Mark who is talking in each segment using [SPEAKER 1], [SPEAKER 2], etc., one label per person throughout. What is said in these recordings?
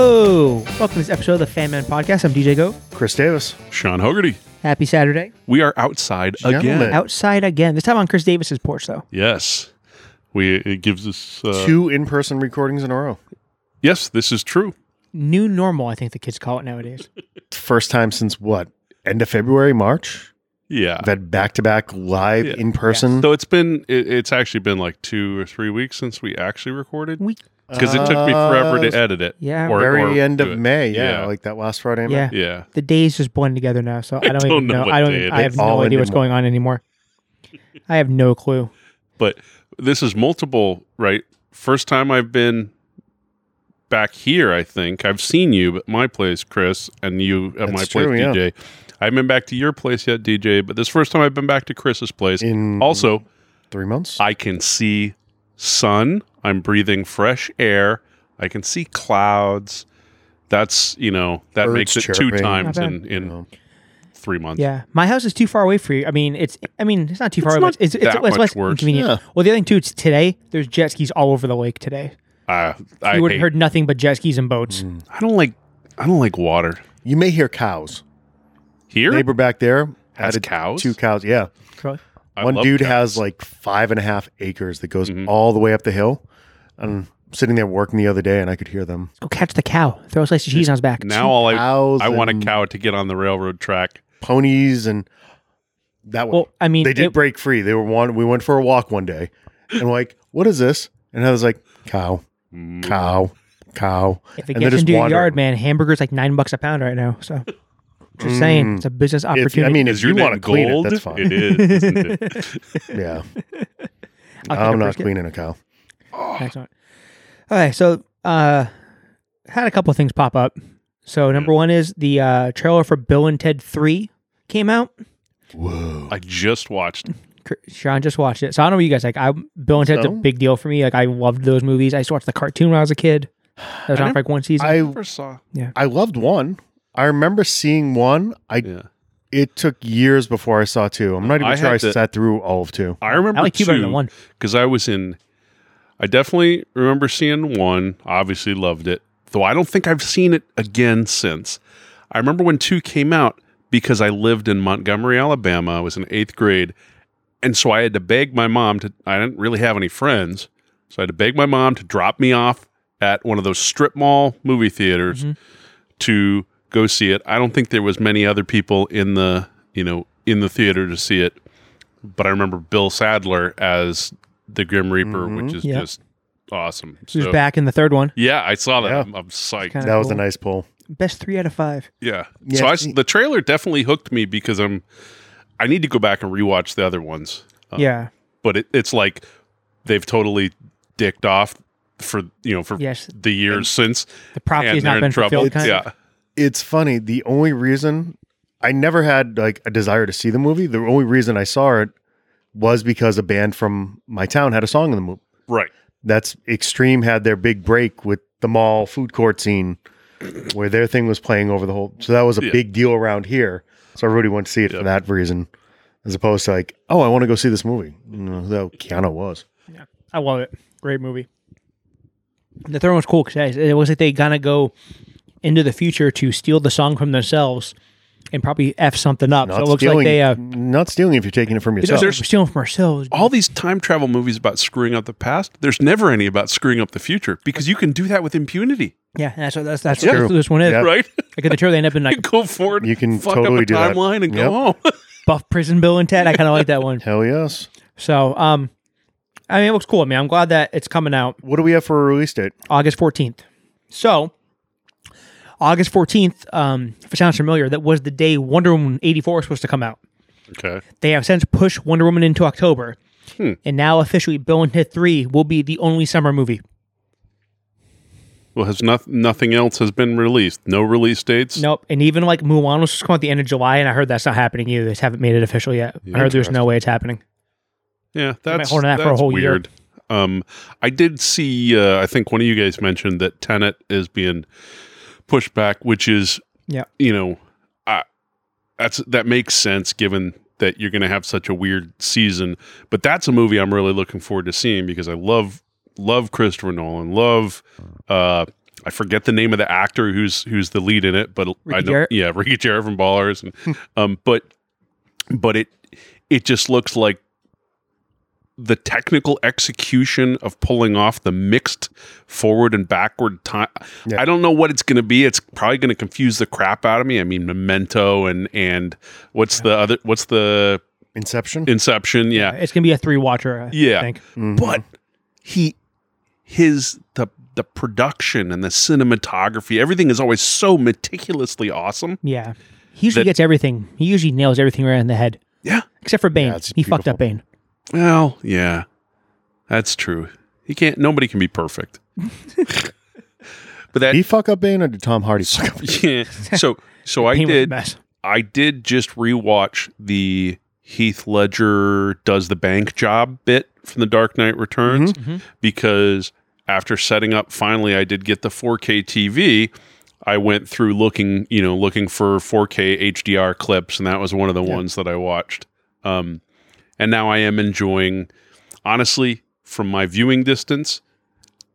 [SPEAKER 1] Welcome to this episode of the Fan Man Podcast. I'm DJ Go.
[SPEAKER 2] Chris Davis.
[SPEAKER 3] Sean Hogarty.
[SPEAKER 1] Happy Saturday.
[SPEAKER 3] We are outside
[SPEAKER 2] Gentlemen.
[SPEAKER 3] again.
[SPEAKER 1] Outside again, this time on Chris Davis's porch, though.
[SPEAKER 3] Yes. We it gives us uh,
[SPEAKER 2] Two in person recordings in a row.
[SPEAKER 3] Yes, this is true.
[SPEAKER 1] New normal, I think the kids call it nowadays.
[SPEAKER 2] First time since what? End of February, March?
[SPEAKER 3] Yeah.
[SPEAKER 2] I've had back to back live
[SPEAKER 3] Yeah.
[SPEAKER 2] in person.
[SPEAKER 3] so it's been it, it's actually been like 2 or 3 weeks since we actually recorded
[SPEAKER 1] We
[SPEAKER 3] because it took me forever to
[SPEAKER 2] Uh,
[SPEAKER 3] edit it.
[SPEAKER 1] yeah,
[SPEAKER 3] Or-
[SPEAKER 2] Very
[SPEAKER 3] or
[SPEAKER 2] end
[SPEAKER 3] do
[SPEAKER 2] of
[SPEAKER 3] it.
[SPEAKER 2] May. Yeah,
[SPEAKER 3] Yeah.
[SPEAKER 2] Like that last Friday. in May.
[SPEAKER 1] yeah.
[SPEAKER 3] Yeah.
[SPEAKER 1] The days just blend together now, so I don't,
[SPEAKER 3] don't
[SPEAKER 1] even
[SPEAKER 3] know
[SPEAKER 1] know.
[SPEAKER 3] what
[SPEAKER 1] I don't.
[SPEAKER 3] day it
[SPEAKER 1] I have
[SPEAKER 2] is.
[SPEAKER 1] no
[SPEAKER 2] All
[SPEAKER 1] idea
[SPEAKER 2] ended
[SPEAKER 1] what's
[SPEAKER 2] one.
[SPEAKER 1] going on anymore. I have no clue.
[SPEAKER 3] But this is multiple, right? First time I've been back here, I think. I've seen you at my place, Chris, and you at my
[SPEAKER 2] That's
[SPEAKER 3] place,
[SPEAKER 2] true, yeah.
[SPEAKER 3] DJ. I haven't been back to your place yet, DJ, but this first time I've been back to Chris's place.
[SPEAKER 2] In
[SPEAKER 3] also,
[SPEAKER 2] three months.
[SPEAKER 3] I can see sun. I'm breathing fresh air. I can see clouds. That's you know that
[SPEAKER 2] Birds
[SPEAKER 3] makes it two
[SPEAKER 2] chirping.
[SPEAKER 3] times
[SPEAKER 1] Not
[SPEAKER 3] in in
[SPEAKER 2] No.
[SPEAKER 3] three months.
[SPEAKER 1] Yeah, my house is too far away for you. I mean, it's. I mean, it's not too far away.
[SPEAKER 3] not
[SPEAKER 1] but it's it's,
[SPEAKER 3] that
[SPEAKER 1] it's
[SPEAKER 3] much
[SPEAKER 1] less
[SPEAKER 3] worse.
[SPEAKER 1] inconvenient.
[SPEAKER 2] Yeah.
[SPEAKER 1] Well, the other thing too, it's today. There's jet skis all over the lake today.
[SPEAKER 3] I Ah, I,
[SPEAKER 1] You would
[SPEAKER 3] hate-
[SPEAKER 1] have
[SPEAKER 3] Mm.
[SPEAKER 1] heard nothing but jet skis and boats.
[SPEAKER 3] I don't like I don't like water
[SPEAKER 2] you may hear cows.
[SPEAKER 3] here.
[SPEAKER 2] Neighbor back there
[SPEAKER 3] Has
[SPEAKER 2] added
[SPEAKER 3] cows?
[SPEAKER 2] Two cows. Yeah.
[SPEAKER 1] Really?
[SPEAKER 3] I
[SPEAKER 2] One
[SPEAKER 3] love
[SPEAKER 2] dude
[SPEAKER 3] cows. Mm-hmm.
[SPEAKER 2] has like five and a half acres that goes all the way up the hill. I'm sitting there working the other day and I could hear them.
[SPEAKER 1] Go catch the cow. Throw a slice of cheese on his back.
[SPEAKER 3] now all I
[SPEAKER 2] cows
[SPEAKER 3] I want a
[SPEAKER 2] and-
[SPEAKER 3] cow to get on the railroad track.
[SPEAKER 2] Ponies and that one.
[SPEAKER 1] Well, I mean,
[SPEAKER 2] they did
[SPEAKER 1] it-
[SPEAKER 2] break free. They were one. We went for a walk one day, and we're like, what is this? And I was like, cow,
[SPEAKER 3] Mm.
[SPEAKER 2] cow, cow.
[SPEAKER 1] if it
[SPEAKER 2] and they're
[SPEAKER 1] gets into your
[SPEAKER 2] wandering.
[SPEAKER 1] yard, man, hamburgers like nine bucks a pound right now. So, just saying, it's a business
[SPEAKER 2] Mm. If, I
[SPEAKER 1] opportunity.
[SPEAKER 2] mean, if you
[SPEAKER 3] name
[SPEAKER 2] want to clean it,
[SPEAKER 3] gold?
[SPEAKER 2] that's fine.
[SPEAKER 3] It is. isn't it?
[SPEAKER 2] yeah,
[SPEAKER 1] I'll take a
[SPEAKER 2] I'm not
[SPEAKER 1] brisket.
[SPEAKER 2] cleaning a cow.
[SPEAKER 1] Excellent. All right, so uh, had a couple of things pop up. So
[SPEAKER 2] Mm.
[SPEAKER 1] number one is the uh, trailer for Bill and Ted Three came out.
[SPEAKER 2] Whoa.
[SPEAKER 3] I just watched.
[SPEAKER 1] Cr- Sean just watched it, so I don't know what you guys like. I Bill and Ted's a
[SPEAKER 2] So?
[SPEAKER 1] big deal for me. Like I loved those movies. I used to watch the cartoon when I was a kid. That was on for like one season.
[SPEAKER 2] I
[SPEAKER 3] Never saw.
[SPEAKER 2] I loved one. I remember seeing one. I
[SPEAKER 3] Yeah.
[SPEAKER 2] it took years before I saw two. I'm not even
[SPEAKER 3] I
[SPEAKER 2] sure
[SPEAKER 3] had
[SPEAKER 2] I
[SPEAKER 3] to-
[SPEAKER 2] sat through all of two.
[SPEAKER 3] I remember
[SPEAKER 1] I like two better than one.
[SPEAKER 3] because I was in. I definitely remember seeing one. Obviously loved it, though I don't think I've seen it again since. I remember when two came out because I lived in Montgomery, Alabama. I was in eighth grade, and so I had to beg my mom to. I didn't really have any friends, so I had to beg my mom to drop me off at one of those strip mall movie theaters to go see it. I don't think there was many other people in the you know in the theater to see it, but I remember Bill Sadler as the Grim Reaper, which is
[SPEAKER 1] Yeah.
[SPEAKER 3] just awesome.
[SPEAKER 1] He was
[SPEAKER 3] So-
[SPEAKER 1] back in the third one.
[SPEAKER 3] Yeah, I saw that.
[SPEAKER 2] Yeah.
[SPEAKER 3] I'm, I'm psyched.
[SPEAKER 1] Kinda
[SPEAKER 2] That was a
[SPEAKER 1] cool.
[SPEAKER 2] nice pull.
[SPEAKER 1] Best three out of five.
[SPEAKER 3] Yeah.
[SPEAKER 2] Yeah,
[SPEAKER 3] so I s
[SPEAKER 2] see-
[SPEAKER 3] the trailer definitely hooked me because I'm I need to go back and rewatch the other ones, Uh,
[SPEAKER 1] yeah.
[SPEAKER 3] but it, it's like they've totally dicked off for you know for
[SPEAKER 1] Yes.
[SPEAKER 3] the years since
[SPEAKER 1] The prophecy
[SPEAKER 3] and
[SPEAKER 1] has
[SPEAKER 3] they're
[SPEAKER 1] not
[SPEAKER 3] in
[SPEAKER 1] been
[SPEAKER 3] trouble.
[SPEAKER 1] fulfilled. Kind
[SPEAKER 3] yeah.
[SPEAKER 2] It's funny. The only reason I never had like a desire to see the movie. The only reason I saw it was because a band from my town had a song in the movie.
[SPEAKER 3] Right.
[SPEAKER 2] that's extreme had their big break with the mall food court scene where their thing was playing over the whole so that was a
[SPEAKER 3] Yeah.
[SPEAKER 2] big deal around here so i really went to see it
[SPEAKER 3] Yep.
[SPEAKER 2] for that reason as opposed to like oh i want to go see this movie you know, though keanu was
[SPEAKER 1] I love it. Great movie. The third one was cool because it was like they gonna go into the future to steal the song from themselves and probably f something up.
[SPEAKER 2] not
[SPEAKER 1] so it looks
[SPEAKER 2] stealing
[SPEAKER 1] like they uh,
[SPEAKER 2] not stealing if you're taking it from yourself
[SPEAKER 1] we're stealing from ourselves.
[SPEAKER 3] All these time travel movies about screwing up the past, there's never any about screwing up the future because you can do that with impunity,
[SPEAKER 1] Yeah, and that's what that's that's,
[SPEAKER 2] That's
[SPEAKER 1] what
[SPEAKER 2] true.
[SPEAKER 1] this one is.
[SPEAKER 2] Yep.
[SPEAKER 3] right?
[SPEAKER 1] Like in the trailer, they end up in like
[SPEAKER 3] go forward,
[SPEAKER 2] You can
[SPEAKER 3] fuck
[SPEAKER 2] totally
[SPEAKER 3] up a
[SPEAKER 2] do that.
[SPEAKER 3] timeline and
[SPEAKER 2] Yep.
[SPEAKER 3] go home.
[SPEAKER 1] buff prison Bill and Ted. I kind of like that one.
[SPEAKER 2] hell yes
[SPEAKER 1] So, um, I mean, it looks cool. I mean, I'm glad that it's coming out.
[SPEAKER 2] what do we have for a release date
[SPEAKER 1] August 14th. So, August 14th, um, if it sounds familiar, that was the day Wonder Woman 84 was supposed to come out.
[SPEAKER 3] okay.
[SPEAKER 1] They have since pushed Wonder Woman into October.
[SPEAKER 3] Hmm.
[SPEAKER 1] And now, officially, Bill and Ted 3 will be the only summer movie.
[SPEAKER 3] Well, has not, nothing else has been released? No release dates.
[SPEAKER 1] Nope. And even like Mulan was supposed to come out the end of July, and I heard that's not happening either. They just haven't made it official yet. I heard there's no way it's happening.
[SPEAKER 3] Yeah, that's
[SPEAKER 1] hold on that for a
[SPEAKER 3] that's
[SPEAKER 1] whole year.
[SPEAKER 3] weird. Um, I did see. Uh, I think one of you guys mentioned that Tenet is being pushed back, which is
[SPEAKER 1] Yeah.
[SPEAKER 3] you know, I, that's that makes sense given that you're going to have such a weird season. But that's a movie I'm really looking forward to seeing because I love love Christopher Nolan, love uh, I forget the name of the actor who's who's the lead in it, but I
[SPEAKER 1] Ricky
[SPEAKER 3] know
[SPEAKER 1] Jarrett?
[SPEAKER 3] yeah, Ricky Jarrett from Ballers, and um, but but it it just looks like the technical execution of pulling off the mixed forward and backward time.
[SPEAKER 2] Yeah.
[SPEAKER 3] I don't know what it's going to be. It's probably going to confuse the crap out of me. I mean, Memento and and what's the other? What's the
[SPEAKER 2] Inception.
[SPEAKER 3] Inception? Yeah,
[SPEAKER 1] It's gonna be a three watcher. I
[SPEAKER 3] Yeah.
[SPEAKER 1] think.
[SPEAKER 2] Mhm.
[SPEAKER 3] but he his the the production and the cinematography everything is always so meticulously awesome
[SPEAKER 1] Yeah, he usually
[SPEAKER 3] That-
[SPEAKER 1] gets everything. He usually nails everything right in the head,
[SPEAKER 3] yeah
[SPEAKER 1] except for Bane.
[SPEAKER 2] Yeah, it's
[SPEAKER 1] he fucked up Bane.
[SPEAKER 3] well yeah that's true he can't nobody can be perfect but that
[SPEAKER 2] Did he fuck up Bane or did Tom Hardy fuck up?
[SPEAKER 3] yeah so so i
[SPEAKER 1] Bane was a
[SPEAKER 3] did
[SPEAKER 1] mess.
[SPEAKER 3] i did just rewatch the heath ledger does the bank job bit from the dark knight returns
[SPEAKER 1] Mhm.
[SPEAKER 3] because after setting up finally I did get the 4K TV. I went through looking, you know, looking for 4K HDR clips and that was one of the ones that I watched. Um and now I am enjoying honestly from my viewing distance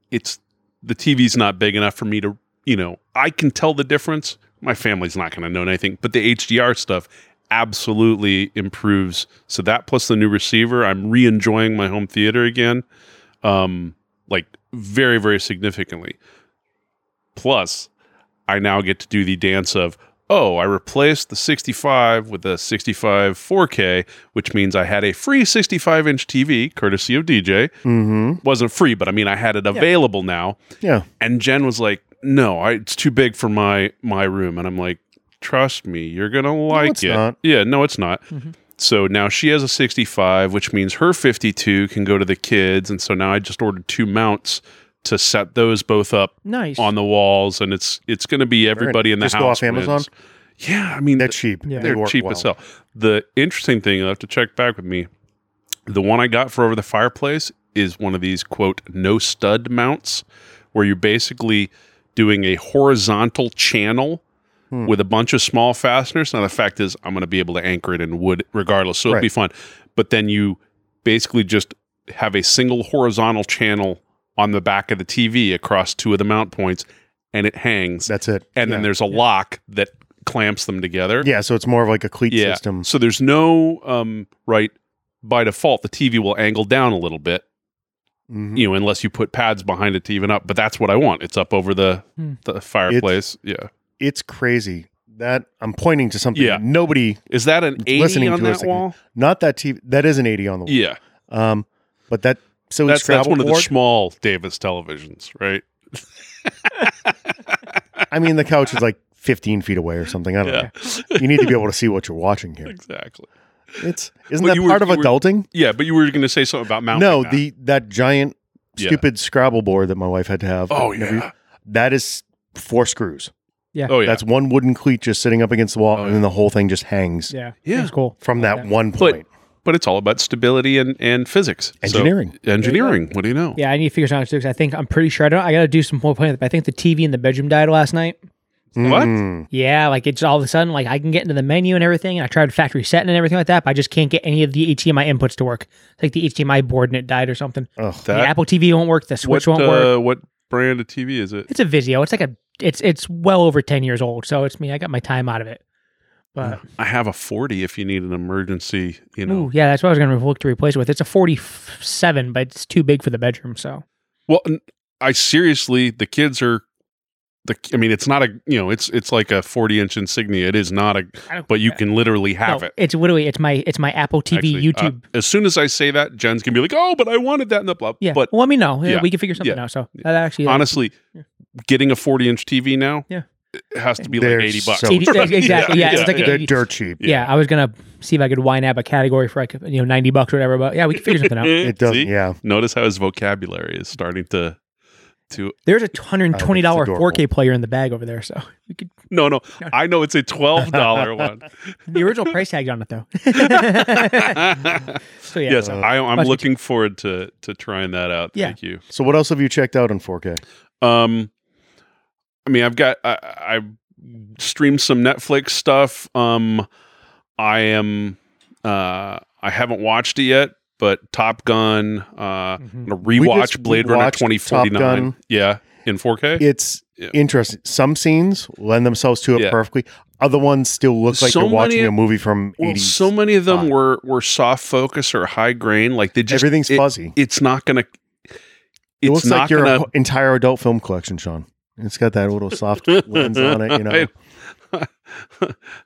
[SPEAKER 3] it's the TV's not big enough for me to, you know, I can tell the difference. My family's not going to know anything, but the HDR stuff absolutely improves. So that plus the new receiver, I'm re-enjoying my home theater again um, like very, very significantly. Plus, I now get to do the dance of, oh, I replaced the 65 with a 65 4K, which means I had a free 65 inch TV, courtesy of DJ.
[SPEAKER 2] Mm-hmm.
[SPEAKER 3] Wasn't free, but I mean, I had it available now.
[SPEAKER 2] Yeah.
[SPEAKER 3] And Jen was like, no, I, it's too big for my my room. And I'm like, trust me, you're gonna like
[SPEAKER 2] it's
[SPEAKER 3] it.
[SPEAKER 2] not. Mm-hmm.
[SPEAKER 3] Yeah, no, it's not.
[SPEAKER 1] Mhm.
[SPEAKER 3] So now she has a 65, which means her 52 can go to the kids. And so now I just ordered two mounts to set those both up
[SPEAKER 1] Nice.
[SPEAKER 3] on the walls, and it's it's gonna be everybody in the
[SPEAKER 2] Just
[SPEAKER 3] house.
[SPEAKER 2] go off Amazon?
[SPEAKER 3] wins. Yeah, I mean
[SPEAKER 2] They're
[SPEAKER 3] th-
[SPEAKER 2] cheap.
[SPEAKER 1] Yeah.
[SPEAKER 2] They
[SPEAKER 3] they're
[SPEAKER 2] work
[SPEAKER 3] cheap
[SPEAKER 2] well.
[SPEAKER 3] as hell. The interesting thing, you'll have to check back with me. The one I got for over the fireplace is one of these quote no stud mounts, where you're basically doing a horizontal channel
[SPEAKER 2] Hmm.
[SPEAKER 3] with a bunch of small fasteners. Now the fact is, I'm going to be able to anchor it in wood regardless, so it'll be fun. But then you basically just have a single horizontal channel on the back of the TV across two of the mount points, and it hangs.
[SPEAKER 2] That's it.
[SPEAKER 3] and
[SPEAKER 2] yeah.
[SPEAKER 3] then there's a lock that clamps them together.
[SPEAKER 2] yeah, so it's more of like a cleat
[SPEAKER 3] Yeah.
[SPEAKER 2] system.
[SPEAKER 3] So there's no um, right by default. The TV will angle down a little bit,
[SPEAKER 2] Mhm.
[SPEAKER 3] you know, unless you put pads behind it to even up. But that's what I want. It's up over the
[SPEAKER 1] Hmm.
[SPEAKER 3] the fireplace. yeah.
[SPEAKER 2] It's crazy. That I'm pointing to something.
[SPEAKER 3] Yeah.
[SPEAKER 2] Nobody,
[SPEAKER 3] Is that an eighty
[SPEAKER 2] listening
[SPEAKER 3] on
[SPEAKER 2] to us
[SPEAKER 3] that
[SPEAKER 2] again.
[SPEAKER 3] wall?
[SPEAKER 2] not that TV. That is an 80 on the wall.
[SPEAKER 3] Yeah,
[SPEAKER 2] Um, but that so
[SPEAKER 3] that's that's one of the
[SPEAKER 2] board.
[SPEAKER 3] small Davis televisions, right?
[SPEAKER 2] I mean, the couch is like 15 feet away or something. I don't
[SPEAKER 3] Yeah,
[SPEAKER 2] know. You need to be able to see what you're watching here.
[SPEAKER 3] exactly.
[SPEAKER 2] It's isn't
[SPEAKER 3] Well,
[SPEAKER 2] that
[SPEAKER 3] you were-
[SPEAKER 2] part
[SPEAKER 3] you
[SPEAKER 2] of
[SPEAKER 3] were
[SPEAKER 2] adulting?
[SPEAKER 3] Yeah, but you were going to say something about mounting.
[SPEAKER 2] No,
[SPEAKER 3] that.
[SPEAKER 2] the that giant
[SPEAKER 3] Yeah.
[SPEAKER 2] stupid Scrabble board that my wife had to have.
[SPEAKER 3] oh
[SPEAKER 2] Never-
[SPEAKER 3] yeah,
[SPEAKER 2] that is four screws.
[SPEAKER 3] oh yeah,
[SPEAKER 2] That's one wooden cleat just sitting up against the wall,
[SPEAKER 3] Oh,
[SPEAKER 2] and then the whole thing just hangs
[SPEAKER 1] yeah,
[SPEAKER 3] Yeah.
[SPEAKER 1] That's cool.
[SPEAKER 2] from that
[SPEAKER 1] Yeah.
[SPEAKER 2] one
[SPEAKER 3] But-
[SPEAKER 2] point.
[SPEAKER 3] but it's all about stability and and physics, So-
[SPEAKER 2] Engineering.
[SPEAKER 3] engineering. What do you know?
[SPEAKER 1] Yeah, I need to figure something out too. 'cause I think I'm pretty sure I don't. I got to do some more playing. But I think the TV in the bedroom died last night.
[SPEAKER 3] What?
[SPEAKER 2] Mm.
[SPEAKER 1] Yeah, like it's all of a sudden like I can get into the menu and everything. And I tried factory setting and everything like that, but I just can't get any of the HDMI inputs to work. It's like the HDMI board and it died or something.
[SPEAKER 2] Ugh.
[SPEAKER 3] That
[SPEAKER 1] the Apple TV won't work. The
[SPEAKER 3] what
[SPEAKER 1] Switch won't work.
[SPEAKER 3] uh, what brand of TV is it?
[SPEAKER 1] It's a Vizio. It's like a it's it's well over ten years old. So it's me. I got my time out of it. But
[SPEAKER 3] I have a 40 if you need an emergency, you know.
[SPEAKER 1] ooh, yeah, that's what I was gonna look to replace it with. It's a forty-seven, but it's too big for the bedroom. So
[SPEAKER 3] Well, n- I seriously, the kids are the I mean, it's not a, you know, it's it's like a 40-inch insignia. It is not a
[SPEAKER 1] I don't,
[SPEAKER 3] but you can literally have
[SPEAKER 1] no,
[SPEAKER 3] it.
[SPEAKER 1] It's literally it's my it's my Apple TV
[SPEAKER 3] actually. Uh,
[SPEAKER 1] YouTube.
[SPEAKER 3] as soon as I say that, Jen's going to be like, "Oh, but I wanted that in the blah."
[SPEAKER 1] yeah,
[SPEAKER 3] But
[SPEAKER 1] well, let me know.
[SPEAKER 3] yeah,
[SPEAKER 1] we can figure something
[SPEAKER 3] yeah.
[SPEAKER 1] out. So that actually
[SPEAKER 3] honestly,
[SPEAKER 1] Yeah.
[SPEAKER 3] getting a 40-inch TV now
[SPEAKER 1] Yeah.
[SPEAKER 3] it has to be
[SPEAKER 2] They're
[SPEAKER 3] like 80 bucks.
[SPEAKER 2] so
[SPEAKER 1] Eighty-
[SPEAKER 3] Right?
[SPEAKER 1] exactly, yeah, it's like
[SPEAKER 2] They're dirt cheap.
[SPEAKER 1] yeah. I was gonna see if I could wind up a category for like you know ninety bucks or whatever, but yeah, we can figure something out.
[SPEAKER 2] It doesn't.
[SPEAKER 3] See?
[SPEAKER 2] Yeah.
[SPEAKER 3] Notice how his vocabulary is starting to to
[SPEAKER 1] There's a hundred
[SPEAKER 3] Oh,
[SPEAKER 1] and twenty dollar
[SPEAKER 2] adorable.
[SPEAKER 1] four K player in the bag over there, so we could.
[SPEAKER 3] No, no. I know it's a $12 one.
[SPEAKER 1] The original price tag's on it though. so yeah,
[SPEAKER 3] Yes, uh, I, I'm
[SPEAKER 1] Much-
[SPEAKER 3] looking forward to to trying that out.
[SPEAKER 1] Yeah.
[SPEAKER 3] Thank you.
[SPEAKER 2] So what else have you checked out in 4K?
[SPEAKER 3] Um, I mean, I've got I, I I've streamed some Netflix stuff. Um, I am uh, I haven't watched it yet, but Top Gun. Uh, I'm
[SPEAKER 1] Mhm.
[SPEAKER 3] gonna
[SPEAKER 2] We just
[SPEAKER 3] rewatch Blade Runner
[SPEAKER 2] watched Top
[SPEAKER 3] 2049.
[SPEAKER 2] Gun.
[SPEAKER 3] Yeah, in 4K.
[SPEAKER 2] It's
[SPEAKER 3] Yeah.
[SPEAKER 2] interesting. Some scenes lend themselves to it
[SPEAKER 3] Yeah.
[SPEAKER 2] perfectly. Other ones still look like
[SPEAKER 3] So
[SPEAKER 2] you're watching
[SPEAKER 3] many-
[SPEAKER 2] a movie from
[SPEAKER 3] Well,
[SPEAKER 2] 80s.
[SPEAKER 3] so many of them
[SPEAKER 2] fine.
[SPEAKER 3] were were soft focus or high grain. Like they just
[SPEAKER 2] Everything's
[SPEAKER 3] it-
[SPEAKER 2] fuzzy.
[SPEAKER 3] It's not gonna. It's
[SPEAKER 2] It looks
[SPEAKER 3] not
[SPEAKER 2] like your
[SPEAKER 3] gonna.
[SPEAKER 2] entire adult film collection, Sean. It's got that little soft lens on it, you know.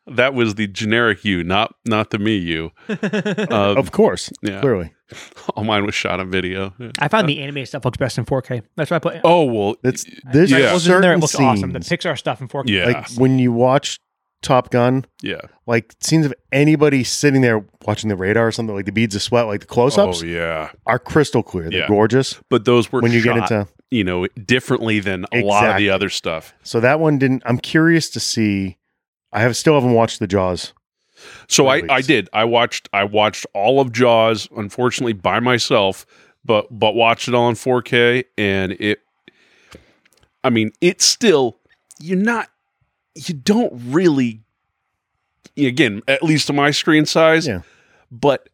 [SPEAKER 3] that was the generic you, not not the me you. Uh,
[SPEAKER 2] Of course,
[SPEAKER 3] yeah,
[SPEAKER 2] clearly.
[SPEAKER 3] all mine was shot on video. Yeah.
[SPEAKER 1] I found the anime stuff looks best in 4K. That's why I put.
[SPEAKER 3] Oh well,
[SPEAKER 2] That's there's
[SPEAKER 3] Yeah.
[SPEAKER 1] Like,
[SPEAKER 2] yeah.
[SPEAKER 1] those in
[SPEAKER 2] certain
[SPEAKER 1] there, it looks
[SPEAKER 2] scenes,
[SPEAKER 1] awesome. The Pixar stuff in 4K.
[SPEAKER 3] yeah,
[SPEAKER 2] like when you watch Top Gun,
[SPEAKER 3] yeah.
[SPEAKER 2] like scenes of anybody sitting there watching the radar or something, like the beads of sweat, like the close-ups
[SPEAKER 3] Oh yeah,
[SPEAKER 2] are crystal clear. They're
[SPEAKER 3] Yeah.
[SPEAKER 2] gorgeous.
[SPEAKER 3] but those were
[SPEAKER 2] When you
[SPEAKER 3] shot,
[SPEAKER 2] get into
[SPEAKER 3] you know differently than a lot of
[SPEAKER 2] Exactly.
[SPEAKER 3] the other stuff.
[SPEAKER 2] So that one didn't. I'm curious to see. I have still haven't watched the Jaws.
[SPEAKER 3] So I,
[SPEAKER 2] At
[SPEAKER 3] I
[SPEAKER 2] least.
[SPEAKER 3] did. I watched I watched all of Jaws, unfortunately by myself, but but watched it all in 4K and it I mean, it's still you're not you don't really again, at least to my screen size.
[SPEAKER 2] Yeah.
[SPEAKER 3] But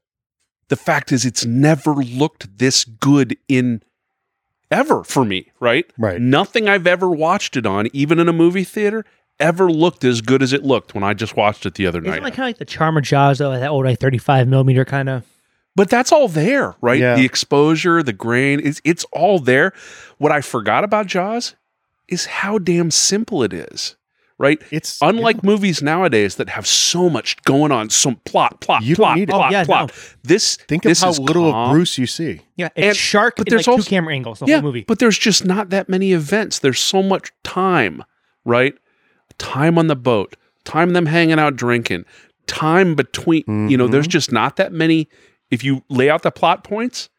[SPEAKER 3] the fact is it's never looked this good in ever for me, right?
[SPEAKER 2] Right.
[SPEAKER 3] Nothing I've ever watched it on, even in a movie theater, ever looked as good as it looked when I just watched it the other
[SPEAKER 1] Isn't
[SPEAKER 3] night.
[SPEAKER 1] it like kind of like the Charmer Jaws though, like that old like 35 millimeter kind of.
[SPEAKER 3] But that's all there, right?
[SPEAKER 2] Yeah.
[SPEAKER 3] The exposure, the grain, it's, it's all there. What I forgot about Jaws is how damn simple it is, right?
[SPEAKER 2] It's
[SPEAKER 3] Unlike movies nowadays that have so much going on, some plot, plot,
[SPEAKER 2] You don't
[SPEAKER 3] plot,
[SPEAKER 2] need it.
[SPEAKER 3] plot,
[SPEAKER 1] Yeah,
[SPEAKER 3] plot. This
[SPEAKER 2] think
[SPEAKER 3] this
[SPEAKER 2] of how
[SPEAKER 3] is
[SPEAKER 2] little
[SPEAKER 3] calm.
[SPEAKER 2] of Bruce you see.
[SPEAKER 1] Yeah, it's
[SPEAKER 3] And-
[SPEAKER 1] shark.
[SPEAKER 3] but
[SPEAKER 1] But
[SPEAKER 3] there's
[SPEAKER 1] there's like
[SPEAKER 3] also-
[SPEAKER 1] two camera angles the
[SPEAKER 3] yeah,
[SPEAKER 1] whole movie.
[SPEAKER 3] But there's just not that many events. There's so much time, right? Time on the boat, time them hanging out drinking, time between, you know,
[SPEAKER 2] Mm-hmm.
[SPEAKER 3] there's just not that many. If you lay out the plot points,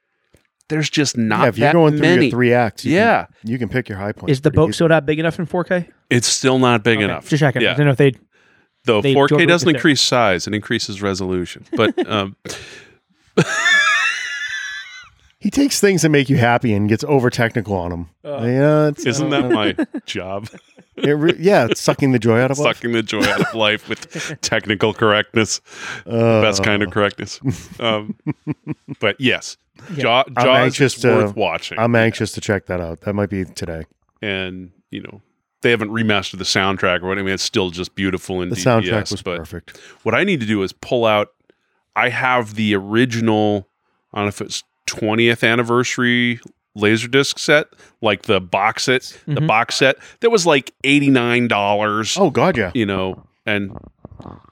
[SPEAKER 3] there's just not
[SPEAKER 2] yeah, if you're
[SPEAKER 3] that
[SPEAKER 2] going through
[SPEAKER 3] many.
[SPEAKER 2] your three acts, you
[SPEAKER 3] yeah.
[SPEAKER 2] can, you can pick your high point.
[SPEAKER 1] Is the boat still not big enough in 4K? Big
[SPEAKER 3] It's still not big enough.
[SPEAKER 1] Just checking. I
[SPEAKER 3] Yeah.
[SPEAKER 1] don't know if they.
[SPEAKER 3] Though
[SPEAKER 1] They
[SPEAKER 3] 4K
[SPEAKER 1] totally
[SPEAKER 3] doesn't
[SPEAKER 1] did that.
[SPEAKER 3] increase size, it increases resolution. But um,
[SPEAKER 2] He takes things that make you happy and gets over technical on them.
[SPEAKER 3] Uh.
[SPEAKER 2] yeah, it's,
[SPEAKER 3] isn't that my job?
[SPEAKER 2] it re- yeah, it's sucking the joy out of life.
[SPEAKER 3] Sucking the joy out of life with technical correctness.
[SPEAKER 2] Uh,
[SPEAKER 3] best kind of correctness. Um, but yes, Jaw,
[SPEAKER 2] I'm
[SPEAKER 3] Jaws
[SPEAKER 2] anxious
[SPEAKER 3] is
[SPEAKER 2] to-
[SPEAKER 3] worth watching,
[SPEAKER 2] I'm anxious to check that out. That might be today.
[SPEAKER 3] and you know they haven't remastered the soundtrack or what. I mean, it's still just beautiful in
[SPEAKER 2] The
[SPEAKER 3] DPS,
[SPEAKER 2] soundtrack was
[SPEAKER 3] but
[SPEAKER 2] perfect.
[SPEAKER 3] what I need to do is pull out. I have the original. I don't know if it's 20th anniversary laserdisc set, like the box set, the
[SPEAKER 1] Mhm.
[SPEAKER 3] box set that was like eighty nine dollars.
[SPEAKER 2] Mm-hmm. Oh god, yeah.
[SPEAKER 3] You know, and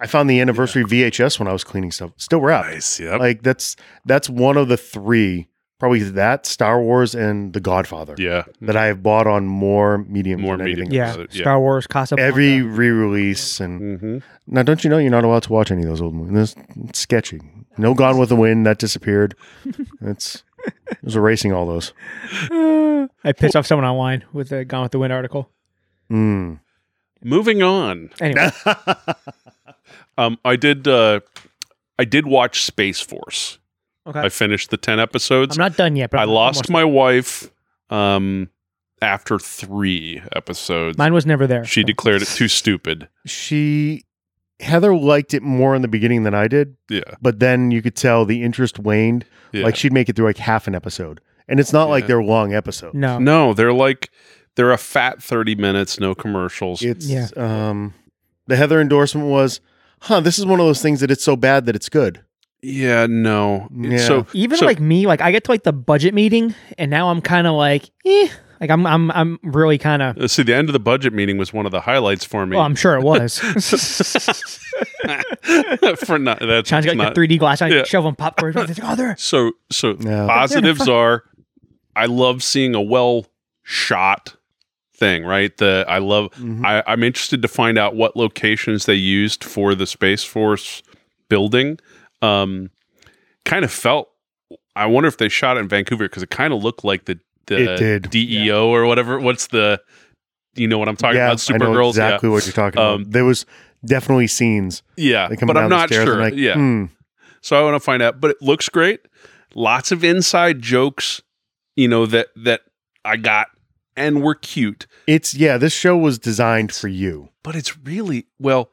[SPEAKER 2] I found the anniversary VHS when I was cleaning stuff. Still wrapped.
[SPEAKER 3] nice, yep.
[SPEAKER 2] Like that's that's one of the three, probably that Star Wars and The Godfather
[SPEAKER 3] yeah,
[SPEAKER 2] that I have bought on more mediums
[SPEAKER 3] More
[SPEAKER 2] than
[SPEAKER 3] mediums.
[SPEAKER 2] anything.
[SPEAKER 1] Yeah,
[SPEAKER 3] Yeah.
[SPEAKER 1] Star Wars, Casablanca.
[SPEAKER 2] Every re-release and
[SPEAKER 3] hmm
[SPEAKER 2] now, don't you know you're not allowed to watch any of those old movies? That's sketchy. No Gone with the Wind that disappeared. It's it was erasing all those.
[SPEAKER 1] I pissed off someone online with the Gone with the Wind article.
[SPEAKER 2] Mm.
[SPEAKER 3] moving on.
[SPEAKER 1] Anyway,
[SPEAKER 3] Um, I did. Uh, I did watch Space Force.
[SPEAKER 1] okay.
[SPEAKER 3] I finished the ten episodes.
[SPEAKER 1] I'm not done yet, but
[SPEAKER 3] I
[SPEAKER 1] I'm
[SPEAKER 3] lost
[SPEAKER 1] almost-
[SPEAKER 3] my wife um, after three episodes.
[SPEAKER 1] Mine was never there.
[SPEAKER 3] she declared it too stupid.
[SPEAKER 2] She Heather liked it more in the beginning than I did,
[SPEAKER 3] Yeah,
[SPEAKER 2] but then you could tell the interest waned.
[SPEAKER 3] yeah.
[SPEAKER 2] Like she'd make it through like half an episode. And it's not like
[SPEAKER 3] Yeah.
[SPEAKER 2] they're long episodes.
[SPEAKER 1] No.
[SPEAKER 3] no, they're like they're a fat thirty minutes, no commercials.
[SPEAKER 2] It's
[SPEAKER 1] Yeah.
[SPEAKER 2] um the Heather endorsement was, huh, this is one of those things that it's so bad that it's good.
[SPEAKER 3] yeah, no.
[SPEAKER 2] Yeah.
[SPEAKER 3] So
[SPEAKER 1] Even
[SPEAKER 3] so-
[SPEAKER 1] like me, like I get to like the budget meeting, and now I'm kind of like, eh. Like I'm, I'm, I'm really kind of.
[SPEAKER 3] uh, see, the end of the budget meeting was one of the highlights for me.
[SPEAKER 1] Well, Oh, I'm sure it was.
[SPEAKER 3] for not that's
[SPEAKER 1] Sean's got like
[SPEAKER 3] not
[SPEAKER 1] the 3D glass. I
[SPEAKER 3] yeah.
[SPEAKER 1] shove them popcorn. It's like, oh, there.
[SPEAKER 3] So so
[SPEAKER 2] No.
[SPEAKER 3] positives are I love seeing a well shot thing, right? The I love
[SPEAKER 2] Mhm.
[SPEAKER 3] I, I'm interested to find out what locations they used for the Space Force building. Um kind of felt I wonder if they shot it in Vancouver because it kind of looked like the the
[SPEAKER 2] It did.
[SPEAKER 3] DEO or whatever. What's the you know what I'm talking about?
[SPEAKER 2] I know
[SPEAKER 3] Supergirls.
[SPEAKER 2] exactly what you're talking
[SPEAKER 3] Um,
[SPEAKER 2] about. There was definitely scenes.
[SPEAKER 3] yeah.
[SPEAKER 2] They
[SPEAKER 3] Yeah.
[SPEAKER 2] come
[SPEAKER 3] But
[SPEAKER 2] down
[SPEAKER 3] I'm
[SPEAKER 2] the
[SPEAKER 3] not
[SPEAKER 2] stairs
[SPEAKER 3] sure.
[SPEAKER 2] and like,
[SPEAKER 3] yeah.
[SPEAKER 2] hmm,
[SPEAKER 3] So I want to find out, but it looks great. Lots of inside jokes, you know that that I got and were cute.
[SPEAKER 2] It's yeah, this show was designed for you.
[SPEAKER 3] But it's really well,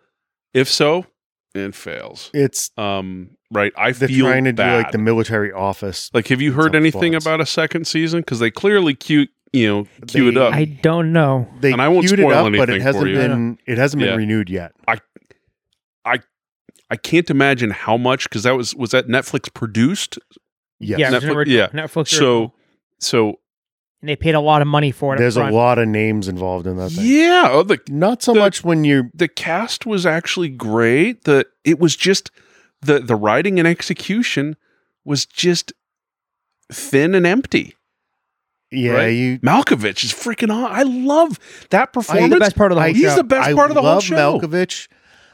[SPEAKER 3] if so, it fails.
[SPEAKER 2] It's
[SPEAKER 3] Um, right? I
[SPEAKER 2] they're
[SPEAKER 3] feel
[SPEAKER 2] trying to
[SPEAKER 3] bad.
[SPEAKER 2] do like the military office.
[SPEAKER 3] Like, have you heard
[SPEAKER 2] Tough
[SPEAKER 3] anything
[SPEAKER 2] thoughts.
[SPEAKER 3] about a second season? Because they clearly cute you know, queue it
[SPEAKER 2] They-
[SPEAKER 3] up.
[SPEAKER 1] I don't know.
[SPEAKER 2] They
[SPEAKER 3] And I won't
[SPEAKER 2] queued it
[SPEAKER 3] spoil
[SPEAKER 2] up, but
[SPEAKER 3] anything
[SPEAKER 2] it
[SPEAKER 3] for
[SPEAKER 2] hasn't
[SPEAKER 3] you.
[SPEAKER 2] been it hasn't
[SPEAKER 3] Yeah.
[SPEAKER 2] been renewed yet.
[SPEAKER 3] I can't imagine how much because that was was that Netflix produced.
[SPEAKER 2] Yes.
[SPEAKER 1] Yeah, it was an
[SPEAKER 3] Netflix-
[SPEAKER 1] original-
[SPEAKER 3] yeah.
[SPEAKER 1] Netflix.
[SPEAKER 3] So, so
[SPEAKER 1] and they paid a lot of money for it. up
[SPEAKER 2] There's a
[SPEAKER 1] front.
[SPEAKER 2] lot of names involved in that thing.
[SPEAKER 3] yeah, oh, the
[SPEAKER 2] Not so
[SPEAKER 3] The-
[SPEAKER 2] much when you
[SPEAKER 3] the cast was actually great. The it was just the the writing and execution was just thin and empty.
[SPEAKER 2] yeah,
[SPEAKER 3] Right.
[SPEAKER 2] you
[SPEAKER 3] Malkovich is freaking on. I love that
[SPEAKER 1] He's
[SPEAKER 3] performance.
[SPEAKER 1] the best part of the whole
[SPEAKER 2] I-
[SPEAKER 3] he's
[SPEAKER 1] show.
[SPEAKER 3] the best
[SPEAKER 2] I
[SPEAKER 3] part of the whole
[SPEAKER 2] love
[SPEAKER 3] show.
[SPEAKER 2] Malkovich.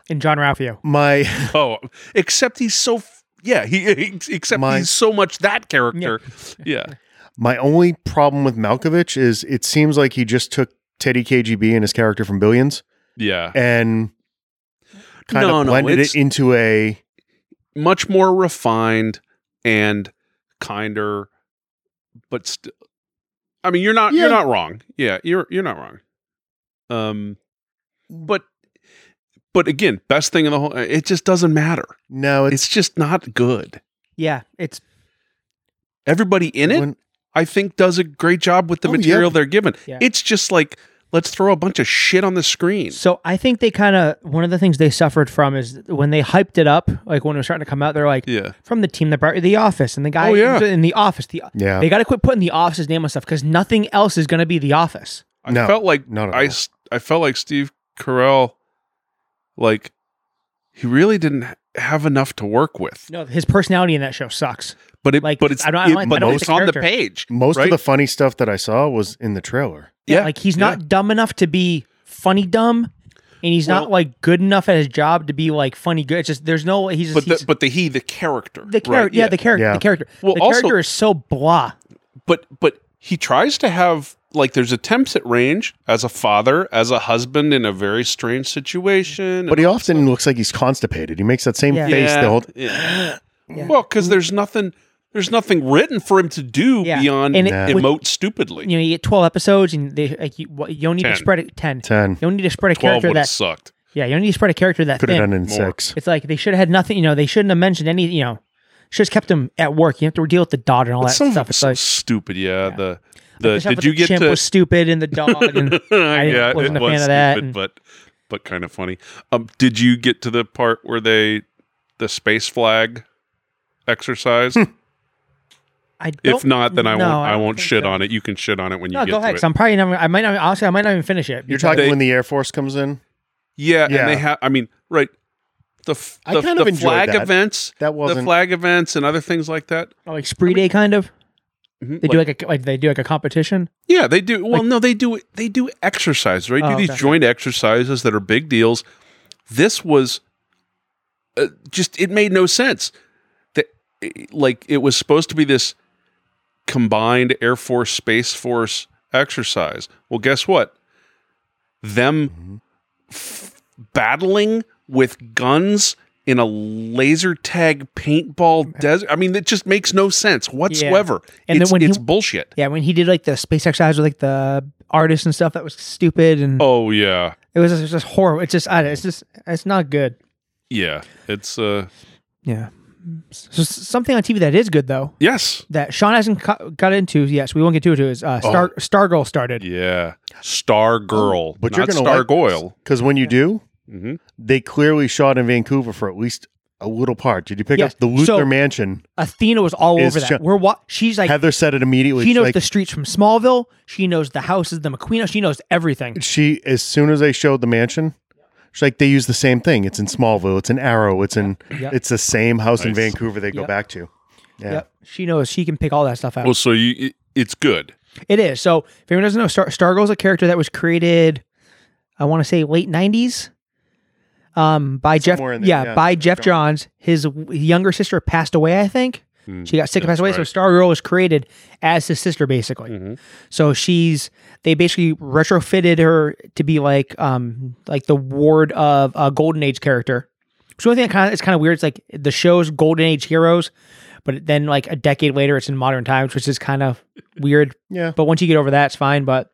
[SPEAKER 1] and John Ralphio.
[SPEAKER 2] My
[SPEAKER 3] Oh, except he's so f- yeah. He except
[SPEAKER 2] My-
[SPEAKER 3] he's so much that character. Yeah,
[SPEAKER 2] my only problem with Malkovich is it seems like he just took Teddy KGB and his character from Billions
[SPEAKER 3] yeah.
[SPEAKER 2] and kind
[SPEAKER 3] No,
[SPEAKER 2] of
[SPEAKER 3] no,
[SPEAKER 2] blended
[SPEAKER 3] it's-
[SPEAKER 2] it into a
[SPEAKER 3] Much more refined and kinder, but still. I mean, you're not
[SPEAKER 2] Yeah.
[SPEAKER 3] you're not wrong. Yeah, you're you're not wrong. Um,
[SPEAKER 2] Mm.
[SPEAKER 3] but but again, best thing in the whole. It just doesn't matter.
[SPEAKER 2] no. It's,
[SPEAKER 3] It's just not good.
[SPEAKER 1] Yeah, it's
[SPEAKER 3] Everybody in it,
[SPEAKER 2] when-
[SPEAKER 3] I think, does a great job with the
[SPEAKER 2] Oh, yeah.
[SPEAKER 3] material they're given.
[SPEAKER 1] Yeah.
[SPEAKER 3] It's just like let's throw a bunch of shit on the screen.
[SPEAKER 1] so I think they kind of one of the things they suffered from is when they hyped it up, like when it was starting to come out, they're like
[SPEAKER 3] Yeah.
[SPEAKER 1] from the team that brought you The Office and the guy
[SPEAKER 3] Oh, yeah.
[SPEAKER 1] in the Office. The
[SPEAKER 2] yeah,
[SPEAKER 1] they got to quit putting The Office's name on stuff because nothing else is going to be The Office.
[SPEAKER 3] I
[SPEAKER 2] No,
[SPEAKER 3] felt like
[SPEAKER 2] not at
[SPEAKER 3] I,
[SPEAKER 2] all.
[SPEAKER 3] s- I felt like Steve Carell, like he really didn't ha- have enough to work with.
[SPEAKER 1] No, his personality in that show sucks.
[SPEAKER 3] But it,
[SPEAKER 1] Like,
[SPEAKER 3] but it's,
[SPEAKER 1] I don't- I don't
[SPEAKER 3] it-
[SPEAKER 1] like- I
[SPEAKER 3] but
[SPEAKER 1] don't like
[SPEAKER 3] it's
[SPEAKER 1] the
[SPEAKER 3] on the
[SPEAKER 1] character.
[SPEAKER 3] page.
[SPEAKER 2] most
[SPEAKER 3] right?
[SPEAKER 2] of the funny stuff that I saw was in the trailer.
[SPEAKER 3] yeah,
[SPEAKER 1] like he's not dumb enough to be funny dumb, and he's not
[SPEAKER 3] Well-
[SPEAKER 1] like good enough at his job to be like funny good. It's just there's no he's
[SPEAKER 3] But
[SPEAKER 1] just,
[SPEAKER 3] the,
[SPEAKER 1] he's,
[SPEAKER 3] but the he the character
[SPEAKER 1] the character,
[SPEAKER 3] right?
[SPEAKER 1] yeah, the character,
[SPEAKER 2] Yeah.
[SPEAKER 1] the character.
[SPEAKER 3] Well,
[SPEAKER 1] the
[SPEAKER 3] also-
[SPEAKER 1] character is so blah.
[SPEAKER 3] but but he tries to have like there's attempts at range as a father as a husband in a very strange situation
[SPEAKER 2] But he often looks like he's constipated. He makes that same
[SPEAKER 1] Yeah.
[SPEAKER 2] face the whole.
[SPEAKER 3] yeah.
[SPEAKER 1] Yeah.
[SPEAKER 3] well because there's nothing there's nothing written for him to do
[SPEAKER 1] Yeah.
[SPEAKER 3] beyond
[SPEAKER 1] And it-
[SPEAKER 2] Nah.
[SPEAKER 1] with-
[SPEAKER 3] emote stupidly
[SPEAKER 1] you know, you get twelve episodes, and they like you, what- you don't need
[SPEAKER 3] Ten.
[SPEAKER 1] to spread it ten.
[SPEAKER 2] Ten
[SPEAKER 1] You don't need to spread a
[SPEAKER 3] 12
[SPEAKER 1] character
[SPEAKER 3] would have
[SPEAKER 1] that.
[SPEAKER 3] sucked
[SPEAKER 1] yeah, you don't need to spread a character that
[SPEAKER 2] could
[SPEAKER 1] thin.
[SPEAKER 2] have done it in
[SPEAKER 3] More.
[SPEAKER 2] six.
[SPEAKER 1] It's like they should have had nothing. You know, they shouldn't have mentioned any. You know, should have kept him at work. You have to deal with the daughter and all
[SPEAKER 3] But
[SPEAKER 1] that
[SPEAKER 3] some
[SPEAKER 1] stuff. It's
[SPEAKER 3] so
[SPEAKER 1] like
[SPEAKER 3] stupid yeah,
[SPEAKER 1] Yeah.
[SPEAKER 3] the the
[SPEAKER 1] stuff
[SPEAKER 3] did
[SPEAKER 1] with
[SPEAKER 3] you
[SPEAKER 1] the
[SPEAKER 3] get
[SPEAKER 1] chimp
[SPEAKER 3] to
[SPEAKER 1] was stupid and the dog and
[SPEAKER 3] I
[SPEAKER 1] didn't- wasn't a fan of that, and-
[SPEAKER 3] but but kind of funny. Um, did you get to the part where they the space flag exercise?
[SPEAKER 1] I don't,
[SPEAKER 3] if not, then I
[SPEAKER 1] Hmm. no,
[SPEAKER 3] won't.
[SPEAKER 1] I
[SPEAKER 3] I,
[SPEAKER 1] don't
[SPEAKER 3] won't
[SPEAKER 1] think
[SPEAKER 3] shit
[SPEAKER 1] so.
[SPEAKER 3] on it. You can shit on it when
[SPEAKER 1] no,
[SPEAKER 3] you get
[SPEAKER 1] go ahead.
[SPEAKER 3] to it.
[SPEAKER 1] 'cause I'm probably not. I might not. Honestly, I might not even finish it.
[SPEAKER 2] You're
[SPEAKER 1] because-
[SPEAKER 2] talking
[SPEAKER 3] They-
[SPEAKER 2] when the Air Force comes in.
[SPEAKER 3] yeah,
[SPEAKER 2] Yeah.
[SPEAKER 3] and they have. I mean, right. The f-
[SPEAKER 2] I
[SPEAKER 3] the,
[SPEAKER 2] kind
[SPEAKER 3] the
[SPEAKER 2] of enjoyed
[SPEAKER 3] flag
[SPEAKER 2] that.
[SPEAKER 3] events,
[SPEAKER 2] That
[SPEAKER 3] the
[SPEAKER 2] wasn't.
[SPEAKER 3] flag events, and other things like that.
[SPEAKER 1] oh, like spree day kind of.
[SPEAKER 3] Mhm,
[SPEAKER 1] They
[SPEAKER 3] like-
[SPEAKER 1] do like a like they do like a competition.
[SPEAKER 3] Yeah, they do. Well,
[SPEAKER 1] Like-
[SPEAKER 3] no, they do. They do exercises, right?
[SPEAKER 1] Oh,
[SPEAKER 3] do these
[SPEAKER 1] okay.
[SPEAKER 3] joint exercises that are big deals. This was uh, just. It made no sense. That like it was supposed to be this combined Air Force Space Force exercise. Well, guess what? Them
[SPEAKER 2] Mhm.
[SPEAKER 3] f- battling with guns in a laser tag paintball desert. I mean, it just makes no sense whatsoever.
[SPEAKER 1] And then
[SPEAKER 3] it's
[SPEAKER 1] when he-
[SPEAKER 3] it's bullshit.
[SPEAKER 1] Yeah, when he did like the space exercise with like the artists and stuff, that was stupid and
[SPEAKER 3] Oh yeah.
[SPEAKER 1] it was just, it was just horrible. It's just I don't- it's just it's not good.
[SPEAKER 3] Yeah, it's uh
[SPEAKER 1] Yeah. So s- something on TV that is good though
[SPEAKER 3] yes,
[SPEAKER 1] that Sean hasn't co- got into. Yes, we won't get to it. Is
[SPEAKER 2] Oh.
[SPEAKER 1] uh, Star Stargirl started?
[SPEAKER 3] yeah, Star Girl,
[SPEAKER 2] But
[SPEAKER 3] but
[SPEAKER 2] you're
[SPEAKER 3] not
[SPEAKER 2] gonna
[SPEAKER 3] Star
[SPEAKER 2] like
[SPEAKER 3] Goyle.
[SPEAKER 2] Because when you do,
[SPEAKER 3] hmm
[SPEAKER 2] they clearly shot in Vancouver for at least a little part. Did you pick
[SPEAKER 1] Yes.
[SPEAKER 2] up the Luther
[SPEAKER 1] So-
[SPEAKER 2] Mansion?
[SPEAKER 1] Athena was all
[SPEAKER 2] Is
[SPEAKER 1] over that.
[SPEAKER 2] Sean-
[SPEAKER 1] We're wa- she's like
[SPEAKER 2] Heather said it immediately.
[SPEAKER 1] she
[SPEAKER 2] She's
[SPEAKER 1] knows
[SPEAKER 2] like,
[SPEAKER 1] the streets from Smallville. She knows the houses, the Maquino. She knows everything.
[SPEAKER 2] she as soon as they showed the mansion, she's like, they use the same thing. It's in Smallville. It's in Arrow. It's in.
[SPEAKER 1] Yep.
[SPEAKER 2] It's the same house in
[SPEAKER 3] Nice.
[SPEAKER 2] Vancouver. They go
[SPEAKER 1] Yep.
[SPEAKER 2] back to. Yeah.
[SPEAKER 1] Yep. She knows. She can pick all that stuff out.
[SPEAKER 3] Well, so you, it, it's good.
[SPEAKER 1] It is. So if anyone doesn't know, Star Stargirl's a character that was created, I want to say late nineties. Um, by
[SPEAKER 2] Somewhere
[SPEAKER 1] Jeff,
[SPEAKER 2] in there,
[SPEAKER 1] yeah,
[SPEAKER 2] yeah.
[SPEAKER 1] by Jeff Johns. His w- younger sister passed away, I think.
[SPEAKER 3] Mm,
[SPEAKER 1] She got sick and
[SPEAKER 3] that's
[SPEAKER 1] passed away.
[SPEAKER 3] right.
[SPEAKER 1] So Stargirl was created as his sister, basically.
[SPEAKER 3] Mhm.
[SPEAKER 1] So she's they basically retrofitted her to be like um like the ward of a Golden Age character. So the only thing that kind of it's kind of weird. It's like the show's Golden Age heroes, but then like a decade later, it's in modern times, which is kind of weird.
[SPEAKER 2] Yeah.
[SPEAKER 1] But once you get over that, it's fine. But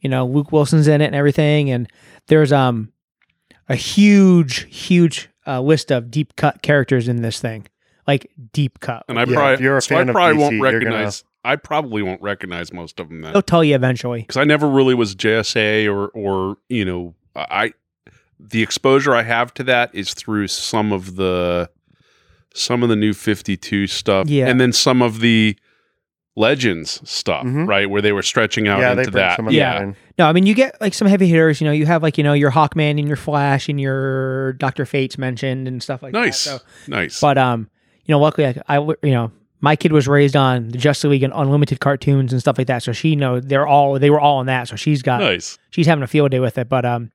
[SPEAKER 1] you know, Luke Wilson's in it and everything, and there's um a huge, huge uh, list of deep cut characters in this thing, like deep cut.
[SPEAKER 3] And I
[SPEAKER 2] Yeah, if
[SPEAKER 3] probably
[SPEAKER 2] you're a
[SPEAKER 3] so I
[SPEAKER 2] fan of
[SPEAKER 3] probably
[SPEAKER 2] DC,
[SPEAKER 3] won't
[SPEAKER 2] you're gonna- Oh.
[SPEAKER 3] recognize I probably won't recognize most of them then.
[SPEAKER 1] They'll tell you eventually.
[SPEAKER 3] because I never really was JSA or or you know I the exposure I have to that is through some of the some of the new 52 stuff
[SPEAKER 1] Yeah.
[SPEAKER 3] and then some of the legends stuff
[SPEAKER 2] Mhm.
[SPEAKER 3] right where they were stretching out
[SPEAKER 2] yeah, they
[SPEAKER 3] into
[SPEAKER 2] bring
[SPEAKER 3] that
[SPEAKER 2] some of
[SPEAKER 1] Yeah.
[SPEAKER 2] that in.
[SPEAKER 1] No, I mean you get like some heavy hitters. You know, you have like you know your Hawkman and your Flash and your Doctor Fates mentioned and stuff like
[SPEAKER 3] nice
[SPEAKER 1] that. So-
[SPEAKER 3] nice
[SPEAKER 1] But um, you know, luckily I, I w- you know my kid was raised on the Justice League and Unlimited cartoons and stuff like that. So she know they're all they were all on that. So she's
[SPEAKER 2] uh,
[SPEAKER 1] got
[SPEAKER 3] nice
[SPEAKER 1] she's having a field day with it. But um,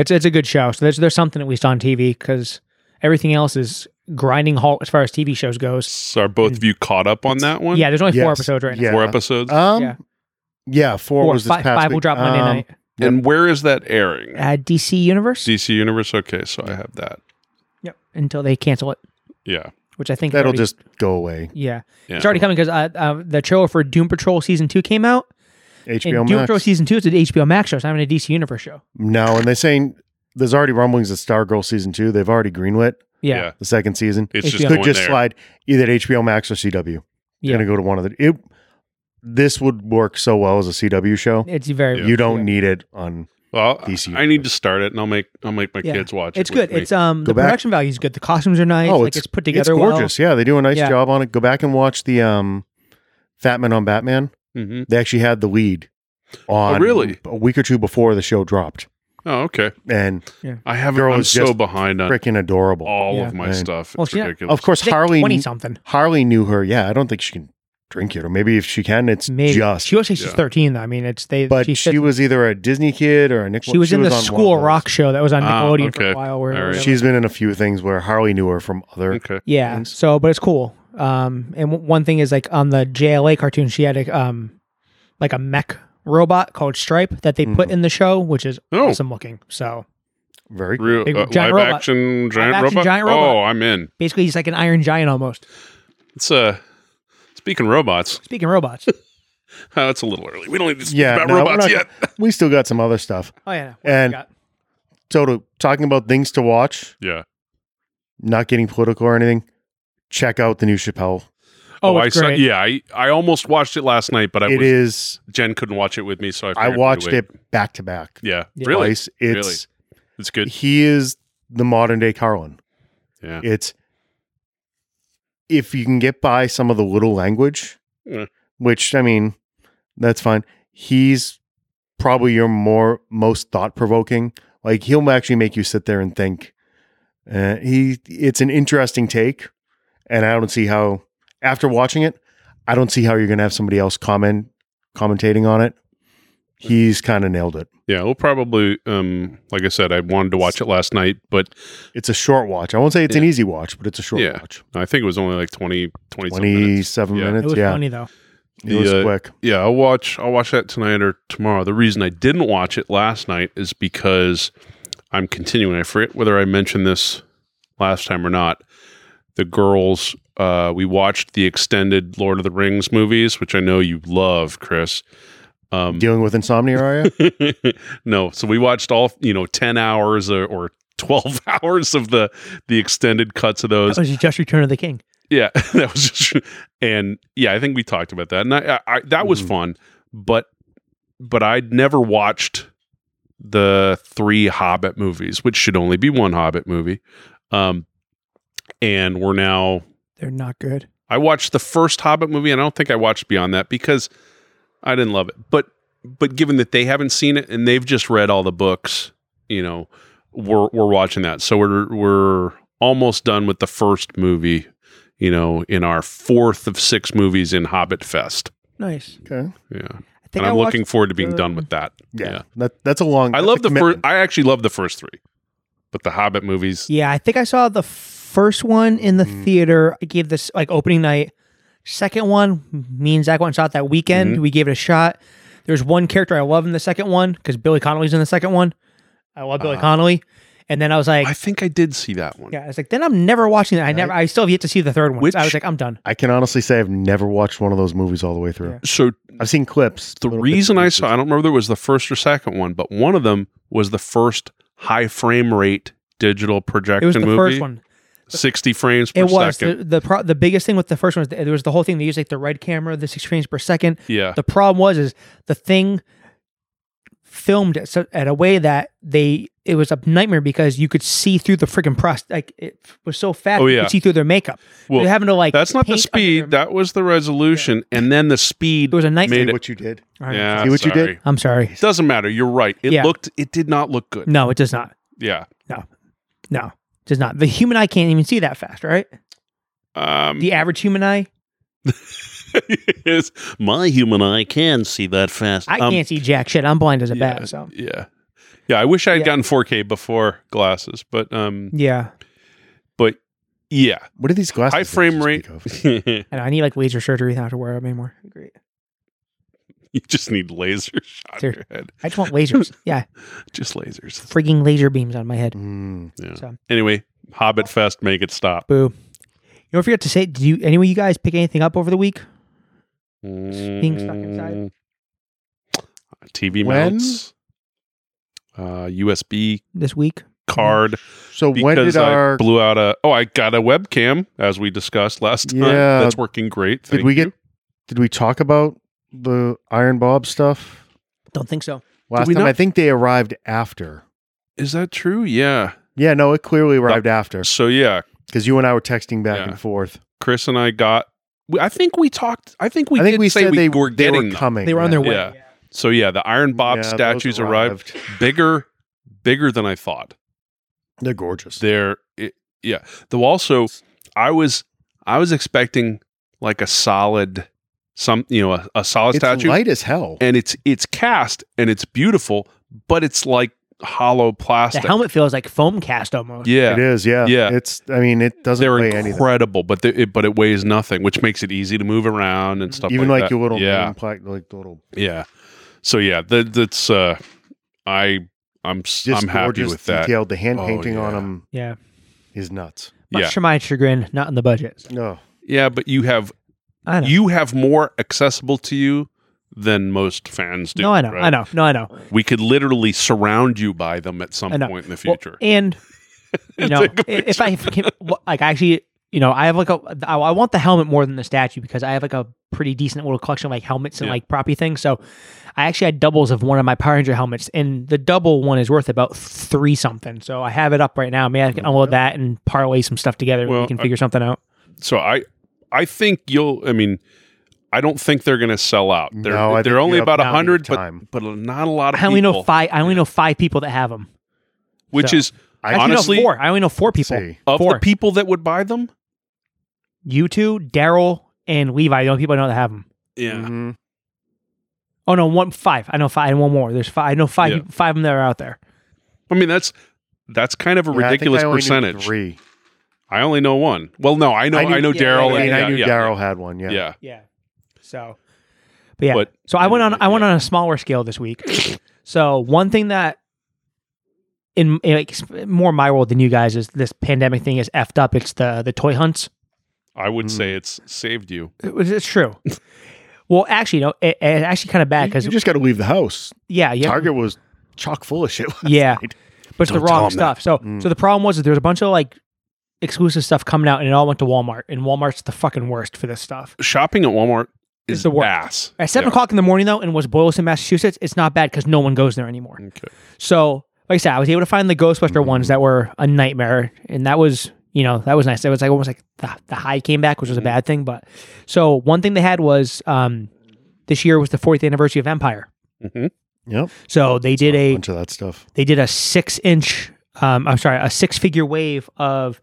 [SPEAKER 1] it's it's a good show. So there's there's something at least on TV because everything else is grinding halt as far as TV shows goes.
[SPEAKER 3] so are both of you caught up on that one
[SPEAKER 1] Yeah, Uh, there's only four
[SPEAKER 2] Yes.
[SPEAKER 1] episodes right now.
[SPEAKER 2] Yeah.
[SPEAKER 3] four episodes
[SPEAKER 2] Um,
[SPEAKER 1] Yeah.
[SPEAKER 2] yeah. four,
[SPEAKER 1] Four,
[SPEAKER 2] was this
[SPEAKER 1] five,
[SPEAKER 2] past
[SPEAKER 1] five will
[SPEAKER 2] week.
[SPEAKER 1] drop Monday
[SPEAKER 2] Um,
[SPEAKER 1] night
[SPEAKER 2] Yep.
[SPEAKER 3] and where is that airing
[SPEAKER 1] at DC Universe
[SPEAKER 3] DC Universe okay so I have that
[SPEAKER 1] Yep. until they cancel it,
[SPEAKER 3] yeah
[SPEAKER 1] which I think
[SPEAKER 2] That'll
[SPEAKER 1] already-
[SPEAKER 2] just go away.
[SPEAKER 1] yeah.
[SPEAKER 3] yeah
[SPEAKER 1] It's already coming because uh, uh, the trailer for Doom Patrol season two came out,
[SPEAKER 2] HBO
[SPEAKER 1] and Doom
[SPEAKER 2] Max.
[SPEAKER 1] Patrol season two is an HBO Max show. It's not even a DC Universe show.
[SPEAKER 2] no, and they're saying there's already rumblings of Stargirl season two. They've already greenlit
[SPEAKER 1] Yeah,
[SPEAKER 3] Yeah.
[SPEAKER 2] the second season.
[SPEAKER 3] it's just
[SPEAKER 1] HBO.
[SPEAKER 2] Could
[SPEAKER 3] going
[SPEAKER 2] just
[SPEAKER 3] there.
[SPEAKER 2] slide either at HBO Max or CW.
[SPEAKER 1] Yeah.
[SPEAKER 2] Going to go to one of the. It, this would work so well as a CW show.
[SPEAKER 1] it's very.
[SPEAKER 2] You don't
[SPEAKER 1] yeah.
[SPEAKER 2] need it on.
[SPEAKER 3] well
[SPEAKER 2] DC
[SPEAKER 3] I need to start it and I'll make I'll make my
[SPEAKER 1] Yeah.
[SPEAKER 3] kids watch
[SPEAKER 1] It's
[SPEAKER 3] it with
[SPEAKER 1] good.
[SPEAKER 3] me.
[SPEAKER 1] It's um the
[SPEAKER 2] Go back.
[SPEAKER 1] production value is good. The costumes are nice.
[SPEAKER 2] Oh,
[SPEAKER 1] like
[SPEAKER 2] it's-
[SPEAKER 1] it's put together.
[SPEAKER 2] it's
[SPEAKER 1] well.
[SPEAKER 2] gorgeous. Yeah, they do a nice
[SPEAKER 1] Yeah.
[SPEAKER 2] job on it. Go back and watch the um, Fat Man on Batman.
[SPEAKER 3] Mhm.
[SPEAKER 2] They actually had the lead on
[SPEAKER 3] Oh, really?
[SPEAKER 2] a week or two before the show dropped,
[SPEAKER 3] oh okay
[SPEAKER 2] and
[SPEAKER 3] I haven't.
[SPEAKER 2] Girl
[SPEAKER 3] I'm
[SPEAKER 2] is
[SPEAKER 3] so
[SPEAKER 2] just
[SPEAKER 3] behind on
[SPEAKER 2] freaking adorable.
[SPEAKER 3] all
[SPEAKER 1] Yeah. Oh,
[SPEAKER 3] of my
[SPEAKER 2] Man.
[SPEAKER 3] stuff. It's
[SPEAKER 1] Well, she-
[SPEAKER 3] ridiculous.
[SPEAKER 2] of course, Harley
[SPEAKER 1] twenty something.
[SPEAKER 2] Harley knew her. Yeah, I don't think she can drink it, or maybe if she can, it's
[SPEAKER 1] Maybe
[SPEAKER 2] just.
[SPEAKER 1] she was she's
[SPEAKER 3] yeah.
[SPEAKER 1] thirteen though. I mean, it's they.
[SPEAKER 2] but she,
[SPEAKER 1] she, she,
[SPEAKER 2] was either a Disney kid or a Nickelodeon.
[SPEAKER 1] was in the
[SPEAKER 2] on one
[SPEAKER 1] School
[SPEAKER 2] of those.
[SPEAKER 1] Rock show that was on
[SPEAKER 3] Ah,
[SPEAKER 1] Nickelodeon for
[SPEAKER 3] okay.
[SPEAKER 1] a while. Where
[SPEAKER 3] All right.
[SPEAKER 2] She's been in a few things where Harley knew her from other.
[SPEAKER 3] Okay.
[SPEAKER 1] yeah.
[SPEAKER 2] things.
[SPEAKER 1] So, but it's cool. Um, and w- one thing is like on the JLA cartoon, she had a um, like a mech robot called Stripe that they
[SPEAKER 2] Mm-hmm.
[SPEAKER 1] put in the show, which is
[SPEAKER 3] Oh.
[SPEAKER 1] awesome looking. So
[SPEAKER 2] Very
[SPEAKER 3] Real,
[SPEAKER 1] Big
[SPEAKER 3] uh, live
[SPEAKER 1] giant robot.
[SPEAKER 3] action giant
[SPEAKER 1] action
[SPEAKER 3] robot.
[SPEAKER 1] giant
[SPEAKER 3] Oh,
[SPEAKER 1] robot.
[SPEAKER 3] I'm in.
[SPEAKER 1] basically, he's like an Iron Giant almost.
[SPEAKER 3] It's uh speaking robots.
[SPEAKER 1] Speaking of robots,
[SPEAKER 3] Oh, it's a little early. We don't need to speak
[SPEAKER 2] Yeah,
[SPEAKER 3] about
[SPEAKER 2] no, we're
[SPEAKER 3] robots
[SPEAKER 2] not-
[SPEAKER 3] yet.
[SPEAKER 2] We still got some other stuff.
[SPEAKER 1] oh yeah, no.
[SPEAKER 2] And
[SPEAKER 1] got?
[SPEAKER 2] so, to, talking about things to watch,
[SPEAKER 3] Yeah.
[SPEAKER 2] not getting political or anything, check out the new Chappelle.
[SPEAKER 1] oh,
[SPEAKER 3] I
[SPEAKER 1] it's great.
[SPEAKER 3] yeah, I, I almost watched it last night, but I
[SPEAKER 2] It
[SPEAKER 3] was,
[SPEAKER 2] is.
[SPEAKER 3] Jen couldn't watch it with me, so I
[SPEAKER 2] I
[SPEAKER 3] figured we'd
[SPEAKER 2] watched
[SPEAKER 3] wait.
[SPEAKER 2] it back to back.
[SPEAKER 3] Yeah.
[SPEAKER 1] Yeah.
[SPEAKER 3] Really?
[SPEAKER 2] Twice. It's
[SPEAKER 3] It's good.
[SPEAKER 2] he is the modern day Carlin.
[SPEAKER 3] Yeah.
[SPEAKER 2] It's if you can get by some of the little language,
[SPEAKER 3] Yeah.
[SPEAKER 2] which I mean, that's fine. He's probably your more most thought provoking. Like he'll actually make you sit there and think. Uh, he it's an interesting take, and I don't see how after watching it, I don't see how you're going to have somebody else comment commentating on it. He's kind of nailed it.
[SPEAKER 3] Yeah. We'll probably um like I said, I wanted to watch it last night, but
[SPEAKER 2] It's a short watch. I won't say it's an easy watch, but it's a short
[SPEAKER 3] Yeah.
[SPEAKER 2] watch.
[SPEAKER 3] I think it was only like 20, 20 some minutes.
[SPEAKER 2] 27
[SPEAKER 3] Yeah.
[SPEAKER 2] minutes.
[SPEAKER 1] It was
[SPEAKER 2] yeah.
[SPEAKER 1] funny though.
[SPEAKER 2] It was
[SPEAKER 3] The, uh,
[SPEAKER 2] quick.
[SPEAKER 3] yeah, I'll watch I'll watch that tonight or tomorrow. The reason I didn't watch it last night is because I'm continuing. I forget whether I mentioned this last time or not. The girls uh we watched the extended Lord of the Rings movies, which I know you love, Chris. Um
[SPEAKER 2] Dealing with insomnia, are you?
[SPEAKER 3] no, so we watched all, you know, 10 hours or, or 12 hours of the the extended cuts of those.
[SPEAKER 1] That was just Return of the King.
[SPEAKER 3] Yeah, that was just, and yeah, I think we talked about that, and I, I, I that was
[SPEAKER 2] Mhm.
[SPEAKER 3] fun, but but I'd never watched the three Hobbit movies, which should only be one Hobbit movie, um, and we're now
[SPEAKER 1] They're not good.
[SPEAKER 3] I watched the first Hobbit movie, and I don't think I watched beyond that because I didn't love it. But but given that they haven't seen it and they've just read all the books, you know, we're we're watching that. So we're we're almost done with the first movie, you know, in our fourth of six movies in Hobbit Fest.
[SPEAKER 1] Nice.
[SPEAKER 2] okay.
[SPEAKER 3] Yeah,
[SPEAKER 1] I think
[SPEAKER 3] and I'm
[SPEAKER 1] I watched-
[SPEAKER 3] looking forward to being
[SPEAKER 1] the- Mm,
[SPEAKER 3] done with that.
[SPEAKER 2] Yeah.
[SPEAKER 3] Yeah.
[SPEAKER 2] That, that's a long.
[SPEAKER 3] I
[SPEAKER 2] that's
[SPEAKER 3] love
[SPEAKER 2] a
[SPEAKER 3] the first.
[SPEAKER 2] commitment.
[SPEAKER 3] I actually love the first three, but the Hobbit movies.
[SPEAKER 1] Yeah, I think I saw the first one in the
[SPEAKER 2] Mm.
[SPEAKER 1] theater. I gave this like opening night. Second one, me and Zach went and saw it that weekend.
[SPEAKER 3] Mm-hmm.
[SPEAKER 1] We gave it a shot. There's one character I love in the second one because Billy Connolly's in the second one. I love Billy
[SPEAKER 3] Ah.
[SPEAKER 1] Connolly, and then I was like,
[SPEAKER 3] I think I did see that one.
[SPEAKER 1] yeah, I was like, then I'm never watching that. I never, I still have yet to see the third one. So I was
[SPEAKER 3] Which-
[SPEAKER 1] like, I'm done.
[SPEAKER 2] I can honestly say I've never watched one of those movies all the way through.
[SPEAKER 1] Yeah.
[SPEAKER 3] So
[SPEAKER 2] I've seen clips.
[SPEAKER 3] the
[SPEAKER 2] little bits
[SPEAKER 3] reason
[SPEAKER 2] and
[SPEAKER 3] I
[SPEAKER 2] pieces.
[SPEAKER 3] saw, I don't remember whether it was the first or second one, but one of them was the first high frame rate digital projection
[SPEAKER 1] It was the
[SPEAKER 3] movie.
[SPEAKER 1] first one.
[SPEAKER 3] 60 frames per
[SPEAKER 1] It was
[SPEAKER 3] second.
[SPEAKER 1] the the, pro- the biggest thing with the first one. Was th- there was the whole thing they used like the red camera, the six frames per second.
[SPEAKER 3] yeah.
[SPEAKER 1] The problem was is the thing filmed at, so- at a way that they it was a nightmare because you could see through the freaking process. Like it was so fast,
[SPEAKER 3] Oh,
[SPEAKER 1] you
[SPEAKER 3] yeah.
[SPEAKER 1] could see through their makeup.
[SPEAKER 3] Well,
[SPEAKER 1] They're having to like
[SPEAKER 3] That's not the
[SPEAKER 1] paint under
[SPEAKER 3] speed.
[SPEAKER 1] their-
[SPEAKER 3] That was the resolution. And then the speed.
[SPEAKER 1] it was a nightmare.
[SPEAKER 3] made
[SPEAKER 2] See
[SPEAKER 3] it-
[SPEAKER 2] what you did.
[SPEAKER 1] All right.
[SPEAKER 3] yeah.
[SPEAKER 2] See what you did?
[SPEAKER 3] sorry.
[SPEAKER 1] I'm sorry.
[SPEAKER 3] Doesn't matter. You're right. It
[SPEAKER 1] Yeah.
[SPEAKER 3] looked, it did not look good.
[SPEAKER 1] No, it does not.
[SPEAKER 3] Yeah.
[SPEAKER 1] No, it does not. The human eye can't even see that fast, right?
[SPEAKER 3] Um,
[SPEAKER 1] The average human eye,
[SPEAKER 3] is my human eye can see that fast.
[SPEAKER 1] I
[SPEAKER 3] Um,
[SPEAKER 1] can't see jack shit. I'm blind as a
[SPEAKER 3] yeah,
[SPEAKER 1] bat. So
[SPEAKER 3] Yeah. Yeah, I wish I had
[SPEAKER 1] Yeah.
[SPEAKER 3] gotten 4K before glasses, but um
[SPEAKER 1] yeah,
[SPEAKER 3] but yeah.
[SPEAKER 2] What are these glasses?
[SPEAKER 3] High
[SPEAKER 2] that you
[SPEAKER 3] frame
[SPEAKER 2] speak
[SPEAKER 3] rate.
[SPEAKER 2] of?
[SPEAKER 3] you
[SPEAKER 1] and I need like laser surgery not to wear them anymore. Great.
[SPEAKER 3] just need laser shot in
[SPEAKER 1] Sure.
[SPEAKER 3] your head.
[SPEAKER 1] I just want lasers. yeah,
[SPEAKER 3] Just lasers.
[SPEAKER 1] frigging laser beams on my head.
[SPEAKER 2] Mm.
[SPEAKER 3] Yeah.
[SPEAKER 1] So-
[SPEAKER 3] Anyway, Hobbit Fest, make it stop.
[SPEAKER 1] Boo. You don't forget to say. Do you any of you guys pick anything up over the week?
[SPEAKER 3] Being
[SPEAKER 1] stuck inside.
[SPEAKER 3] TV
[SPEAKER 2] When?
[SPEAKER 3] Mm. mounts. Uh USB
[SPEAKER 1] This week?
[SPEAKER 3] card.
[SPEAKER 2] So when
[SPEAKER 3] because
[SPEAKER 2] did
[SPEAKER 3] I
[SPEAKER 2] our
[SPEAKER 3] blew out a oh I got a webcam as we discussed last time.
[SPEAKER 2] Yeah.
[SPEAKER 3] That's working great.
[SPEAKER 2] did
[SPEAKER 3] Thank
[SPEAKER 2] we
[SPEAKER 3] you.
[SPEAKER 2] get did we talk about the Iron Bob stuff
[SPEAKER 1] Don't think so.
[SPEAKER 2] last
[SPEAKER 3] we
[SPEAKER 2] time?
[SPEAKER 3] not?
[SPEAKER 2] I think they arrived after.
[SPEAKER 3] Is that true? Yeah.
[SPEAKER 2] Yeah, no, it clearly arrived after
[SPEAKER 3] So yeah,
[SPEAKER 2] because you and I were texting back
[SPEAKER 3] Yeah.
[SPEAKER 2] and forth.
[SPEAKER 3] Chris and I got. we- I think we talked. I think we.
[SPEAKER 2] I think
[SPEAKER 3] did
[SPEAKER 2] we
[SPEAKER 3] say
[SPEAKER 2] said
[SPEAKER 3] we
[SPEAKER 2] they
[SPEAKER 3] were
[SPEAKER 2] they
[SPEAKER 3] getting.
[SPEAKER 2] were
[SPEAKER 3] them.
[SPEAKER 2] coming.
[SPEAKER 1] They were on their way.
[SPEAKER 3] Yeah. So yeah, the Iron Bob
[SPEAKER 2] Yeah, those
[SPEAKER 3] statues arrived. bigger, bigger than I thought.
[SPEAKER 2] They're gorgeous.
[SPEAKER 3] There, it, yeah. Though also, I was I was expecting like a solid, some you know a, a solid
[SPEAKER 2] it's
[SPEAKER 3] statue,
[SPEAKER 2] light as hell.
[SPEAKER 3] and it's it's cast and it's beautiful, but it's like hollow
[SPEAKER 1] The
[SPEAKER 3] plastic.
[SPEAKER 1] helmet feels like foam cast almost.
[SPEAKER 3] yeah,
[SPEAKER 2] It is, yeah,
[SPEAKER 3] Yeah.
[SPEAKER 2] It's. I mean, it doesn't
[SPEAKER 3] they're
[SPEAKER 2] weigh anything.
[SPEAKER 3] incredible, but they, it, but it weighs nothing, which makes it easy to move around and stuff.
[SPEAKER 2] Mm-hmm. Even
[SPEAKER 3] like,
[SPEAKER 2] like,
[SPEAKER 3] that.
[SPEAKER 2] your little
[SPEAKER 3] yeah,
[SPEAKER 2] name plaque, like the little
[SPEAKER 3] Yeah. So yeah, that, that's uh I I'm s-
[SPEAKER 2] just
[SPEAKER 3] I'm happy
[SPEAKER 2] gorgeous
[SPEAKER 3] with that.
[SPEAKER 2] detailed. The hand
[SPEAKER 3] Oh,
[SPEAKER 2] painting on 'em
[SPEAKER 3] yeah.
[SPEAKER 2] on them
[SPEAKER 1] Yeah.
[SPEAKER 2] is nuts.
[SPEAKER 1] Much
[SPEAKER 3] Yeah.
[SPEAKER 1] to my chagrin, not in the budget. So,
[SPEAKER 2] No,
[SPEAKER 3] Yeah, but you have
[SPEAKER 1] I know.
[SPEAKER 3] you have more accessible to you than most fans do.
[SPEAKER 1] no, I know.
[SPEAKER 3] right?
[SPEAKER 1] I know. No, I know.
[SPEAKER 3] We could literally surround you by them at some
[SPEAKER 1] I know.
[SPEAKER 3] point in the
[SPEAKER 1] Well,
[SPEAKER 3] future.
[SPEAKER 1] and you know,
[SPEAKER 3] Take a
[SPEAKER 1] i- if I can, wha- like I actually, you know, I have like a, I, I want the helmet more than the statue because I have like a pretty decent little collection of like helmets and
[SPEAKER 3] Yeah.
[SPEAKER 1] like proppy things. So I actually had doubles of one of my Power Ranger helmets, and the double one is worth about three something. So I have it up right now. Maybe I can unload that and parlay some stuff together. and
[SPEAKER 3] Well,
[SPEAKER 1] we can
[SPEAKER 3] I-
[SPEAKER 1] figure something out.
[SPEAKER 3] so I I think you'll I mean I don't think they're going to sell out. They're
[SPEAKER 2] No, I think
[SPEAKER 3] they're only
[SPEAKER 2] you have
[SPEAKER 3] about
[SPEAKER 2] plenty of
[SPEAKER 3] 100 but
[SPEAKER 2] time.
[SPEAKER 3] but not a lot of
[SPEAKER 1] I only know
[SPEAKER 3] people,
[SPEAKER 1] five. I only know five people that have them.
[SPEAKER 3] which
[SPEAKER 1] so.
[SPEAKER 3] is
[SPEAKER 2] I
[SPEAKER 1] Actually,
[SPEAKER 3] honestly
[SPEAKER 1] no, four. I only know four people.
[SPEAKER 2] see.
[SPEAKER 3] of the
[SPEAKER 1] Four.
[SPEAKER 3] people that would buy them.
[SPEAKER 1] You two, Daryl, and Levi. The only people I know that have them.
[SPEAKER 3] Yeah.
[SPEAKER 2] Mhm.
[SPEAKER 1] Oh no, one five. I know five and one more. There's five. I know five.
[SPEAKER 3] Yeah.
[SPEAKER 1] Five of them that are out there.
[SPEAKER 3] I mean that's that's kind of a
[SPEAKER 2] Yeah, I think
[SPEAKER 3] ridiculous
[SPEAKER 2] I only knew
[SPEAKER 3] percentage.
[SPEAKER 2] Three.
[SPEAKER 3] I only know one. Well, no, I know I,
[SPEAKER 2] knew-
[SPEAKER 3] know
[SPEAKER 1] yeah,
[SPEAKER 3] Daryl.
[SPEAKER 1] yeah,
[SPEAKER 2] I
[SPEAKER 3] and-
[SPEAKER 2] mean,
[SPEAKER 3] yeah,
[SPEAKER 2] I knew
[SPEAKER 3] yeah,
[SPEAKER 2] Daryl had one.
[SPEAKER 3] Yeah.
[SPEAKER 2] Yeah.
[SPEAKER 3] yeah.
[SPEAKER 1] Yeah. So, but yeah.
[SPEAKER 3] But-
[SPEAKER 1] so I went on. I went
[SPEAKER 3] Yeah.
[SPEAKER 1] on a smaller scale this week. so one thing that in, in, like sp- more my world than you guys is this pandemic thing is effed up. It's the the toy hunts.
[SPEAKER 3] I would
[SPEAKER 2] Mm.
[SPEAKER 3] say it's saved you.
[SPEAKER 1] It was, it's true. well, actually, no. It, it actually kind of bad
[SPEAKER 2] You,
[SPEAKER 1] because
[SPEAKER 2] you just got to leave the house.
[SPEAKER 1] yeah, yeah.
[SPEAKER 2] Target was chock full of shit. last
[SPEAKER 1] Yeah.
[SPEAKER 2] night.
[SPEAKER 1] but it's the
[SPEAKER 3] Don't tell
[SPEAKER 1] wrong
[SPEAKER 3] them
[SPEAKER 1] stuff. So,
[SPEAKER 2] Mm.
[SPEAKER 1] so the problem was that there was a bunch of like exclusive stuff coming out, and it all went to Walmart, and Walmart's the fucking worst for this stuff.
[SPEAKER 3] Shopping at Walmart
[SPEAKER 1] It's
[SPEAKER 3] is
[SPEAKER 1] the worst.
[SPEAKER 3] ass.
[SPEAKER 1] At seven
[SPEAKER 3] Yeah.
[SPEAKER 1] o'clock in the morning though, in West Boylston, Massachusetts, it's not bad because no one goes there anymore.
[SPEAKER 3] Okay.
[SPEAKER 1] So, like I said, I was able to find the Ghostbuster ones that were a nightmare, and that was you know that was nice. It was like almost like the, the high came back, which was a
[SPEAKER 3] Mm-hmm.
[SPEAKER 1] bad thing. But so one thing they had was um, this year was the 40th anniversary of Empire.
[SPEAKER 3] Mhm.
[SPEAKER 2] Yep.
[SPEAKER 1] So they did
[SPEAKER 2] A
[SPEAKER 1] a
[SPEAKER 2] bunch of that stuff.
[SPEAKER 1] they did a six inch um i'm sorry a six figure wave of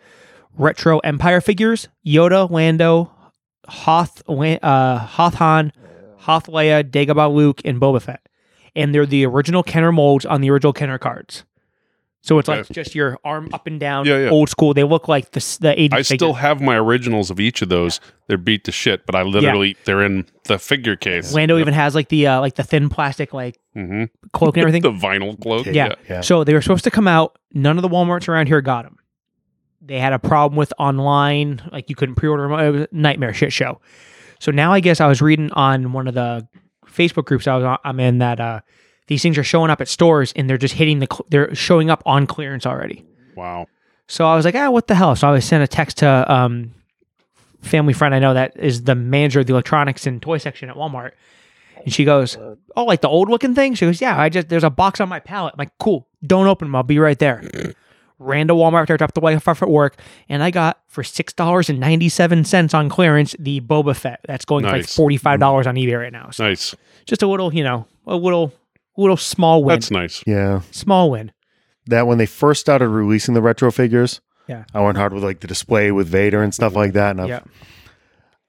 [SPEAKER 1] retro empire figures yoda lando hoth Lan- uh hoth han hoth leia dagobah luke and boba fett and they're the original kenner molds on the original kenner cards so it's like
[SPEAKER 3] Okay.
[SPEAKER 1] just your arm up and down
[SPEAKER 3] Yeah, yeah.
[SPEAKER 1] old school they look like the, s- the 80s
[SPEAKER 3] I
[SPEAKER 1] figures.
[SPEAKER 3] still have my originals of each of those. They're beat to shit, but I literally they're in the figure case.
[SPEAKER 1] lando even has like the uh like the thin plastic like
[SPEAKER 3] hmm
[SPEAKER 1] cloak and everything
[SPEAKER 3] the vinyl cloak.
[SPEAKER 1] Yeah.
[SPEAKER 2] Yeah.
[SPEAKER 1] So they were supposed to come out. None of the WalMarts around here got them. They had a problem with online, like you couldn't pre-order them. It was a nightmare shit show. So now I guess I was reading on one of the Facebook groups I was on, I'm in that uh, these things are showing up at stores and they're just hitting the cl- they're showing up on clearance already.
[SPEAKER 3] Wow.
[SPEAKER 1] So I was like, ah, what the hell? So I sent a text to um, family friend I know that is the manager of the electronics and toy section at Walmart. And she goes, oh, like the old looking thing? She goes, yeah, I just, there's a box on my pallet. I'm like, cool, don't open them. I'll be right there. Ran to Walmart after I dropped the wife off at work. And I got for $6.97 on clearance the Boba Fett. That's going
[SPEAKER 3] Nice. Mm.
[SPEAKER 1] for like $45 on eBay right now. So
[SPEAKER 3] Nice.
[SPEAKER 1] just a little, you know, a little, little small win.
[SPEAKER 3] That's nice.
[SPEAKER 2] Yeah.
[SPEAKER 1] small win.
[SPEAKER 2] That when they first started releasing the retro figures,
[SPEAKER 1] Yeah.
[SPEAKER 2] I went hard with like the display with Vader and stuff like that. And I've,
[SPEAKER 1] Yeah.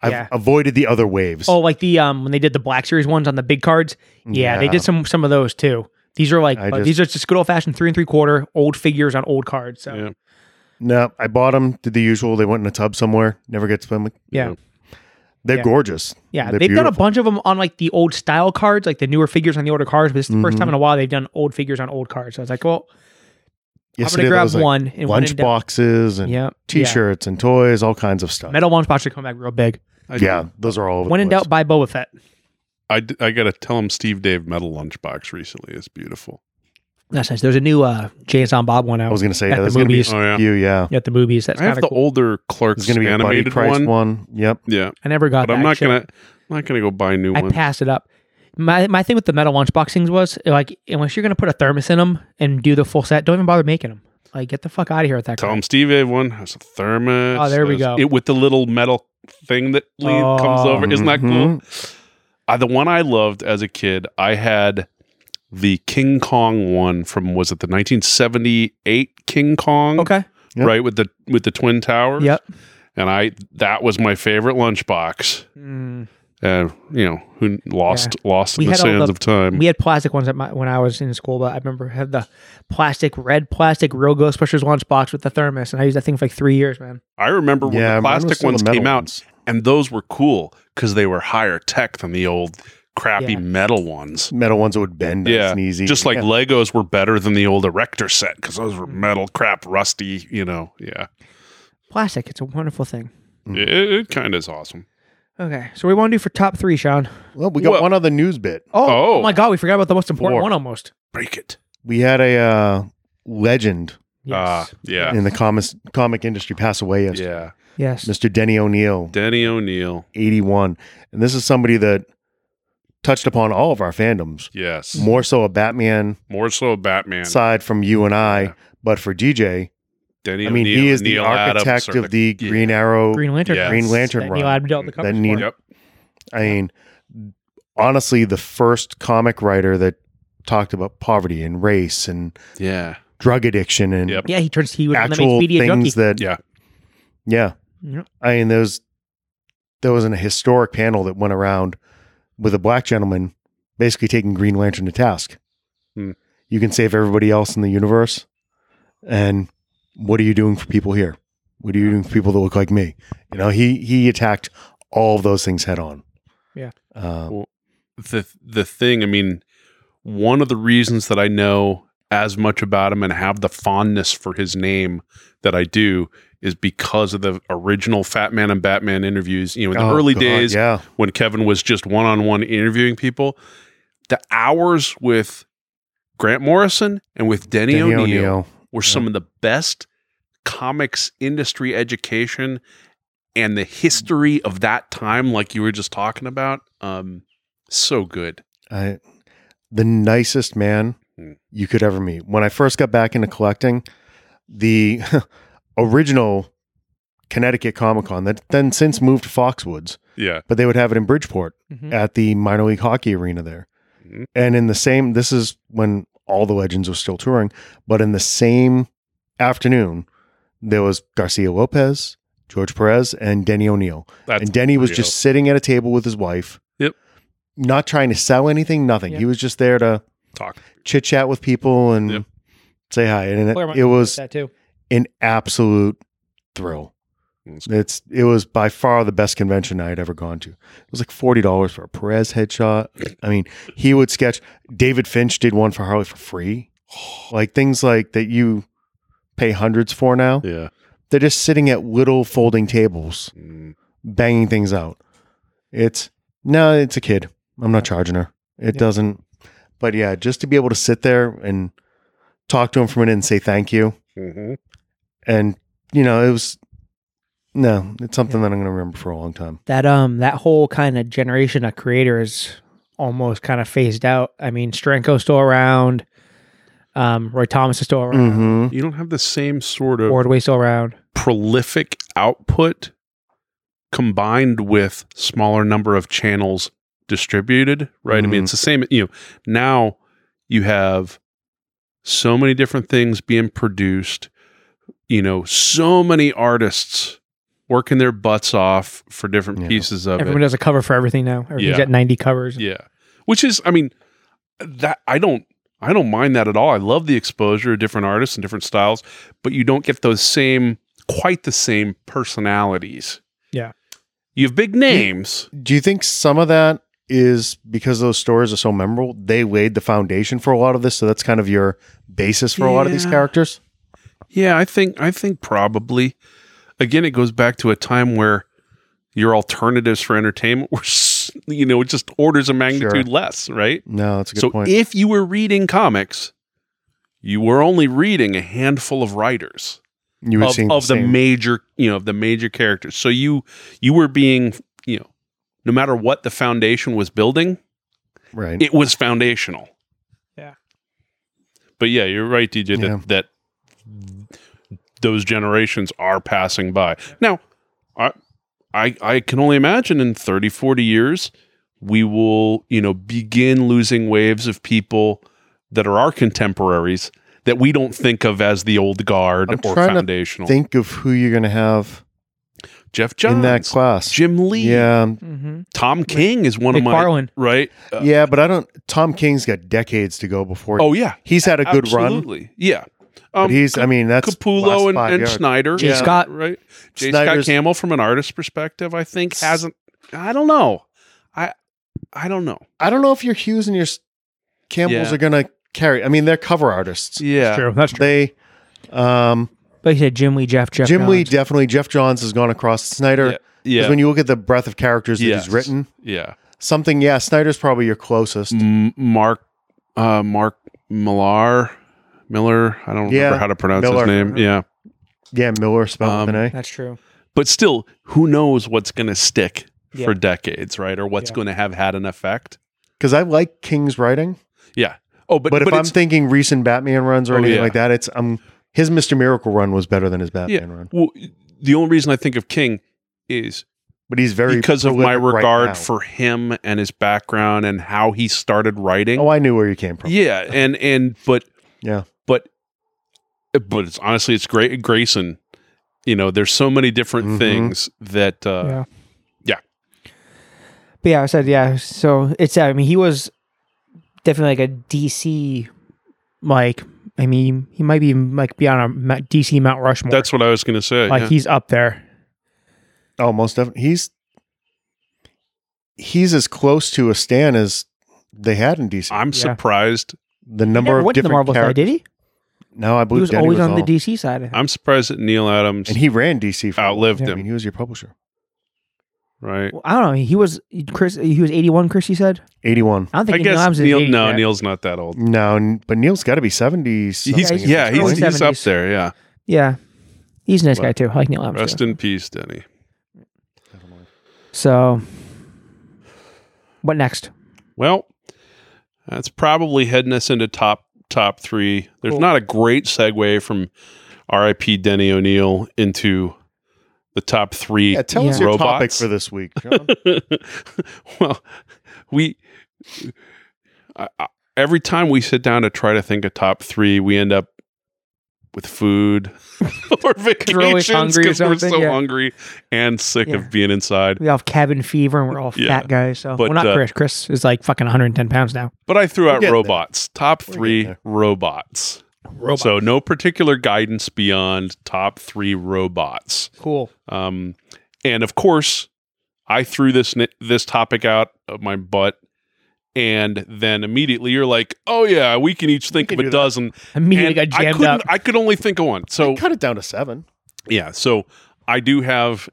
[SPEAKER 2] I've
[SPEAKER 1] Yeah.
[SPEAKER 2] avoided the other waves.
[SPEAKER 1] Oh, like the um when they did the Black Series ones on the big cards. Yeah, they
[SPEAKER 2] Yeah.
[SPEAKER 1] did some some of those too. These are like
[SPEAKER 2] I
[SPEAKER 1] uh,
[SPEAKER 2] just-
[SPEAKER 1] these are just good old fashioned three and three quarter old figures on old cards. So
[SPEAKER 3] Yeah.
[SPEAKER 2] No, I bought them, did the usual. They went in a tub somewhere, never gets them.
[SPEAKER 1] yeah, yeah,
[SPEAKER 2] They're
[SPEAKER 1] Yeah.
[SPEAKER 2] gorgeous.
[SPEAKER 1] they've
[SPEAKER 2] They're
[SPEAKER 1] done a
[SPEAKER 2] beautiful.
[SPEAKER 1] bunch of them on like the old style cards, like the newer figures on the older cards. But this is the first
[SPEAKER 2] Mm-hmm.
[SPEAKER 1] time in a while they've done old figures on old cards. So I was like, well,
[SPEAKER 2] Yesterday
[SPEAKER 1] I'm
[SPEAKER 2] there
[SPEAKER 1] gonna
[SPEAKER 2] was,
[SPEAKER 1] grab
[SPEAKER 2] like,
[SPEAKER 1] one and one
[SPEAKER 2] lunch
[SPEAKER 1] in depth.
[SPEAKER 2] boxes and
[SPEAKER 1] Yeah, yeah.
[SPEAKER 2] t-shirts and toys, all kinds of stuff.
[SPEAKER 1] Metal launch box are coming back real big.
[SPEAKER 3] I,
[SPEAKER 2] yeah, those are all. over
[SPEAKER 1] When
[SPEAKER 2] the
[SPEAKER 1] in
[SPEAKER 2] place.
[SPEAKER 1] doubt, buy Boba Fett.
[SPEAKER 3] I, d- I got to tell him Steve Dave Metal Lunchbox recently is beautiful.
[SPEAKER 1] That's nice. There's a new uh James on Bob one out.
[SPEAKER 2] I was going to say
[SPEAKER 1] at
[SPEAKER 2] yeah,
[SPEAKER 1] the
[SPEAKER 2] that's going to be
[SPEAKER 1] movies.
[SPEAKER 3] Oh, yeah.
[SPEAKER 2] you. Yeah,
[SPEAKER 1] at the movies. That's
[SPEAKER 3] I have
[SPEAKER 1] kind
[SPEAKER 3] the
[SPEAKER 1] of cool.
[SPEAKER 3] older Clerks
[SPEAKER 2] it's going to be a Buddy
[SPEAKER 3] animated
[SPEAKER 2] Christ
[SPEAKER 3] one.
[SPEAKER 2] one. Yep.
[SPEAKER 3] Yeah,
[SPEAKER 1] I never got
[SPEAKER 3] but
[SPEAKER 1] that.
[SPEAKER 3] I'm not
[SPEAKER 1] shit.
[SPEAKER 3] gonna I'm not gonna go buy new
[SPEAKER 1] I
[SPEAKER 3] ones.
[SPEAKER 1] passed it up. My my thing with the metal lunch boxings was like unless you're gonna put a thermos in them and do the full set, don't even bother making them. Like get the fuck out of here with that.
[SPEAKER 3] Tell
[SPEAKER 1] crap.
[SPEAKER 3] him Steve Dave one has a thermos.
[SPEAKER 1] Oh, there we
[SPEAKER 3] has-
[SPEAKER 1] go.
[SPEAKER 3] It with the little metal thing that lead comes
[SPEAKER 1] Oh.
[SPEAKER 3] over. Isn't that
[SPEAKER 2] Mm-hmm.
[SPEAKER 3] cool? Uh, the one I loved as a kid, I had the King Kong one from was it the 1978 King Kong?
[SPEAKER 1] Okay.
[SPEAKER 2] Yep.
[SPEAKER 3] right with the with the twin towers.
[SPEAKER 1] Yep.
[SPEAKER 3] and I that was my favorite lunchbox.
[SPEAKER 1] Mm.
[SPEAKER 3] Uh, you know, who lost lost
[SPEAKER 1] We
[SPEAKER 3] in the
[SPEAKER 1] had all
[SPEAKER 3] sands
[SPEAKER 1] the-
[SPEAKER 3] of time.
[SPEAKER 1] We had plastic ones at my, when I was in school, but I remember had the plastic red plastic real Ghostbusters lunch box with the thermos, and I used that thing for like three years, man.
[SPEAKER 3] I remember when
[SPEAKER 2] Yeah,
[SPEAKER 3] the
[SPEAKER 2] mine was
[SPEAKER 3] plastic
[SPEAKER 2] still the
[SPEAKER 3] ones
[SPEAKER 2] metal
[SPEAKER 3] came out,
[SPEAKER 2] ones.
[SPEAKER 3] and those were cool because they were higher tech than the old crappy
[SPEAKER 1] Yeah.
[SPEAKER 3] metal ones.
[SPEAKER 2] Metal ones that would bend.
[SPEAKER 3] Yeah,
[SPEAKER 2] nice and easy.
[SPEAKER 3] just like
[SPEAKER 2] Yeah.
[SPEAKER 3] Legos were better than the old Erector set because those were metal crap, rusty. You know, yeah,
[SPEAKER 1] Plastic, it's a wonderful thing.
[SPEAKER 2] Mm.
[SPEAKER 3] it, it kind of is awesome.
[SPEAKER 1] Okay, so we want to do for top three, Sean.
[SPEAKER 2] Well, we got
[SPEAKER 3] Well-
[SPEAKER 2] one other news bit.
[SPEAKER 1] Oh,
[SPEAKER 3] Oh.
[SPEAKER 1] oh my God, we forgot about the most important
[SPEAKER 3] Four.
[SPEAKER 1] one almost.
[SPEAKER 3] Break it.
[SPEAKER 2] We had a uh, legend
[SPEAKER 3] Ah,
[SPEAKER 1] Yes.
[SPEAKER 3] yeah,
[SPEAKER 2] in the comic comic industry pass away yesterday.
[SPEAKER 3] yeah.
[SPEAKER 1] yes.
[SPEAKER 2] Mr. Denny O'Neill,
[SPEAKER 3] Denny O'Neill.
[SPEAKER 2] 81. And this is somebody that touched upon all of our fandoms,
[SPEAKER 3] Yes, more,
[SPEAKER 2] more so a Batman
[SPEAKER 3] so Batman.
[SPEAKER 2] side from you and I, but for DJ,
[SPEAKER 3] Denny
[SPEAKER 2] I mean,
[SPEAKER 3] O'Neill
[SPEAKER 2] he
[SPEAKER 3] and
[SPEAKER 2] is the
[SPEAKER 3] Neil Adams
[SPEAKER 2] architect
[SPEAKER 3] are
[SPEAKER 2] of the
[SPEAKER 3] yeah.
[SPEAKER 2] Green Arrow.
[SPEAKER 1] Green Lantern.
[SPEAKER 3] Yes.
[SPEAKER 2] Green Lantern
[SPEAKER 1] that
[SPEAKER 2] run.
[SPEAKER 1] Neil Abdel did the
[SPEAKER 2] That
[SPEAKER 1] covers
[SPEAKER 2] Neil-
[SPEAKER 1] for.
[SPEAKER 3] Yep.
[SPEAKER 2] I mean, honestly, the first comic writer that talked about poverty and race and
[SPEAKER 3] Yeah.
[SPEAKER 2] drug addiction and
[SPEAKER 3] Yep.
[SPEAKER 1] Yeah, he turns. He was the
[SPEAKER 2] actual
[SPEAKER 1] makes media
[SPEAKER 2] things
[SPEAKER 1] junkie.
[SPEAKER 2] that,
[SPEAKER 3] Yeah.
[SPEAKER 2] yeah.
[SPEAKER 1] Yeah.
[SPEAKER 2] I mean, there's there was an historic panel that went around with a black gentleman basically taking Green Lantern to task.
[SPEAKER 3] Hmm.
[SPEAKER 2] You can save everybody else in the universe, and what are you doing for people here? What are you doing for people that look like me? You know, he he attacked all of those things head on.
[SPEAKER 1] Yeah.
[SPEAKER 2] Uh,
[SPEAKER 3] Cool. The the thing, I mean, one of the reasons that I know as much about him and have the fondness for his name that I do is because of the original Fat Man and Batman interviews. You know, in the
[SPEAKER 2] oh,
[SPEAKER 3] early
[SPEAKER 2] God,
[SPEAKER 3] days
[SPEAKER 2] yeah,
[SPEAKER 3] when Kevin was just one on one interviewing people, the hours with Grant Morrison and with Denny,
[SPEAKER 2] Denny
[SPEAKER 3] O'Neil
[SPEAKER 2] O'Neill.
[SPEAKER 3] were some of the best comics industry education and the history of that time, like you were just talking about. Um, so good.
[SPEAKER 2] I, the nicest man
[SPEAKER 3] Hmm.
[SPEAKER 2] you could ever meet. When I first got back into collecting, the original Connecticut Comic Con that then since moved to Foxwoods,
[SPEAKER 3] Yeah.
[SPEAKER 2] but they would have it in Bridgeport
[SPEAKER 1] Mhm.
[SPEAKER 2] at the minor league hockey arena there.
[SPEAKER 3] Mhm.
[SPEAKER 2] And in the same, this is when all the legends were still touring, but in the same afternoon, there was Garcia Lopez, George Perez, and Denny O'Neill
[SPEAKER 3] That's
[SPEAKER 2] and Denny was
[SPEAKER 3] unreal.
[SPEAKER 2] just sitting at a table with his wife.
[SPEAKER 3] Yep.
[SPEAKER 2] Not trying to sell anything, nothing.
[SPEAKER 1] Yeah.
[SPEAKER 2] He was just there to
[SPEAKER 3] talk.
[SPEAKER 2] chit chat with people and
[SPEAKER 3] Yep.
[SPEAKER 2] say hi. And
[SPEAKER 1] Blair might
[SPEAKER 2] it, it
[SPEAKER 1] know about
[SPEAKER 2] was
[SPEAKER 1] that too.
[SPEAKER 2] an absolute thrill.
[SPEAKER 3] That's cool.
[SPEAKER 2] It's it was by far the best convention I had ever gone to. It was like forty dollars for a Perez headshot. I mean, he would sketch. David Finch did one for Harley for free, like things like that you pay hundreds for now.
[SPEAKER 3] Yeah.
[SPEAKER 2] They're just sitting at little folding tables
[SPEAKER 3] Mm.
[SPEAKER 2] banging things out. It's no, it's a kid. I'm not charging her. It
[SPEAKER 1] Yeah.
[SPEAKER 2] doesn't. But yeah, just to be able to sit there and talk to him for a minute and say thank you
[SPEAKER 3] Mhm.
[SPEAKER 2] and you know, it was no, it's something that I'm going to remember for a long time.
[SPEAKER 1] that um that whole kind of generation of creators almost kind of phased out. I mean, Stranko's still around, um, Roy Thomas is still around,
[SPEAKER 2] hmm
[SPEAKER 3] You don't have the same sort of
[SPEAKER 1] Wardway's still around.
[SPEAKER 3] prolific output combined with smaller number of channels distributed, right? I mean,
[SPEAKER 2] Mhm.
[SPEAKER 3] it's the same, you know, now you have so many different things being produced, you know, so many artists working their butts off for different
[SPEAKER 2] Yeah.
[SPEAKER 3] pieces of
[SPEAKER 1] Everyone
[SPEAKER 3] it.
[SPEAKER 1] does a cover for everything now. Everything's
[SPEAKER 3] Yeah.
[SPEAKER 1] at ninety covers.
[SPEAKER 3] Yeah. Which is, I mean, that I don't I don't mind that at all. I love the exposure of different artists and different styles, but you don't get those same quite the same personalities.
[SPEAKER 1] Yeah.
[SPEAKER 3] You have big names.
[SPEAKER 2] Do you think some of that is because those stories are so memorable? They laid the foundation for a lot of this, so that's kind of your basis for a lot of these
[SPEAKER 3] Yeah.
[SPEAKER 2] characters.
[SPEAKER 3] Yeah, I think I think probably again it goes back to a time where your alternatives for entertainment were s- you know, just orders of magnitude less, right?
[SPEAKER 2] No, that's a good
[SPEAKER 3] so
[SPEAKER 2] point.
[SPEAKER 3] if you were reading comics, you were only reading a handful of writers.
[SPEAKER 2] you were
[SPEAKER 3] of,
[SPEAKER 2] seeing
[SPEAKER 3] of the,
[SPEAKER 2] same-
[SPEAKER 3] major you know of the major characters so you you were being you know no matter what the foundation was building
[SPEAKER 2] right.
[SPEAKER 3] it was foundational
[SPEAKER 1] Yeah.
[SPEAKER 3] but yeah you're right dj
[SPEAKER 2] Yeah.
[SPEAKER 3] that that those generations are passing by now i i i can only imagine in 30 40 years we will you know begin losing waves of people that are our contemporaries that we don't think of as the old guard
[SPEAKER 2] I'm
[SPEAKER 3] or
[SPEAKER 2] trying to
[SPEAKER 3] foundational
[SPEAKER 2] Think of who you're going to have
[SPEAKER 3] Jeff Johns,
[SPEAKER 2] in that class.
[SPEAKER 3] Jim Lee,
[SPEAKER 2] yeah,
[SPEAKER 1] Mm-hmm.
[SPEAKER 3] Tom King is one of my
[SPEAKER 1] McFarlane.
[SPEAKER 3] right. Uh,
[SPEAKER 2] yeah, but I don't. Tom King's got decades to go before.
[SPEAKER 3] Oh yeah,
[SPEAKER 2] he's had a good run.
[SPEAKER 3] absolutely. Yeah, Um,
[SPEAKER 2] But he's. I mean, that's last
[SPEAKER 3] Capullo and,
[SPEAKER 2] five
[SPEAKER 3] and
[SPEAKER 2] yards.
[SPEAKER 3] Snyder.
[SPEAKER 1] Jay
[SPEAKER 2] Yeah.
[SPEAKER 1] Scott.
[SPEAKER 3] right? J.
[SPEAKER 2] Snyder's-
[SPEAKER 3] Scott Campbell, from an artist's perspective, I think hasn't. I don't know. I I don't know.
[SPEAKER 2] I don't know if your Hughes and your S- Campbells
[SPEAKER 3] Yeah.
[SPEAKER 2] are going to carry. I mean, they're cover artists.
[SPEAKER 1] That's
[SPEAKER 3] Yeah,
[SPEAKER 1] true. That's true.
[SPEAKER 2] They, um,
[SPEAKER 1] Like you said, Jim Lee, Jeff, Jeff,
[SPEAKER 2] Jim Lee
[SPEAKER 1] Johns.
[SPEAKER 2] definitely. Jeff Johns has gone across Snyder.
[SPEAKER 3] Yeah.
[SPEAKER 2] 'Cause
[SPEAKER 3] yeah,
[SPEAKER 2] When you look at the breadth of characters that
[SPEAKER 3] Yes.
[SPEAKER 2] he's written,
[SPEAKER 3] yeah.
[SPEAKER 2] something. Yeah, Snyder's probably your closest.
[SPEAKER 3] M- Mark uh, Mark Millar Miller. I don't
[SPEAKER 2] Yeah. Uh-huh.
[SPEAKER 3] remember how to pronounce
[SPEAKER 2] Miller.
[SPEAKER 3] his name. Yeah,
[SPEAKER 2] Yeah, Miller spelled with
[SPEAKER 3] Um,
[SPEAKER 2] an A.
[SPEAKER 1] That's true.
[SPEAKER 3] but still, who knows what's going to stick
[SPEAKER 1] Yeah.
[SPEAKER 3] for decades, right? Or what's
[SPEAKER 1] Yeah.
[SPEAKER 3] going to have had an effect.
[SPEAKER 2] Because I like King's writing,
[SPEAKER 3] Yeah. Oh, but
[SPEAKER 2] but, if I'm
[SPEAKER 3] it's-
[SPEAKER 2] thinking recent Batman runs or
[SPEAKER 3] Oh,
[SPEAKER 2] anything
[SPEAKER 3] yeah.
[SPEAKER 2] like that, it's um his Mister Miracle run was better than his Batman run.
[SPEAKER 3] Well, the only reason I think of King is
[SPEAKER 2] But he's very
[SPEAKER 3] because of my
[SPEAKER 2] prolific right
[SPEAKER 3] regard
[SPEAKER 2] now.
[SPEAKER 3] for him and his background and how he started writing.
[SPEAKER 2] Oh, I knew where you came from.
[SPEAKER 3] yeah, and and but
[SPEAKER 2] Yeah.
[SPEAKER 3] but but it's honestly it's great Grayson. You know, there's so many different
[SPEAKER 2] Mhm.
[SPEAKER 3] things that uh,
[SPEAKER 1] yeah.
[SPEAKER 3] yeah.
[SPEAKER 1] But yeah, I said yeah. So it's I mean he was definitely like a DC, like I mean he might be like be on a Ma- DC Mount Rushmore.
[SPEAKER 3] that's what I was going to say.
[SPEAKER 1] like
[SPEAKER 3] yeah.
[SPEAKER 1] he's up there.
[SPEAKER 2] Oh, most definitely. He's he's as close to a Stan as they had in DC.
[SPEAKER 3] I'm
[SPEAKER 1] Yeah.
[SPEAKER 3] surprised.
[SPEAKER 2] the
[SPEAKER 1] He
[SPEAKER 2] number
[SPEAKER 1] never
[SPEAKER 2] of
[SPEAKER 1] went to the
[SPEAKER 2] different
[SPEAKER 1] Marvel side,
[SPEAKER 2] characters.
[SPEAKER 1] did he?
[SPEAKER 2] No, I
[SPEAKER 1] He
[SPEAKER 2] believe
[SPEAKER 1] was
[SPEAKER 2] Denny
[SPEAKER 1] always
[SPEAKER 2] was
[SPEAKER 1] on
[SPEAKER 2] all-
[SPEAKER 1] the DC side. I think.
[SPEAKER 3] I'm surprised that Neil Adams
[SPEAKER 2] and he ran DC for a while.
[SPEAKER 3] outlived
[SPEAKER 2] Yeah, I
[SPEAKER 3] him.
[SPEAKER 2] mean, he was your publisher.
[SPEAKER 3] right.
[SPEAKER 1] Well, I don't know. He was Chris. He was eighty-one. Chris, you said.
[SPEAKER 2] Eighty-one.
[SPEAKER 1] I don't
[SPEAKER 3] I
[SPEAKER 1] think Neil
[SPEAKER 3] guess
[SPEAKER 1] Adams is
[SPEAKER 3] Neil.
[SPEAKER 1] 80
[SPEAKER 3] No,
[SPEAKER 1] yet.
[SPEAKER 3] Neil's not that old.
[SPEAKER 2] No, n- but Neil's got to be seventy.
[SPEAKER 3] He's
[SPEAKER 1] he's-
[SPEAKER 3] yeah,
[SPEAKER 1] he's
[SPEAKER 3] he's, he's up
[SPEAKER 1] 70s.
[SPEAKER 3] there. Yeah,
[SPEAKER 1] Yeah, he's a nice
[SPEAKER 3] Well,
[SPEAKER 1] guy too. I like Neil Adams.
[SPEAKER 3] rest
[SPEAKER 1] too.
[SPEAKER 3] in peace, Denny.
[SPEAKER 1] So, what next?
[SPEAKER 3] Well, that's probably heading us into top top three. There's
[SPEAKER 1] Cool.
[SPEAKER 3] not a great segue from R.I.P. Denny O'Neill into the top three.
[SPEAKER 2] Yeah, tell us
[SPEAKER 1] Yeah.
[SPEAKER 2] your topic
[SPEAKER 3] Robots.
[SPEAKER 2] for this week. John.
[SPEAKER 3] well, we I, I, every time we sit down to try to think of top three, we end up with food or
[SPEAKER 1] we're always
[SPEAKER 3] vacations
[SPEAKER 1] hungry or
[SPEAKER 3] because we're
[SPEAKER 1] something,
[SPEAKER 3] so
[SPEAKER 1] yeah.
[SPEAKER 3] hungry and sick
[SPEAKER 1] Yeah.
[SPEAKER 3] of being inside.
[SPEAKER 1] We all have cabin fever and we're all
[SPEAKER 3] Yeah.
[SPEAKER 1] fat guys. So
[SPEAKER 3] But,
[SPEAKER 1] we're not
[SPEAKER 3] uh,
[SPEAKER 1] Chris. Chris is like fucking 110 pounds now.
[SPEAKER 3] But I threw out
[SPEAKER 2] getting there.
[SPEAKER 3] robots. Top
[SPEAKER 2] We're getting
[SPEAKER 3] three
[SPEAKER 2] there.
[SPEAKER 3] robots.
[SPEAKER 1] Robot.
[SPEAKER 3] So no particular guidance beyond top three robots.
[SPEAKER 1] cool.
[SPEAKER 3] Um, and of course, I threw this ni- this topic out of my butt, and then immediately you're like, "Oh yeah, we can each think
[SPEAKER 2] can
[SPEAKER 3] of
[SPEAKER 2] do
[SPEAKER 3] a
[SPEAKER 2] that.
[SPEAKER 3] dozen."
[SPEAKER 1] Immediately
[SPEAKER 3] And
[SPEAKER 1] got
[SPEAKER 3] I
[SPEAKER 1] jammed
[SPEAKER 3] couldn't-
[SPEAKER 1] up.
[SPEAKER 3] I could only think of one. So
[SPEAKER 2] cut it down to seven.
[SPEAKER 3] yeah, so I do have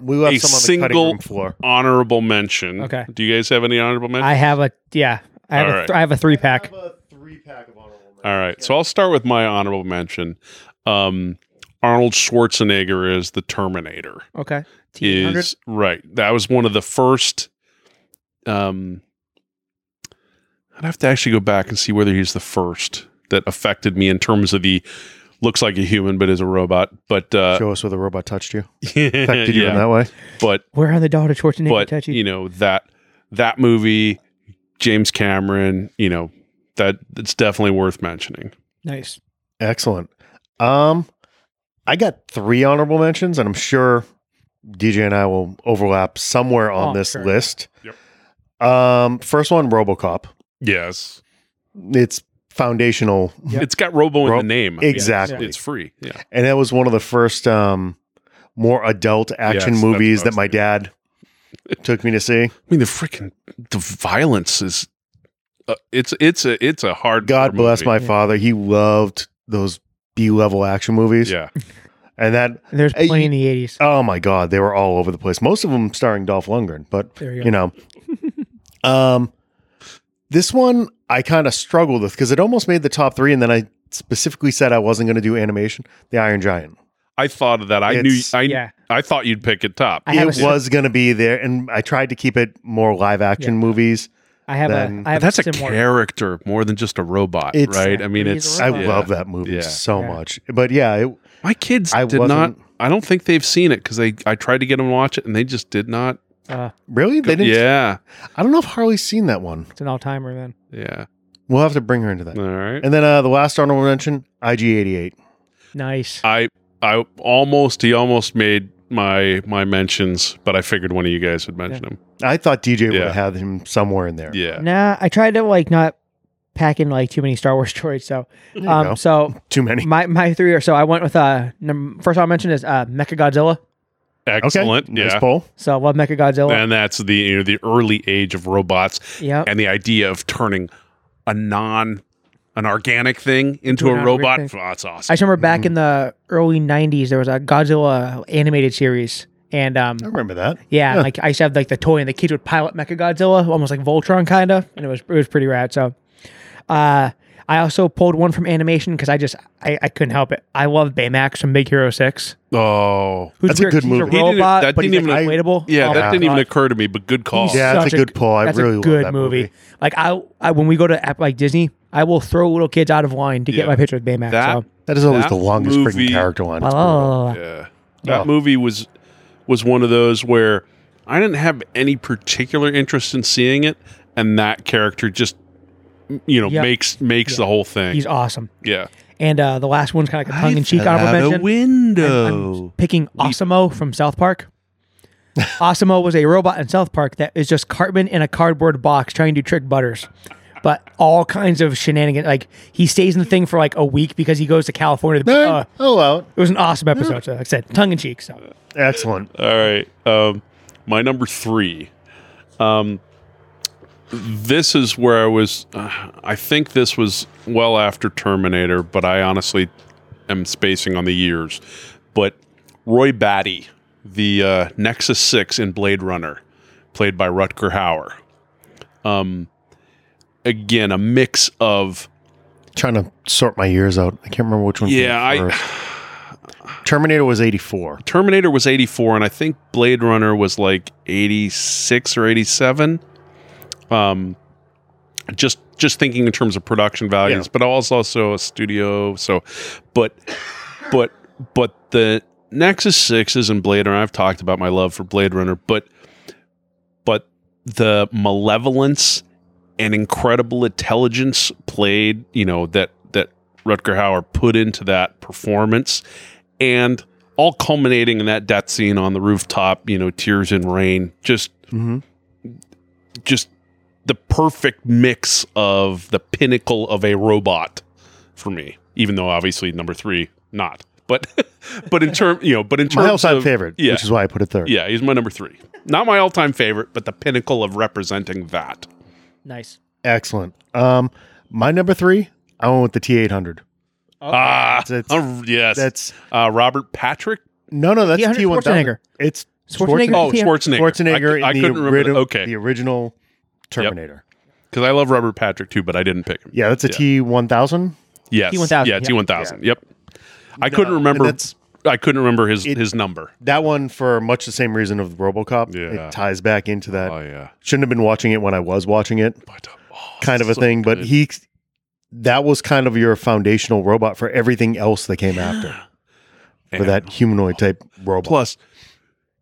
[SPEAKER 2] We left
[SPEAKER 3] A
[SPEAKER 2] some on the cutting
[SPEAKER 3] single-
[SPEAKER 2] room floor.
[SPEAKER 3] honorable mention.
[SPEAKER 1] Okay.
[SPEAKER 3] Do you guys have any honorable mention?
[SPEAKER 1] I have a yeah. I have
[SPEAKER 3] All
[SPEAKER 1] a
[SPEAKER 3] right.
[SPEAKER 1] th- I have a three pack.
[SPEAKER 2] a three pack of honorable
[SPEAKER 3] All right. So I'll start with my honorable mention. Um, Arnold Schwarzenegger is the Terminator.
[SPEAKER 1] Okay. T800.
[SPEAKER 3] Is right. That was one of the first. Um, I'd have to actually go back and see whether he's the first that affected me in terms of the looks like a human but is a robot. But uh,
[SPEAKER 2] Show us where the robot touched you.
[SPEAKER 3] yeah,
[SPEAKER 2] Affected you in that way.
[SPEAKER 3] but
[SPEAKER 1] Where are the daughter Schwarzenegger
[SPEAKER 3] but
[SPEAKER 1] touchy?
[SPEAKER 3] you know that that movie, James Cameron. You know that it's definitely worth mentioning.
[SPEAKER 1] nice.
[SPEAKER 2] Excellent. Um, I got three honorable mentions, and I'm sure DJ and I will overlap somewhere on
[SPEAKER 1] Oh,
[SPEAKER 2] this
[SPEAKER 1] sure.
[SPEAKER 2] list.
[SPEAKER 3] Yep.
[SPEAKER 2] Um, first one, RoboCop.
[SPEAKER 3] Yes,
[SPEAKER 2] It's foundational,
[SPEAKER 1] Yep.
[SPEAKER 3] it's got Robo in
[SPEAKER 2] Ro-
[SPEAKER 3] the name.
[SPEAKER 2] exactly.
[SPEAKER 3] It's free. Yeah.
[SPEAKER 2] and that was one of the first um, more adult action
[SPEAKER 3] Yes, that's what
[SPEAKER 2] movies
[SPEAKER 3] I
[SPEAKER 2] that
[SPEAKER 3] was
[SPEAKER 2] my dad took me to see.
[SPEAKER 3] I mean, the freaking the violence is uh, it's it's a it's a hard.
[SPEAKER 2] God bless my
[SPEAKER 1] Yeah.
[SPEAKER 2] father; he loved those B-level action movies,
[SPEAKER 3] Yeah,
[SPEAKER 2] and that
[SPEAKER 1] And there's
[SPEAKER 2] Hey,
[SPEAKER 1] plenty in the 80s.
[SPEAKER 2] oh my god, they were all over the place. Most of them starring Dolph Lundgren, but
[SPEAKER 1] There you go.
[SPEAKER 2] you know. um, this one I kind of struggled with because it almost made the top three, and then I specifically said I wasn't going to do animation. The Iron Giant.
[SPEAKER 3] I thought of that. I
[SPEAKER 2] It's-
[SPEAKER 3] knew. I
[SPEAKER 1] yeah.
[SPEAKER 3] I thought you'd pick it top.
[SPEAKER 1] I have
[SPEAKER 2] it
[SPEAKER 1] a-
[SPEAKER 2] was going to be there, and I tried to keep it more live action
[SPEAKER 1] Yeah.
[SPEAKER 2] movies.
[SPEAKER 1] I have
[SPEAKER 2] then-
[SPEAKER 1] a. I have
[SPEAKER 3] That's a
[SPEAKER 1] similar.
[SPEAKER 3] character more than just a robot,
[SPEAKER 2] It's-
[SPEAKER 3] right? I mean,
[SPEAKER 1] He's
[SPEAKER 3] it's
[SPEAKER 1] a
[SPEAKER 2] I
[SPEAKER 1] Yeah.
[SPEAKER 2] love that movie
[SPEAKER 3] Yeah.
[SPEAKER 2] so
[SPEAKER 1] Yeah.
[SPEAKER 2] much, but yeah, it,
[SPEAKER 3] my kids
[SPEAKER 2] I
[SPEAKER 3] did not.
[SPEAKER 2] wasn't-
[SPEAKER 3] I don't think they've seen it because they. I tried to get them to watch it, and they just did not.
[SPEAKER 1] Uh,
[SPEAKER 2] really, they didn't.
[SPEAKER 3] Yeah,
[SPEAKER 2] I don't know if Harley's seen that one.
[SPEAKER 1] it's an all timer then.
[SPEAKER 3] yeah.
[SPEAKER 2] We'll have to bring her into that.
[SPEAKER 3] All right.
[SPEAKER 2] And then uh, the last honorable mention, IG88.
[SPEAKER 1] Nice.
[SPEAKER 3] I I almost he almost made my my mentions, but I figured one of you guys would mention him.
[SPEAKER 2] I thought DJ would
[SPEAKER 3] Yeah.
[SPEAKER 2] have had him somewhere in there.
[SPEAKER 3] Yeah.
[SPEAKER 1] Nah, I tried to like not pack in like too many Star Wars droids. So,
[SPEAKER 2] There you go.
[SPEAKER 1] um, so
[SPEAKER 2] Too many.
[SPEAKER 1] my my three or so. I went with uh num- first I'll mention is uh Mecha Godzilla.
[SPEAKER 3] Excellent.
[SPEAKER 2] Okay. Nice
[SPEAKER 3] Yeah.
[SPEAKER 2] poll.
[SPEAKER 1] So I love Mecha Godzilla.
[SPEAKER 3] And that's the you know, the early age of robots
[SPEAKER 1] Yeah.
[SPEAKER 3] and the idea of turning a non an organic thing into
[SPEAKER 1] Into
[SPEAKER 3] a
[SPEAKER 1] an
[SPEAKER 3] robot.
[SPEAKER 1] organic
[SPEAKER 3] Oh, that's awesome.
[SPEAKER 1] I just remember back
[SPEAKER 2] Mm-hmm.
[SPEAKER 1] in the early '90s, there was a Godzilla animated series, and um,
[SPEAKER 2] I remember that.
[SPEAKER 1] yeah,
[SPEAKER 2] Oh, Yeah.
[SPEAKER 1] like I used to have like the toy, and the kids would pilot Mecha Godzilla, almost like Voltron kind of, and it was it was pretty rad. So, uh, I also pulled one from animation because I just I, I couldn't help it. I love Baymax from Big Hero Six.
[SPEAKER 3] oh.
[SPEAKER 1] Who's
[SPEAKER 2] That's a
[SPEAKER 1] weird 'cause
[SPEAKER 2] good
[SPEAKER 1] he's
[SPEAKER 2] movie.
[SPEAKER 3] He
[SPEAKER 1] A
[SPEAKER 3] didn't-
[SPEAKER 1] robot,
[SPEAKER 3] that
[SPEAKER 1] but
[SPEAKER 3] didn't
[SPEAKER 1] he's like,
[SPEAKER 3] even-
[SPEAKER 1] inflatable.
[SPEAKER 3] Yeah,
[SPEAKER 1] Oh
[SPEAKER 3] that
[SPEAKER 1] my
[SPEAKER 3] didn't even
[SPEAKER 1] God.
[SPEAKER 3] occur to me, but good call.
[SPEAKER 1] He's
[SPEAKER 2] Yeah, that's
[SPEAKER 1] such
[SPEAKER 2] a good pull. I
[SPEAKER 1] that's
[SPEAKER 2] really
[SPEAKER 1] a
[SPEAKER 2] love
[SPEAKER 1] good
[SPEAKER 2] that
[SPEAKER 1] movie.
[SPEAKER 2] movie.
[SPEAKER 1] Like I, I when we go to app like Disney, I will throw little kids out of line to
[SPEAKER 3] Yeah.
[SPEAKER 1] get my picture with Baymax.
[SPEAKER 3] That-
[SPEAKER 1] so.
[SPEAKER 2] That is always
[SPEAKER 3] That
[SPEAKER 2] the longest
[SPEAKER 3] movie-
[SPEAKER 2] freaking character line.
[SPEAKER 1] La, la, la, la, la.
[SPEAKER 3] Yeah. That
[SPEAKER 2] Oh.
[SPEAKER 3] movie was was one of those where I didn't have any particular interest in seeing it and that character just you know
[SPEAKER 1] Yep.
[SPEAKER 3] makes makes
[SPEAKER 1] Yeah.
[SPEAKER 3] the whole thing.
[SPEAKER 1] He's awesome.
[SPEAKER 3] yeah.
[SPEAKER 1] And uh, the last one's kind of like a tongue in cheek honorable mention. I'm- I'm
[SPEAKER 3] window.
[SPEAKER 1] picking Osimo from South Park. Osimo was a robot in South Park that is just Cartman in a cardboard box trying to trick Butters. But all kinds of shenanigans. Like he stays in the thing for like a week because he goes to California. To,
[SPEAKER 2] Nine.
[SPEAKER 1] uh,
[SPEAKER 2] oh, out.
[SPEAKER 1] it was an awesome episode. So like I said, tongue in cheek. So
[SPEAKER 2] Excellent.
[SPEAKER 3] All right. Um, my number three. Um, this is where I was. Uh, I think this was well after Terminator, but I honestly am spacing on the years. But Roy Batty, the uh, Nexus Six in Blade Runner, played by Rutger Hauer. Um, again, a mix of
[SPEAKER 2] Trying to sort my years out. I can't remember which one. came
[SPEAKER 3] Yeah, I-
[SPEAKER 2] first. Terminator was 84.
[SPEAKER 3] Terminator was 84 and I think Blade Runner was like 86 or 87. Um just just thinking in terms of production values,
[SPEAKER 2] Yeah.
[SPEAKER 3] but also also a studio, so but but but the Nexus 6s and Blade Runner, I've talked about my love for Blade Runner, but but the malevolence and incredible intelligence played, you know, that that Rutger Hauer put into that performance and all culminating in that death scene on the rooftop, you know, tears and rain, just
[SPEAKER 1] Mm-hmm.
[SPEAKER 2] Mhm.
[SPEAKER 3] just the perfect mix of the pinnacle of a robot for me, even though obviously number 3 not. But but in term, you know, but in
[SPEAKER 2] My
[SPEAKER 3] terms
[SPEAKER 2] all-time
[SPEAKER 3] of
[SPEAKER 2] favorite,
[SPEAKER 3] yeah.
[SPEAKER 2] which is why I put it third.
[SPEAKER 3] yeah, he's my number 3. Not my all-time favorite, but the pinnacle of representing that.
[SPEAKER 1] nice.
[SPEAKER 2] Excellent. Um, my number three, I went with the T800.
[SPEAKER 3] Ah,
[SPEAKER 2] That's-
[SPEAKER 3] oh, yes.
[SPEAKER 2] That's
[SPEAKER 3] uh, Robert Patrick.
[SPEAKER 2] no, no, that's
[SPEAKER 1] T100
[SPEAKER 2] T1000.
[SPEAKER 1] Schwarzenegger.
[SPEAKER 2] It's
[SPEAKER 1] Schwarzenegger.
[SPEAKER 3] Oh,
[SPEAKER 1] Yeah.
[SPEAKER 3] Schwarzenegger.
[SPEAKER 2] Schwarzenegger.
[SPEAKER 3] I, I
[SPEAKER 2] in
[SPEAKER 3] couldn't
[SPEAKER 2] the
[SPEAKER 3] remember.
[SPEAKER 2] ori-
[SPEAKER 3] the- okay,
[SPEAKER 2] the original Terminator.
[SPEAKER 3] because I love Robert Patrick too, but I didn't pick him.
[SPEAKER 2] Yeah, that's a
[SPEAKER 3] Yeah.
[SPEAKER 2] T1000.
[SPEAKER 3] Yes.
[SPEAKER 1] T1000,
[SPEAKER 3] Yeah,
[SPEAKER 1] yeah.
[SPEAKER 3] T1000. Yep. I couldn't
[SPEAKER 2] Uh,
[SPEAKER 3] remember.
[SPEAKER 2] That's
[SPEAKER 3] I couldn't remember his
[SPEAKER 2] It-
[SPEAKER 3] his number.
[SPEAKER 2] That one for much the same reason of RoboCop.
[SPEAKER 3] Yeah.
[SPEAKER 2] It ties back into that.
[SPEAKER 3] oh yeah,
[SPEAKER 2] Shouldn't have been watching it when I was watching it,
[SPEAKER 3] but, oh,
[SPEAKER 2] kind of a
[SPEAKER 3] so
[SPEAKER 2] thing. But
[SPEAKER 3] good.
[SPEAKER 2] he, that was kind of your foundational robot for everything else that came after. For
[SPEAKER 3] And
[SPEAKER 2] that humanoid type robot.
[SPEAKER 3] Plus,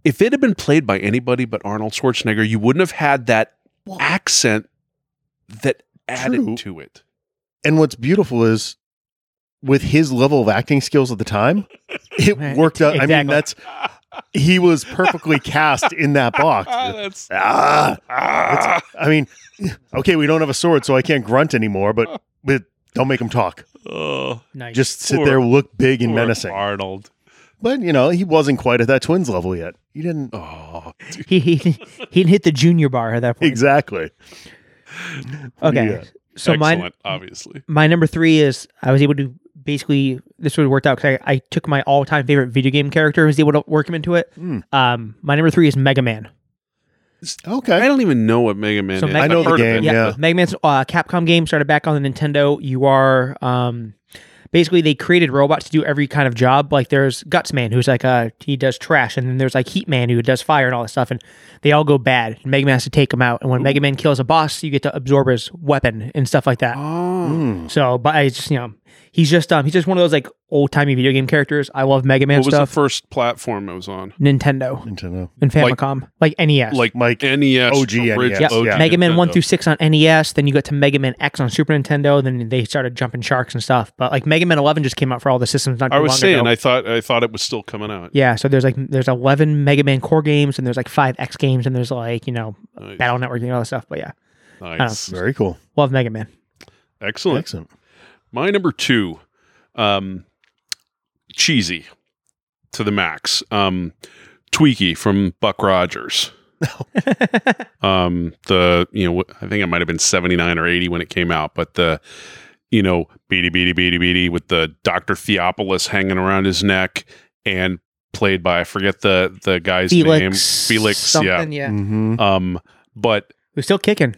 [SPEAKER 3] if it had been played by anybody but Arnold Schwarzenegger, you wouldn't have had that accent that added
[SPEAKER 2] True.
[SPEAKER 3] to it.
[SPEAKER 2] And what's beautiful is with his level of acting skills at the time, it
[SPEAKER 1] Right.
[SPEAKER 2] worked out. I mean,
[SPEAKER 1] Exactly.
[SPEAKER 2] that's he was perfectly cast in that box.
[SPEAKER 3] Ah, that's
[SPEAKER 2] Ah,
[SPEAKER 3] ah.
[SPEAKER 2] I mean, okay, we don't have a sword, so I can't grunt anymore, but, but don't make him talk.
[SPEAKER 3] Oh,
[SPEAKER 1] Nice.
[SPEAKER 2] Just sit
[SPEAKER 3] Poor-
[SPEAKER 2] there, look big and
[SPEAKER 3] poor
[SPEAKER 2] menacing.
[SPEAKER 3] Arnold.
[SPEAKER 2] But, you know, he wasn't quite at that twins level yet. He didn't.
[SPEAKER 3] Oh, dude.
[SPEAKER 1] he he he hit the junior bar at that point.
[SPEAKER 2] Exactly.
[SPEAKER 1] Okay.
[SPEAKER 2] Yeah.
[SPEAKER 1] So
[SPEAKER 3] excellent.
[SPEAKER 1] my
[SPEAKER 3] obviously,
[SPEAKER 1] my number three is I was able to basically this would have worked out because I, I took my all time favorite video game character was able to work him into it.
[SPEAKER 2] Hmm.
[SPEAKER 1] Um, my number three is Mega Man.
[SPEAKER 3] I
[SPEAKER 2] Okay.
[SPEAKER 3] don't even know what Mega Man
[SPEAKER 1] So
[SPEAKER 3] is.
[SPEAKER 1] Mega-
[SPEAKER 3] I've
[SPEAKER 2] I know the
[SPEAKER 3] heard of
[SPEAKER 2] game,
[SPEAKER 3] it,
[SPEAKER 2] yeah.
[SPEAKER 3] but-
[SPEAKER 1] Mega Man's uh, Capcom game started back on the Nintendo. You are um, basically they created robots to do every kind of job. Like there's Guts Man who's like uh he does trash, and then there's like Heat Man who does fire and all that stuff, and they all go bad. And Mega Man has to take them out. And when Mega Man kills a boss, you get to absorb his weapon and stuff like that.
[SPEAKER 3] Oh,
[SPEAKER 2] Mm.
[SPEAKER 1] So, but I just you know he's just um he's just one of those like old timey video game characters. I love Mega Man
[SPEAKER 3] what was the
[SPEAKER 1] stuff.
[SPEAKER 3] first platform it was on?
[SPEAKER 1] Nintendo
[SPEAKER 2] Nintendo.
[SPEAKER 1] and
[SPEAKER 3] Like-
[SPEAKER 1] Famicom, like, E NES,
[SPEAKER 3] Like E
[SPEAKER 2] Mike,
[SPEAKER 3] NES,
[SPEAKER 2] OG
[SPEAKER 3] original
[SPEAKER 2] NES,
[SPEAKER 1] Yep.
[SPEAKER 2] E yeah.
[SPEAKER 1] Mega Man 1
[SPEAKER 3] Nintendo.
[SPEAKER 1] through 6 on NES, then you got to Mega Man X on Super Nintendo, then they started jumping sharks and stuff. But like Mega Man 11 just came out for all the systems not too
[SPEAKER 3] I was
[SPEAKER 1] long
[SPEAKER 3] saying,
[SPEAKER 1] ago.
[SPEAKER 3] I thought I thought it was still coming out.
[SPEAKER 1] yeah, so there's like there's 11 Mega Man core games and there's like 5 X games and there's like, you know,
[SPEAKER 3] Nice.
[SPEAKER 1] Battle Network and all that stuff, but yeah.
[SPEAKER 3] Nice.
[SPEAKER 2] Very cool.
[SPEAKER 1] Love Mega Man.
[SPEAKER 3] Excellent.
[SPEAKER 2] Excellent.
[SPEAKER 3] My number two, um, cheesy to the max. Um, Tweaky from Buck Rogers. um, the you know wh- I think it might have been seventy nine or eighty when it came out, but the you know beady beady beady beady with the Doctor Theopolis hanging around his neck and played by I forget the the guy's name
[SPEAKER 1] Felix
[SPEAKER 3] Felix. Yeah.
[SPEAKER 1] something,
[SPEAKER 2] Mm-hmm.
[SPEAKER 3] Um, but
[SPEAKER 1] We're still kicking.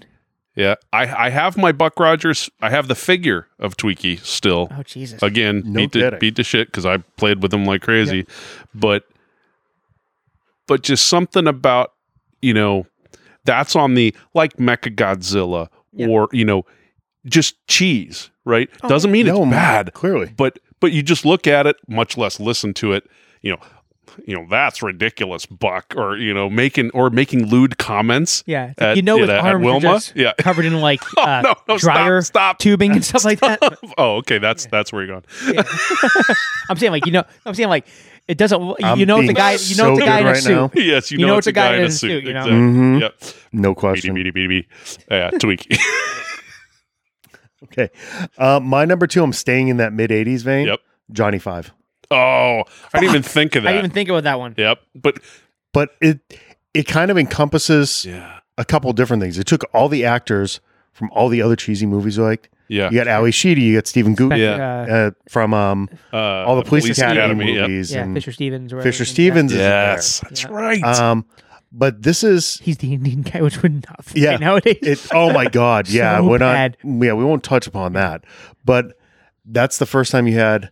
[SPEAKER 3] yeah, I I have my Buck Rogers. I have the figure of Tweaky still
[SPEAKER 1] Oh Jesus.
[SPEAKER 3] again
[SPEAKER 2] No
[SPEAKER 3] beat the,
[SPEAKER 2] kidding.
[SPEAKER 3] beat the shit because I played with them like crazy, but but just something about you know that's on the like Mecha Godzilla
[SPEAKER 1] Yeah.
[SPEAKER 3] or you know just cheese right
[SPEAKER 1] Oh,
[SPEAKER 3] doesn't mean
[SPEAKER 2] No,
[SPEAKER 3] it's bad
[SPEAKER 2] Clearly.
[SPEAKER 3] but but you just look at it much less listen to it you know you know that's ridiculous buck or you know making or making lewd comments
[SPEAKER 1] yeah. it's like,
[SPEAKER 3] at,
[SPEAKER 1] you know
[SPEAKER 3] at,
[SPEAKER 1] his
[SPEAKER 3] uh, at
[SPEAKER 1] arms are
[SPEAKER 3] Wilma
[SPEAKER 1] just
[SPEAKER 3] yeah
[SPEAKER 1] covered in like
[SPEAKER 3] Oh,
[SPEAKER 1] uh,
[SPEAKER 3] no, no, stop,
[SPEAKER 1] dryer
[SPEAKER 3] stop.
[SPEAKER 1] tubing and stuff like that.
[SPEAKER 3] oh okay that's that's where you're going
[SPEAKER 1] I'm saying like you know I'm saying like it doesn't you
[SPEAKER 2] I'm
[SPEAKER 1] know it's a
[SPEAKER 2] being
[SPEAKER 1] guy you know
[SPEAKER 2] so
[SPEAKER 1] it's a
[SPEAKER 2] good
[SPEAKER 1] guy in a
[SPEAKER 2] right
[SPEAKER 1] suit.
[SPEAKER 2] now.
[SPEAKER 3] yes you know, it's, a guy, in a suit,
[SPEAKER 1] you know?
[SPEAKER 3] exactly.
[SPEAKER 2] Mhm.
[SPEAKER 3] yep
[SPEAKER 2] No
[SPEAKER 3] Beady,
[SPEAKER 2] question.
[SPEAKER 3] beady, beady, beady. Yeah, Tweaky.
[SPEAKER 2] Okay. Uh, my number two, I'm staying in that mid 80s vein.
[SPEAKER 3] Yep.
[SPEAKER 2] Johnny Five.
[SPEAKER 3] Oh, I didn't even think
[SPEAKER 1] I
[SPEAKER 3] of that.
[SPEAKER 1] didn't even think about that one.
[SPEAKER 3] yep. But
[SPEAKER 2] But it it kind of encompasses
[SPEAKER 3] yeah,
[SPEAKER 2] a couple different things. It took all the actors from all the other cheesy movies you liked.
[SPEAKER 3] yeah.
[SPEAKER 2] You got Ali Sheedy, you got Stephen Gutton
[SPEAKER 3] Yeah.
[SPEAKER 1] Uh,
[SPEAKER 2] uh, from um,
[SPEAKER 3] Uh,
[SPEAKER 2] all the Police, Academy,
[SPEAKER 3] yep.
[SPEAKER 2] movies.
[SPEAKER 1] yeah,
[SPEAKER 2] and
[SPEAKER 1] Fisher Stevens. or
[SPEAKER 2] Fisher
[SPEAKER 1] whatever.
[SPEAKER 2] Stevens is in
[SPEAKER 3] Yes, that's
[SPEAKER 1] Yeah.
[SPEAKER 3] right.
[SPEAKER 2] there. Um, but this is
[SPEAKER 1] Yeah. He's the Indian guy, which would not fly
[SPEAKER 2] Yeah.
[SPEAKER 1] nowadays.
[SPEAKER 2] it. Oh my God! Yeah,
[SPEAKER 1] So
[SPEAKER 2] we're not.
[SPEAKER 1] bad.
[SPEAKER 2] Yeah, we won't touch upon that. But that's the first time you had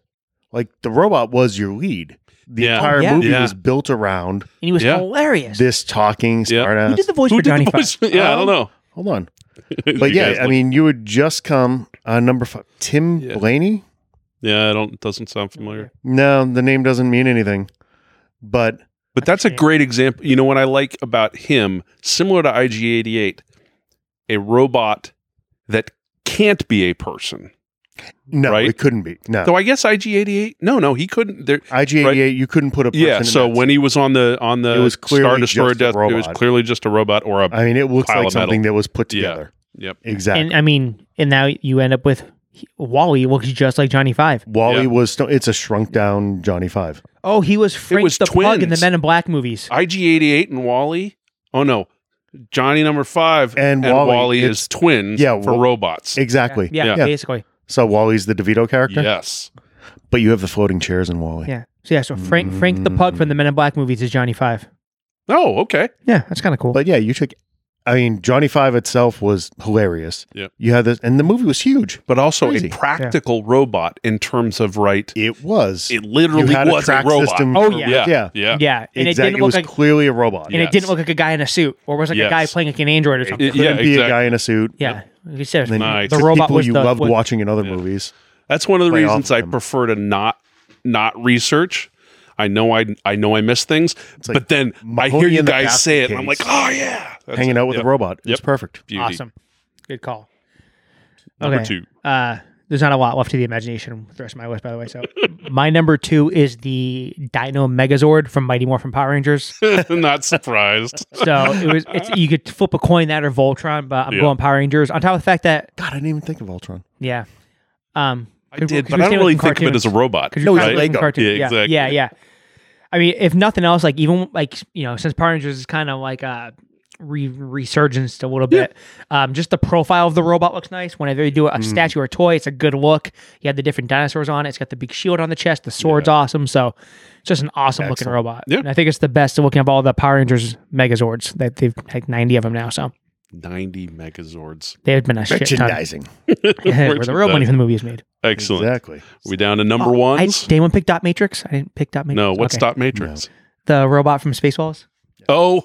[SPEAKER 2] like the robot was your lead. The
[SPEAKER 3] Yeah.
[SPEAKER 2] entire
[SPEAKER 1] Oh, yeah.
[SPEAKER 2] movie
[SPEAKER 3] Yeah.
[SPEAKER 2] was built around
[SPEAKER 1] and he was
[SPEAKER 3] Yeah.
[SPEAKER 1] hilarious.
[SPEAKER 2] this talking
[SPEAKER 3] Yeah.
[SPEAKER 2] smart
[SPEAKER 1] Who
[SPEAKER 2] ass.
[SPEAKER 1] did the voice
[SPEAKER 3] Who
[SPEAKER 1] for
[SPEAKER 3] did
[SPEAKER 1] Johnny
[SPEAKER 3] the
[SPEAKER 1] Five? Um,
[SPEAKER 3] voice? Yeah, I don't know.
[SPEAKER 2] Hold on.
[SPEAKER 3] You
[SPEAKER 2] But
[SPEAKER 3] guys
[SPEAKER 2] yeah, I
[SPEAKER 3] look-
[SPEAKER 2] mean, you would just come uh, number five. Tim
[SPEAKER 3] Yeah.
[SPEAKER 2] Blaney?
[SPEAKER 3] yeah, I don't. Doesn't sound familiar.
[SPEAKER 2] No, the name doesn't mean anything. But
[SPEAKER 3] But that's a great example. You know what I like about him, similar to IG88, a robot that can't be a person.
[SPEAKER 2] no,
[SPEAKER 3] Right?
[SPEAKER 2] it couldn't be. No.
[SPEAKER 3] Though I guess IG88, no, no, he couldn't. There,
[SPEAKER 2] IG88, you couldn't put a person
[SPEAKER 3] yeah.
[SPEAKER 2] in
[SPEAKER 3] So
[SPEAKER 2] that.
[SPEAKER 3] when he was on the on the
[SPEAKER 2] It was clearly
[SPEAKER 3] Star Destroyer
[SPEAKER 2] just a
[SPEAKER 3] death, it was
[SPEAKER 2] robot.
[SPEAKER 3] clearly just a robot or a
[SPEAKER 2] I mean, it looks
[SPEAKER 3] Pile
[SPEAKER 2] like
[SPEAKER 3] of metal.
[SPEAKER 2] something that was put
[SPEAKER 3] Yeah.
[SPEAKER 2] together.
[SPEAKER 3] Yep.
[SPEAKER 2] Exactly.
[SPEAKER 1] And I mean, and now you end up with Wally looks just like Johnny Five.
[SPEAKER 2] Wally
[SPEAKER 3] Yeah.
[SPEAKER 2] was, sto- it's a shrunk down Johnny Five.
[SPEAKER 1] Oh, he was Frank
[SPEAKER 3] was
[SPEAKER 1] the Pug in the
[SPEAKER 3] twins.
[SPEAKER 1] Men in Black movies.
[SPEAKER 3] IG88 and Wally. Oh no, Johnny number five
[SPEAKER 2] And Wally,
[SPEAKER 3] Wally,
[SPEAKER 2] it's-
[SPEAKER 3] is twins.
[SPEAKER 2] yeah,
[SPEAKER 3] for
[SPEAKER 2] Wa-
[SPEAKER 3] robots.
[SPEAKER 2] Exactly.
[SPEAKER 1] Yeah,
[SPEAKER 3] Yeah.
[SPEAKER 1] basically.
[SPEAKER 2] So Wally's the DeVito character,
[SPEAKER 3] Yes.
[SPEAKER 2] but you have the floating chairs in Wally.
[SPEAKER 1] Yeah. So yeah, so Frank Frank the Pug from the Men in Black movies is Johnny Five.
[SPEAKER 3] Oh, okay.
[SPEAKER 1] Yeah, that's kind of cool.
[SPEAKER 2] But yeah, you took I mean, Johnny Five itself was hilarious.
[SPEAKER 3] Yeah.
[SPEAKER 2] You had this, and the movie was huge.
[SPEAKER 3] but also
[SPEAKER 2] Crazy.
[SPEAKER 3] a practical robot in terms of right.
[SPEAKER 2] It was.
[SPEAKER 3] It literally
[SPEAKER 2] you had
[SPEAKER 3] was a,
[SPEAKER 2] track
[SPEAKER 3] robot.
[SPEAKER 2] system.
[SPEAKER 1] Oh,
[SPEAKER 2] for-
[SPEAKER 1] yeah.
[SPEAKER 3] Yeah,
[SPEAKER 2] yeah.
[SPEAKER 3] yeah.
[SPEAKER 1] yeah, and it
[SPEAKER 2] exactly. It,
[SPEAKER 1] didn't look
[SPEAKER 2] was
[SPEAKER 1] like
[SPEAKER 2] clearly a robot.
[SPEAKER 1] and
[SPEAKER 3] Yeah.
[SPEAKER 2] It
[SPEAKER 1] it didn't
[SPEAKER 3] Yes.
[SPEAKER 1] look like a guy in a suit or was like a guy
[SPEAKER 3] Yes.
[SPEAKER 1] playing like an android or something.
[SPEAKER 3] It-
[SPEAKER 2] couldn't
[SPEAKER 3] yeah,
[SPEAKER 2] be
[SPEAKER 3] exactly.
[SPEAKER 2] a guy in a suit.
[SPEAKER 1] yeah, like you said,
[SPEAKER 2] And then
[SPEAKER 3] Nice.
[SPEAKER 1] the
[SPEAKER 3] The
[SPEAKER 1] robot
[SPEAKER 2] people
[SPEAKER 1] was
[SPEAKER 2] you
[SPEAKER 1] the
[SPEAKER 2] loved
[SPEAKER 1] was-
[SPEAKER 2] watching in other movies.
[SPEAKER 3] That's one of the
[SPEAKER 2] Play off
[SPEAKER 3] reasons I
[SPEAKER 2] them.
[SPEAKER 3] prefer to not not research. I know I I know I miss things,
[SPEAKER 2] like
[SPEAKER 3] but then I
[SPEAKER 2] Mahoney
[SPEAKER 3] hear you
[SPEAKER 2] in the
[SPEAKER 3] guys say it,
[SPEAKER 2] basket
[SPEAKER 3] and I'm like,
[SPEAKER 2] case.
[SPEAKER 3] oh yeah, That's
[SPEAKER 2] Hanging
[SPEAKER 3] it.
[SPEAKER 2] out with
[SPEAKER 3] Yep.
[SPEAKER 2] a robot. It's
[SPEAKER 3] Yep.
[SPEAKER 2] perfect.
[SPEAKER 3] Beauty.
[SPEAKER 1] awesome. Good call.
[SPEAKER 3] Number
[SPEAKER 1] Okay.
[SPEAKER 3] two,
[SPEAKER 1] Uh, there's not a lot left to the imagination with the rest of my list, by the way. So my number two is the Dino Megazord from Mighty Morphin Power Rangers.
[SPEAKER 3] not surprised.
[SPEAKER 1] So it was it's, you could flip a coin that or Voltron, but I'm
[SPEAKER 3] Yeah.
[SPEAKER 1] going Power Rangers. On top of the fact that
[SPEAKER 2] God, I didn't even think of Ultron.
[SPEAKER 1] yeah, um,
[SPEAKER 3] I
[SPEAKER 1] 'cause-
[SPEAKER 3] did,
[SPEAKER 1] 'cause
[SPEAKER 3] but
[SPEAKER 1] we
[SPEAKER 3] I
[SPEAKER 1] stayed
[SPEAKER 3] don't
[SPEAKER 1] away
[SPEAKER 3] really
[SPEAKER 1] from
[SPEAKER 3] think of it as a
[SPEAKER 1] cartoons.
[SPEAKER 3] robot.
[SPEAKER 1] Because you're
[SPEAKER 2] No,
[SPEAKER 1] kind
[SPEAKER 2] it's
[SPEAKER 1] of away from
[SPEAKER 2] Lego.
[SPEAKER 1] cartoons.
[SPEAKER 3] Yeah,
[SPEAKER 1] Yeah,
[SPEAKER 3] exactly.
[SPEAKER 1] yeah, yeah. I mean, if nothing else, like even like you know, since Power Rangers is kind of like a re- resurgence a little bit, um, just the profile of the robot looks nice. Whenever you do
[SPEAKER 3] Mm.
[SPEAKER 1] a statue or a toy, it's a good look. You have the different dinosaurs on it. It's got the big shield on the chest. The sword's awesome. So it's just an awesome looking
[SPEAKER 2] Excellent.
[SPEAKER 1] robot.
[SPEAKER 3] Yeah.
[SPEAKER 1] And I think it's the best looking of all the Power Rangers Megazords. That they've like ninety of them now. So
[SPEAKER 3] Ninety Megazords.
[SPEAKER 1] they've been a shit ton.
[SPEAKER 2] Merchandising.
[SPEAKER 1] Where the real money from the movie is made.
[SPEAKER 3] Excellent.
[SPEAKER 2] Exactly.
[SPEAKER 3] We down to number
[SPEAKER 1] Oh, I,
[SPEAKER 3] ones.
[SPEAKER 1] did anyone pick Dot Matrix? I didn't pick Dot Matrix.
[SPEAKER 3] no, what's
[SPEAKER 1] Okay.
[SPEAKER 3] Dot Matrix?
[SPEAKER 1] The robot from Spaceballs.
[SPEAKER 3] Oh,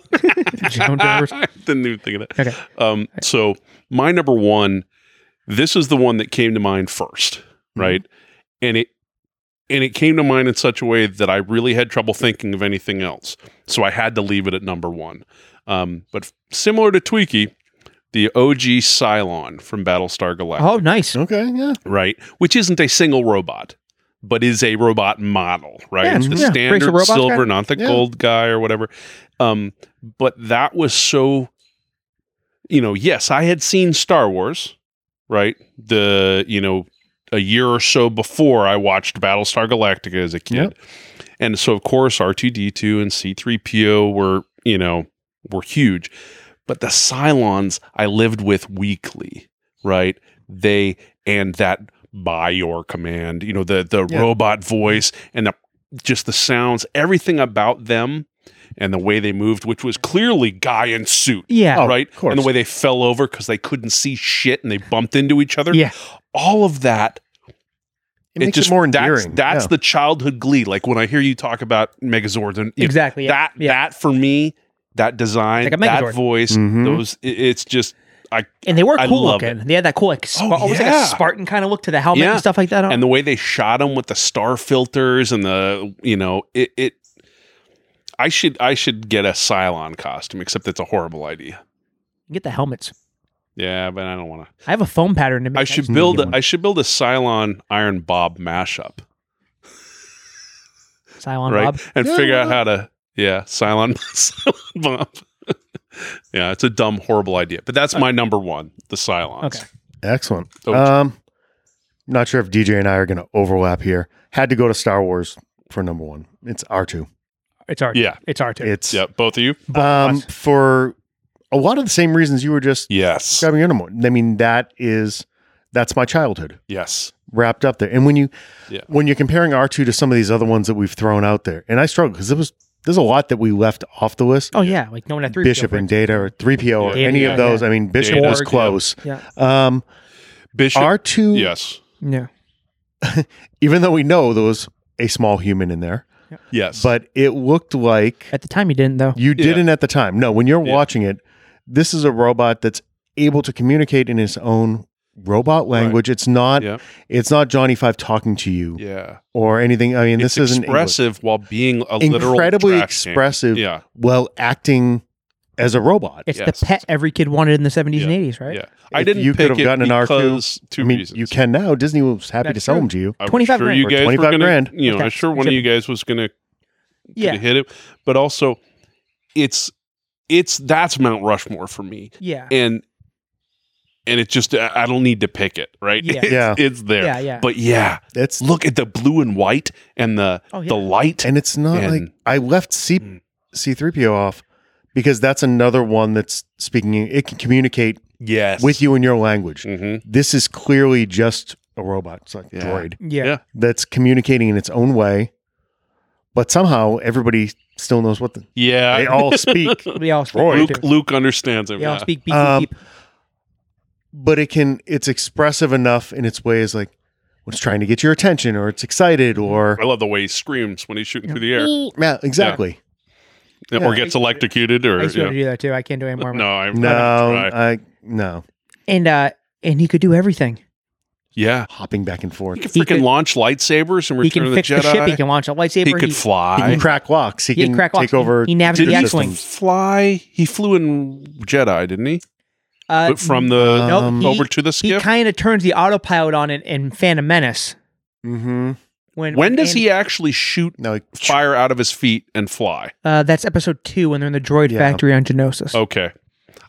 [SPEAKER 1] Joan Rivers.
[SPEAKER 3] I didn't even think of that.
[SPEAKER 1] Okay.
[SPEAKER 3] Um, so my number one, this is the one that came to mind first,
[SPEAKER 1] Mm-hmm.
[SPEAKER 3] right? And it and it came to mind in such a way that I really had trouble thinking of anything else, so I had to leave it at number one. Um, but f- similar to Tweaky, the OG Cylon from Battlestar Galactica,
[SPEAKER 1] Oh, nice.
[SPEAKER 2] Okay. Yeah.
[SPEAKER 3] right? Which isn't a single robot. But is a robot model, right?
[SPEAKER 1] Yeah,
[SPEAKER 3] it's the
[SPEAKER 1] it's cool. Yeah. Race of
[SPEAKER 3] standard
[SPEAKER 1] robots guy?
[SPEAKER 3] silver, not the
[SPEAKER 2] Yeah.
[SPEAKER 3] gold guy or whatever. Um, but that was so you know, yes, I had seen Star Wars, right? The, you know, a year or so before I watched Battlestar Galactica as a kid.
[SPEAKER 2] Yep.
[SPEAKER 3] And so of course R2D2 and C3PO were, you know, were huge. But the Cylons I lived with weekly, right? They and that by your command, you know, the the
[SPEAKER 2] Yeah.
[SPEAKER 3] robot voice and the just the sounds, everything about them and the way they moved, which was clearly guy in suit
[SPEAKER 1] Yeah.
[SPEAKER 2] Oh,
[SPEAKER 3] right?
[SPEAKER 2] of course.
[SPEAKER 3] And the way they fell over because they couldn't see shit and they bumped into each other.
[SPEAKER 1] Yeah.
[SPEAKER 3] All of that.
[SPEAKER 2] It, makes
[SPEAKER 3] just
[SPEAKER 2] it more
[SPEAKER 3] that's,
[SPEAKER 2] endearing.
[SPEAKER 3] That's the childhood glee. Like when I hear you talk about Megazords and you know,
[SPEAKER 1] Exactly. Yeah.
[SPEAKER 3] that
[SPEAKER 1] yeah.
[SPEAKER 3] that for me, that design,
[SPEAKER 1] Like a
[SPEAKER 3] that
[SPEAKER 1] Megazord.
[SPEAKER 3] voice,
[SPEAKER 2] Mhm.
[SPEAKER 3] those it- it's just
[SPEAKER 1] and they were
[SPEAKER 3] I
[SPEAKER 1] cool
[SPEAKER 3] love
[SPEAKER 1] looking. They had that cool, like, sp-
[SPEAKER 3] Oh,
[SPEAKER 1] almost
[SPEAKER 3] yeah.
[SPEAKER 1] like a Spartan kind of look to the helmet
[SPEAKER 3] Yeah.
[SPEAKER 1] and stuff like that.
[SPEAKER 3] and the way they shot them with the star filters and the you know it. it I should I should get a Cylon costume, except that's a horrible idea.
[SPEAKER 1] Get the helmets.
[SPEAKER 3] Yeah, but I don't want to.
[SPEAKER 1] I have a foam pattern to make.
[SPEAKER 3] I
[SPEAKER 1] that.
[SPEAKER 3] should
[SPEAKER 2] need to
[SPEAKER 3] build.
[SPEAKER 2] get
[SPEAKER 3] A,
[SPEAKER 2] one.
[SPEAKER 3] I should build a Cylon Iron Bob mashup.
[SPEAKER 1] Cylon
[SPEAKER 3] right?
[SPEAKER 1] Bob.
[SPEAKER 3] And
[SPEAKER 2] Yeah,
[SPEAKER 3] figure out
[SPEAKER 2] yeah.
[SPEAKER 3] how to yeah, Cylon, Cylon bomb. yeah, it's a dumb, horrible idea. But that's my number one, the Cylons.
[SPEAKER 1] Okay.
[SPEAKER 2] Yeah. Excellent.
[SPEAKER 3] Oh,
[SPEAKER 2] Um, not sure if DJ and I are going to overlap here. Had to go to Star Wars for number one. It's R two.
[SPEAKER 1] It's R2.
[SPEAKER 3] Yeah.
[SPEAKER 1] It's R2.
[SPEAKER 2] It's
[SPEAKER 3] Yeah, both of you.
[SPEAKER 2] um
[SPEAKER 1] us.
[SPEAKER 2] for a lot of the same reasons you were just
[SPEAKER 3] Yes.
[SPEAKER 2] describing your number one. I mean, that is that's my childhood
[SPEAKER 3] Yes.
[SPEAKER 2] wrapped up there. And when you
[SPEAKER 3] Yeah.
[SPEAKER 2] when you're comparing R two to some of these other ones that we've thrown out there, and I struggle because it was there's a lot that we left off the list.
[SPEAKER 1] oh, yeah. Like, no one had three.
[SPEAKER 2] Bishop and Data or three PO or
[SPEAKER 1] Yeah.
[SPEAKER 2] any
[SPEAKER 1] Yeah.
[SPEAKER 2] of those. I mean, Bishop
[SPEAKER 3] Data.
[SPEAKER 2] was
[SPEAKER 1] Borg, yeah.
[SPEAKER 2] close.
[SPEAKER 1] Yeah.
[SPEAKER 2] Um,
[SPEAKER 3] Bishop.
[SPEAKER 2] R two,
[SPEAKER 3] yes.
[SPEAKER 1] Yeah.
[SPEAKER 2] even though we know there was a small human in there,
[SPEAKER 3] Yes.
[SPEAKER 2] but it looked like
[SPEAKER 1] At the time, you didn't, though.
[SPEAKER 2] you
[SPEAKER 3] Yeah.
[SPEAKER 2] didn't at the time. No, when you're
[SPEAKER 3] Yeah.
[SPEAKER 2] watching it, this is a robot that's able to communicate in its own robot
[SPEAKER 3] Right.
[SPEAKER 2] language. It's not
[SPEAKER 3] Yeah.
[SPEAKER 2] it's not Johnny Five talking to you
[SPEAKER 3] yeah.
[SPEAKER 2] or anything. I mean,
[SPEAKER 3] It's
[SPEAKER 2] this isn't
[SPEAKER 3] expressive while being a literal
[SPEAKER 2] incredibly
[SPEAKER 3] trash can.
[SPEAKER 2] expressive
[SPEAKER 3] Yeah.
[SPEAKER 2] while acting as a robot.
[SPEAKER 1] It's
[SPEAKER 3] Yes.
[SPEAKER 1] the pet every kid wanted in the 70s and 80s, right?
[SPEAKER 3] Yeah. I
[SPEAKER 2] If
[SPEAKER 3] didn't
[SPEAKER 2] you
[SPEAKER 3] pick
[SPEAKER 2] could have
[SPEAKER 3] it
[SPEAKER 2] gotten an R2,
[SPEAKER 3] because two
[SPEAKER 2] I mean,
[SPEAKER 3] reasons.
[SPEAKER 2] you can now. Disney was happy to
[SPEAKER 1] That's
[SPEAKER 2] sell
[SPEAKER 1] true.
[SPEAKER 2] them to you.
[SPEAKER 3] I'm
[SPEAKER 1] 25
[SPEAKER 3] sure
[SPEAKER 1] grand.
[SPEAKER 3] you
[SPEAKER 2] Or
[SPEAKER 3] guys were
[SPEAKER 2] 25
[SPEAKER 3] gonna,
[SPEAKER 2] grand.
[SPEAKER 3] You know,
[SPEAKER 1] Okay.
[SPEAKER 3] I'm sure one of you guys was going to
[SPEAKER 1] Yeah.
[SPEAKER 3] hit it, but also it's it's that's Mount Rushmore for me.
[SPEAKER 1] Yeah.
[SPEAKER 3] and and it just I I don't need to pick it, right?
[SPEAKER 1] Yeah.
[SPEAKER 3] It's,
[SPEAKER 2] Yeah.
[SPEAKER 3] it's there.
[SPEAKER 1] Yeah, yeah.
[SPEAKER 3] But yeah,
[SPEAKER 2] It's
[SPEAKER 3] look at the blue and white and the
[SPEAKER 1] Oh, yeah.
[SPEAKER 3] the light.
[SPEAKER 2] and it's not
[SPEAKER 3] And-
[SPEAKER 2] like I left C
[SPEAKER 3] Mm.
[SPEAKER 2] C three PO off because that's another one that's speaking. It can communicate
[SPEAKER 3] yes,
[SPEAKER 2] with you in your language.
[SPEAKER 3] hmm
[SPEAKER 2] This is clearly just a robot. It's like a
[SPEAKER 3] Yeah.
[SPEAKER 2] droid
[SPEAKER 1] yeah.
[SPEAKER 3] Yeah.
[SPEAKER 2] that's communicating in its own way, but somehow everybody still knows what the,
[SPEAKER 3] Yeah.
[SPEAKER 2] they all speak.
[SPEAKER 1] They all speak.
[SPEAKER 2] Roy.
[SPEAKER 3] Luke, uh, Luke understands him.
[SPEAKER 1] They all
[SPEAKER 3] yeah.
[SPEAKER 1] speak beep,
[SPEAKER 2] Um,
[SPEAKER 1] beep, beep.
[SPEAKER 2] but it can it's expressive enough in its ways like well, it's trying to get your attention or it's excited or
[SPEAKER 3] I love the way he screams when he's shooting
[SPEAKER 1] Yeah.
[SPEAKER 3] through the air
[SPEAKER 2] yeah exactly Yeah.
[SPEAKER 3] or gets electrocuted
[SPEAKER 1] I
[SPEAKER 3] or.
[SPEAKER 1] used to be able
[SPEAKER 3] Yeah.
[SPEAKER 1] to do that too. I can't do it anymore.
[SPEAKER 3] No, I,
[SPEAKER 2] no
[SPEAKER 3] I-
[SPEAKER 2] I no
[SPEAKER 1] And uh, and he could do everything.
[SPEAKER 3] yeah.
[SPEAKER 2] hopping back and forth
[SPEAKER 3] He can
[SPEAKER 1] He
[SPEAKER 3] freaking
[SPEAKER 1] could-
[SPEAKER 3] launch lightsabers and
[SPEAKER 1] He
[SPEAKER 3] return
[SPEAKER 1] can
[SPEAKER 3] of the
[SPEAKER 1] fix the,
[SPEAKER 3] Jedi.
[SPEAKER 1] ship. He can launch a
[SPEAKER 3] He
[SPEAKER 1] lightsaber.
[SPEAKER 3] could
[SPEAKER 2] he
[SPEAKER 3] fly.
[SPEAKER 2] can crack walks he
[SPEAKER 1] He
[SPEAKER 2] can
[SPEAKER 1] can crack
[SPEAKER 2] take
[SPEAKER 1] walks.
[SPEAKER 2] over
[SPEAKER 1] He navigated
[SPEAKER 3] Did
[SPEAKER 1] the
[SPEAKER 3] he
[SPEAKER 1] X-wing.
[SPEAKER 3] fly? He flew in Jedi, didn't he?
[SPEAKER 1] Uh,
[SPEAKER 3] But from the
[SPEAKER 1] nope,
[SPEAKER 2] Um,
[SPEAKER 1] he-
[SPEAKER 3] over to the
[SPEAKER 1] he
[SPEAKER 3] skip.
[SPEAKER 1] kind of turns the autopilot on in, in Phantom Menace.
[SPEAKER 2] mm-hmm.
[SPEAKER 1] When
[SPEAKER 3] when does
[SPEAKER 1] and,
[SPEAKER 3] he actually shoot
[SPEAKER 2] no like,
[SPEAKER 3] fire out of his feet and fly?
[SPEAKER 1] Uh, that's episode two when they're in the droid
[SPEAKER 2] Yeah.
[SPEAKER 1] factory on Genosis.
[SPEAKER 3] Okay.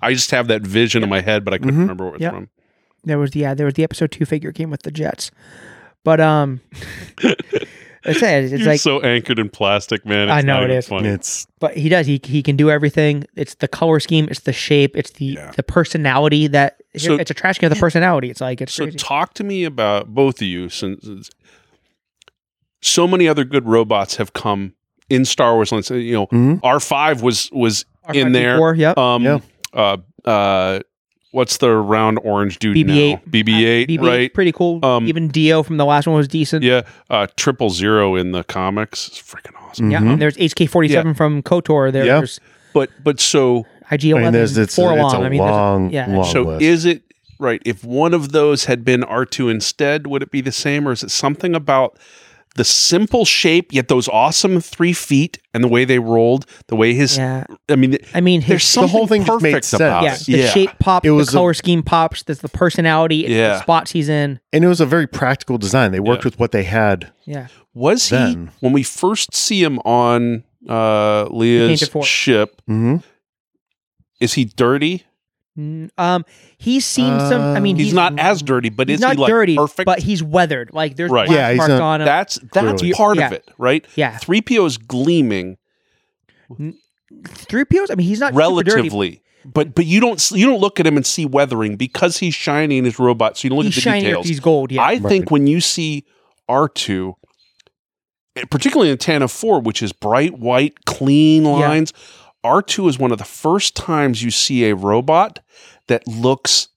[SPEAKER 3] I just have that vision in my head, but I couldn't
[SPEAKER 1] Mm-hmm.
[SPEAKER 2] Mhm.
[SPEAKER 3] remember what it's
[SPEAKER 1] Yep.
[SPEAKER 3] from.
[SPEAKER 1] There was the yeah, there was the episode two figure came with the Jets, but um, it's it's, it's
[SPEAKER 3] You're
[SPEAKER 1] like
[SPEAKER 3] so anchored in plastic, man.
[SPEAKER 1] I
[SPEAKER 3] It's
[SPEAKER 1] know
[SPEAKER 3] not
[SPEAKER 1] it
[SPEAKER 3] even
[SPEAKER 1] is.
[SPEAKER 3] Funny.
[SPEAKER 2] it's
[SPEAKER 1] but he does he he can do everything. It's the color scheme, it's the shape, it's the
[SPEAKER 3] Yeah.
[SPEAKER 1] the personality that
[SPEAKER 3] So-
[SPEAKER 1] it's a trash can of the personality. It's like it's
[SPEAKER 3] So
[SPEAKER 1] crazy.
[SPEAKER 3] talk to me about both of you since since so many other good robots have come in Star Wars lands. You know,
[SPEAKER 2] Mhm.
[SPEAKER 3] R5 was was in there.
[SPEAKER 1] R5D4, Yep.
[SPEAKER 3] Um
[SPEAKER 2] Yeah.
[SPEAKER 3] uh uh what's the round orange dude
[SPEAKER 1] BB-8.
[SPEAKER 3] now? BB8,
[SPEAKER 1] BB-8 's
[SPEAKER 3] right?
[SPEAKER 1] Pretty cool.
[SPEAKER 3] Um,
[SPEAKER 1] Even Dio from the last one was decent.
[SPEAKER 3] Yeah, uh, triple zero in the comics is freaking awesome.
[SPEAKER 1] Yeah,
[SPEAKER 2] mhm.
[SPEAKER 1] and there's HK forty seven from Kotor. There,
[SPEAKER 2] Yeah.
[SPEAKER 1] There's
[SPEAKER 3] But but so
[SPEAKER 1] IG
[SPEAKER 2] I mean,
[SPEAKER 1] eleven.
[SPEAKER 2] there's it's,
[SPEAKER 1] four
[SPEAKER 2] a, it's a
[SPEAKER 1] long. I mean, there's a-
[SPEAKER 2] long
[SPEAKER 1] yeah.
[SPEAKER 2] long
[SPEAKER 3] so
[SPEAKER 2] list.
[SPEAKER 3] is it right? If one of those had been R two instead, would it be the same, or is it something about the simple shape yet those awesome three feet and the way they rolled, the way his?
[SPEAKER 1] yeah.
[SPEAKER 3] I mean, th-
[SPEAKER 1] I mean,
[SPEAKER 3] there's
[SPEAKER 1] his,
[SPEAKER 3] something
[SPEAKER 2] whole thing just
[SPEAKER 3] perfect
[SPEAKER 2] made
[SPEAKER 3] about
[SPEAKER 1] yeah,
[SPEAKER 2] sense.
[SPEAKER 3] it.
[SPEAKER 1] the shape pops,
[SPEAKER 2] It was a-
[SPEAKER 1] the color scheme pops. There's the personality. It's
[SPEAKER 3] Yeah.
[SPEAKER 1] the spots he's in.
[SPEAKER 2] and it was a very practical design they worked
[SPEAKER 3] Yeah.
[SPEAKER 2] with what they had
[SPEAKER 1] Yeah,
[SPEAKER 3] Was
[SPEAKER 2] Then.
[SPEAKER 3] he when we first see him on uh,
[SPEAKER 1] Painted
[SPEAKER 3] Leah's
[SPEAKER 1] for-
[SPEAKER 3] ship?
[SPEAKER 2] hmm
[SPEAKER 3] Is he dirty?
[SPEAKER 1] Mm, um, he seems some. I mean,
[SPEAKER 2] Um,
[SPEAKER 3] He's,
[SPEAKER 1] he's,
[SPEAKER 3] not as dirty, but
[SPEAKER 1] he's
[SPEAKER 3] is
[SPEAKER 1] not
[SPEAKER 3] he like
[SPEAKER 1] dirty,
[SPEAKER 3] perfect?
[SPEAKER 1] but he's weathered. Like there's
[SPEAKER 3] Right.
[SPEAKER 1] black
[SPEAKER 2] Yeah, he's
[SPEAKER 1] marks
[SPEAKER 2] not-
[SPEAKER 1] on him.
[SPEAKER 3] that's that's
[SPEAKER 2] Clearly.
[SPEAKER 3] part
[SPEAKER 1] Yeah.
[SPEAKER 3] of it, right?
[SPEAKER 1] yeah,
[SPEAKER 3] Three PO is gleaming
[SPEAKER 1] three POs. I mean, he's not super dirty.
[SPEAKER 3] relatively but but you don't s- you don't look at him and see weathering because he's shiny in his robot so you don't look
[SPEAKER 1] He's
[SPEAKER 3] at the
[SPEAKER 1] shiny.
[SPEAKER 3] details
[SPEAKER 1] He's gold. Yeah,
[SPEAKER 3] i
[SPEAKER 2] Right.
[SPEAKER 3] think when you see r2 eh, particularly in tana 4 which is bright white clean lines r2 is one of the first times you see a robot that looks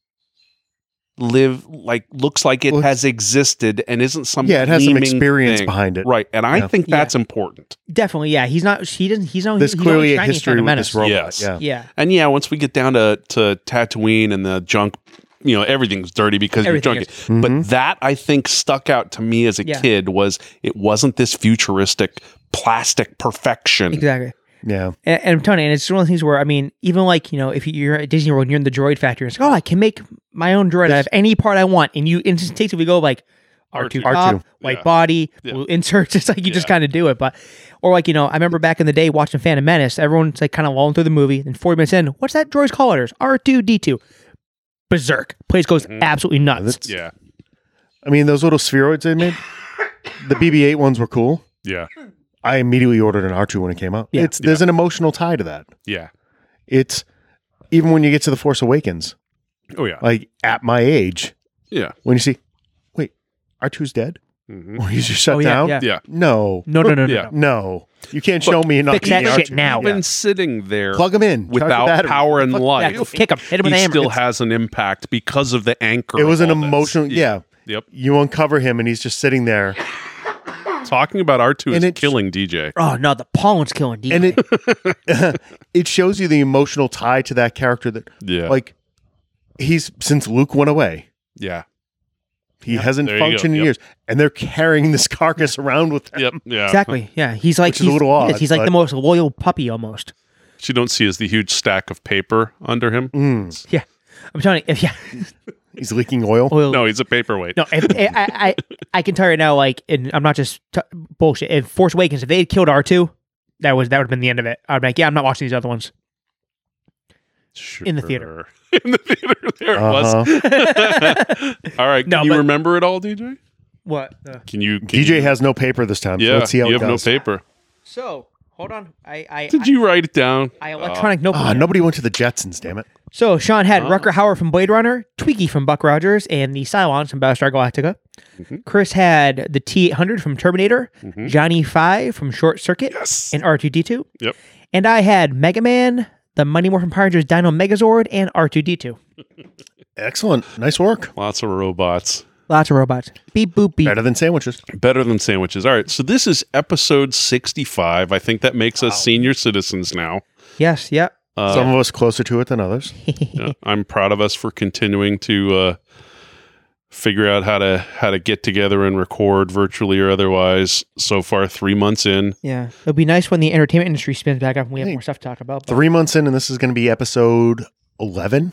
[SPEAKER 3] live like looks like it
[SPEAKER 2] Looks-
[SPEAKER 3] has existed and isn't some
[SPEAKER 2] yeah it has some
[SPEAKER 3] gleaming
[SPEAKER 2] experience
[SPEAKER 3] thing.
[SPEAKER 2] behind it
[SPEAKER 3] right and i
[SPEAKER 2] Yeah.
[SPEAKER 3] think
[SPEAKER 1] Yeah.
[SPEAKER 3] that's important
[SPEAKER 1] definitely. Yeah, he's not. He doesn't. He's not.
[SPEAKER 2] there's
[SPEAKER 1] he's only
[SPEAKER 2] clearly a
[SPEAKER 1] shiny in
[SPEAKER 2] history
[SPEAKER 1] Phantom
[SPEAKER 2] with this
[SPEAKER 1] Menace.
[SPEAKER 2] robot
[SPEAKER 3] Yes.
[SPEAKER 2] yeah
[SPEAKER 1] Yeah,
[SPEAKER 3] And yeah, once we get down to, to Tatooine and the junk, you know, everything's dirty because
[SPEAKER 1] Everything
[SPEAKER 3] you're junky.
[SPEAKER 2] Mm-hmm.
[SPEAKER 3] But that I think stuck out to me as a
[SPEAKER 1] Yeah.
[SPEAKER 3] kid was it wasn't this futuristic plastic perfection.
[SPEAKER 1] exactly.
[SPEAKER 2] yeah
[SPEAKER 1] And, and I'm telling you, and it's one of the things where I mean, even like you know, if you're at Disney World and you're in the droid factory, it's like, oh, I can make my own droid out of any part I want, and you instinctively go like R two
[SPEAKER 2] R2,
[SPEAKER 1] top, white
[SPEAKER 3] yeah.
[SPEAKER 1] body,
[SPEAKER 3] Yeah.
[SPEAKER 1] blue inserts. It's like you just
[SPEAKER 3] Yeah.
[SPEAKER 1] kind of do it, but or like you know, I remember back in the day watching Phantom Menace, everyone's like kind of lolling through the movie, and 40 minutes in, what's that droid's call letters? R two D two, berserk. Place goes
[SPEAKER 3] Mm-hmm.
[SPEAKER 1] absolutely nuts.
[SPEAKER 2] that's-
[SPEAKER 3] Yeah.
[SPEAKER 2] I mean, those little spheroids they made, the BB-8 ones were cool.
[SPEAKER 3] Yeah.
[SPEAKER 2] I immediately ordered an R2 when it came out.
[SPEAKER 1] Yeah.
[SPEAKER 2] It's there's an emotional tie to that.
[SPEAKER 3] Yeah.
[SPEAKER 2] It's even when you get to the Force Awakens,
[SPEAKER 3] Oh yeah.
[SPEAKER 2] like at my age,
[SPEAKER 3] Yeah.
[SPEAKER 2] when you see, wait, R2's dead,
[SPEAKER 3] Mm-hmm.
[SPEAKER 2] or he's just shut
[SPEAKER 1] Oh yeah,
[SPEAKER 2] down.
[SPEAKER 1] yeah.
[SPEAKER 3] Yeah.
[SPEAKER 2] No,
[SPEAKER 1] No, no, no, no.
[SPEAKER 3] Yeah.
[SPEAKER 1] no.
[SPEAKER 2] no, you can't
[SPEAKER 3] Look,
[SPEAKER 2] show me enough.
[SPEAKER 1] fix that shit now.
[SPEAKER 3] Even sitting there
[SPEAKER 2] Plug him in Charge the
[SPEAKER 3] without
[SPEAKER 2] battery.
[SPEAKER 3] power and
[SPEAKER 1] Yeah,
[SPEAKER 3] light,
[SPEAKER 1] kick him, hit him with a
[SPEAKER 3] he
[SPEAKER 1] hammer.
[SPEAKER 3] still
[SPEAKER 1] It's-
[SPEAKER 3] has an impact because of the anchor.
[SPEAKER 2] It
[SPEAKER 3] of
[SPEAKER 2] was an
[SPEAKER 3] all this.
[SPEAKER 2] emotional. Yeah.
[SPEAKER 3] Yep.
[SPEAKER 2] You uncover him and he's just sitting there,
[SPEAKER 3] Talking about R2
[SPEAKER 2] And
[SPEAKER 3] is
[SPEAKER 2] it's-
[SPEAKER 3] killing DJ.
[SPEAKER 1] oh no, the pollen's killing. D.
[SPEAKER 2] and it it shows you the emotional tie to that character that
[SPEAKER 3] Yeah.
[SPEAKER 2] like he's since Luke went away.
[SPEAKER 3] yeah.
[SPEAKER 2] He hasn't
[SPEAKER 3] There you go.
[SPEAKER 2] functioned in
[SPEAKER 3] Yep.
[SPEAKER 2] years, and they're carrying this carcass around with them.
[SPEAKER 3] Yep. Yeah.
[SPEAKER 1] Exactly. Yeah, he's like
[SPEAKER 2] Which is a
[SPEAKER 1] he's-
[SPEAKER 2] little
[SPEAKER 1] he is,
[SPEAKER 2] odd,
[SPEAKER 1] he's like
[SPEAKER 2] but-
[SPEAKER 1] the most loyal puppy almost.
[SPEAKER 3] What you don't see is the huge stack of paper under him.
[SPEAKER 2] Mm,
[SPEAKER 1] Yeah, I'm telling you. If yeah,
[SPEAKER 2] he's leaking oil.
[SPEAKER 1] oil.
[SPEAKER 3] No, he's a paperweight.
[SPEAKER 1] No, if, I, I I I can tell you right now. Like, and I'm not just t- bullshit. If Force Awakens, if they had killed R two, that was that would have been the end of it. I'd be like, yeah, I'm not watching these other ones. In the theater.
[SPEAKER 3] Sure. In the theater, there
[SPEAKER 2] Uh-huh.
[SPEAKER 3] it was. all right, can
[SPEAKER 1] No,
[SPEAKER 3] you
[SPEAKER 1] but-
[SPEAKER 3] remember it all, DJ?
[SPEAKER 1] What? Uh,
[SPEAKER 3] Can you? Can
[SPEAKER 2] DJ
[SPEAKER 3] you-
[SPEAKER 2] has no paper this time. so
[SPEAKER 3] yeah,
[SPEAKER 2] let's see how
[SPEAKER 3] you
[SPEAKER 2] it
[SPEAKER 3] have no
[SPEAKER 2] goes.
[SPEAKER 3] paper.
[SPEAKER 1] so Hold on. I I
[SPEAKER 3] Did you write it down?
[SPEAKER 1] I, I electronic notebook.
[SPEAKER 2] Ah, nobody went to the Jetsons, damn it.
[SPEAKER 1] So Sean had
[SPEAKER 3] Oh.
[SPEAKER 1] Rucker Hauer from Blade Runner, Tweaky from Buck Rogers, and the Cylons from Battlestar Galactica.
[SPEAKER 3] Mm-hmm.
[SPEAKER 1] Chris had the T eight hundred from Terminator, Johnny Five from Short Circuit,
[SPEAKER 3] Yes.
[SPEAKER 1] and R two D two.
[SPEAKER 3] Yep.
[SPEAKER 1] And I had Mega Man, the Mighty Morphin Power Rangers Dino Megazord, and R two D two.
[SPEAKER 2] Excellent. Nice work.
[SPEAKER 3] Lots of robots.
[SPEAKER 1] Lots of robots. Beep boop beep.
[SPEAKER 2] Better than sandwiches.
[SPEAKER 3] Better than sandwiches. All right. So this is episode 65. I think that makes us senior citizens now.
[SPEAKER 1] Yes. Yep.
[SPEAKER 3] Uh,
[SPEAKER 2] Some of us closer to it than others.
[SPEAKER 3] yeah, I'm proud of us for continuing to uh, figure out how to how to get together and record virtually or otherwise. So far, three months in.
[SPEAKER 1] Yeah. It'll be nice when the entertainment industry spins back up and we have
[SPEAKER 2] Hey.
[SPEAKER 1] more stuff to talk about. but-
[SPEAKER 2] Three months in, and this is going to be episode 11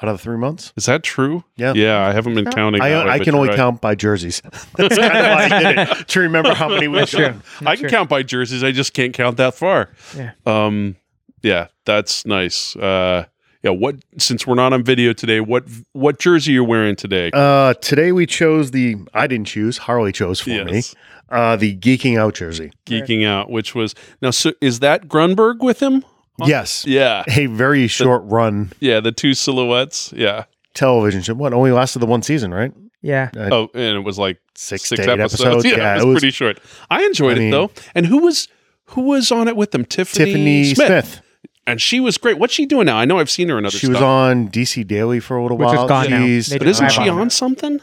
[SPEAKER 2] out of the three months.
[SPEAKER 3] Is that true?
[SPEAKER 2] Yeah.
[SPEAKER 3] Yeah, I haven't been counting.
[SPEAKER 2] I,
[SPEAKER 3] that way,
[SPEAKER 2] I
[SPEAKER 3] but
[SPEAKER 2] can
[SPEAKER 3] you're
[SPEAKER 2] only
[SPEAKER 3] right.
[SPEAKER 2] count by jerseys. That's kind of why I did it. To remember how many we've
[SPEAKER 1] That's true.
[SPEAKER 2] done.
[SPEAKER 3] I can count by jerseys. I just can't count that far.
[SPEAKER 1] Yeah.
[SPEAKER 3] Um. Yeah, that's nice. Uh. Yeah. What? Since we're not on video today, what what jersey you're wearing today?
[SPEAKER 2] Uh, today we chose the, I didn't choose, Harley chose for me,
[SPEAKER 3] yes.
[SPEAKER 2] uh, the Geeking Out jersey.
[SPEAKER 3] Geeking out, which was now. So is that Grunberg with him? On-
[SPEAKER 2] Yes.
[SPEAKER 3] Yeah.
[SPEAKER 2] A very short run
[SPEAKER 3] Yeah. The two silhouettes. Yeah.
[SPEAKER 2] television show. What? Only lasted the one season, right?
[SPEAKER 1] Yeah.
[SPEAKER 2] I-
[SPEAKER 3] Oh, and it was like
[SPEAKER 2] Six,
[SPEAKER 3] six
[SPEAKER 2] to eight
[SPEAKER 3] episodes.
[SPEAKER 2] episodes.
[SPEAKER 3] Yeah, it, was pretty short. I enjoyed
[SPEAKER 2] I
[SPEAKER 3] it
[SPEAKER 2] mean-
[SPEAKER 3] though. And who was who was on it with them? Tiffany,
[SPEAKER 2] Tiffany Smith.
[SPEAKER 3] Smith. and she was great. What's she doing now? I know I've seen her in other.
[SPEAKER 2] She
[SPEAKER 3] stuff.
[SPEAKER 2] was on DC Daily for a little
[SPEAKER 1] Which is
[SPEAKER 2] while.
[SPEAKER 1] gone now.
[SPEAKER 2] She's-
[SPEAKER 1] They
[SPEAKER 3] but isn't
[SPEAKER 1] I've
[SPEAKER 3] she
[SPEAKER 1] on
[SPEAKER 3] on something?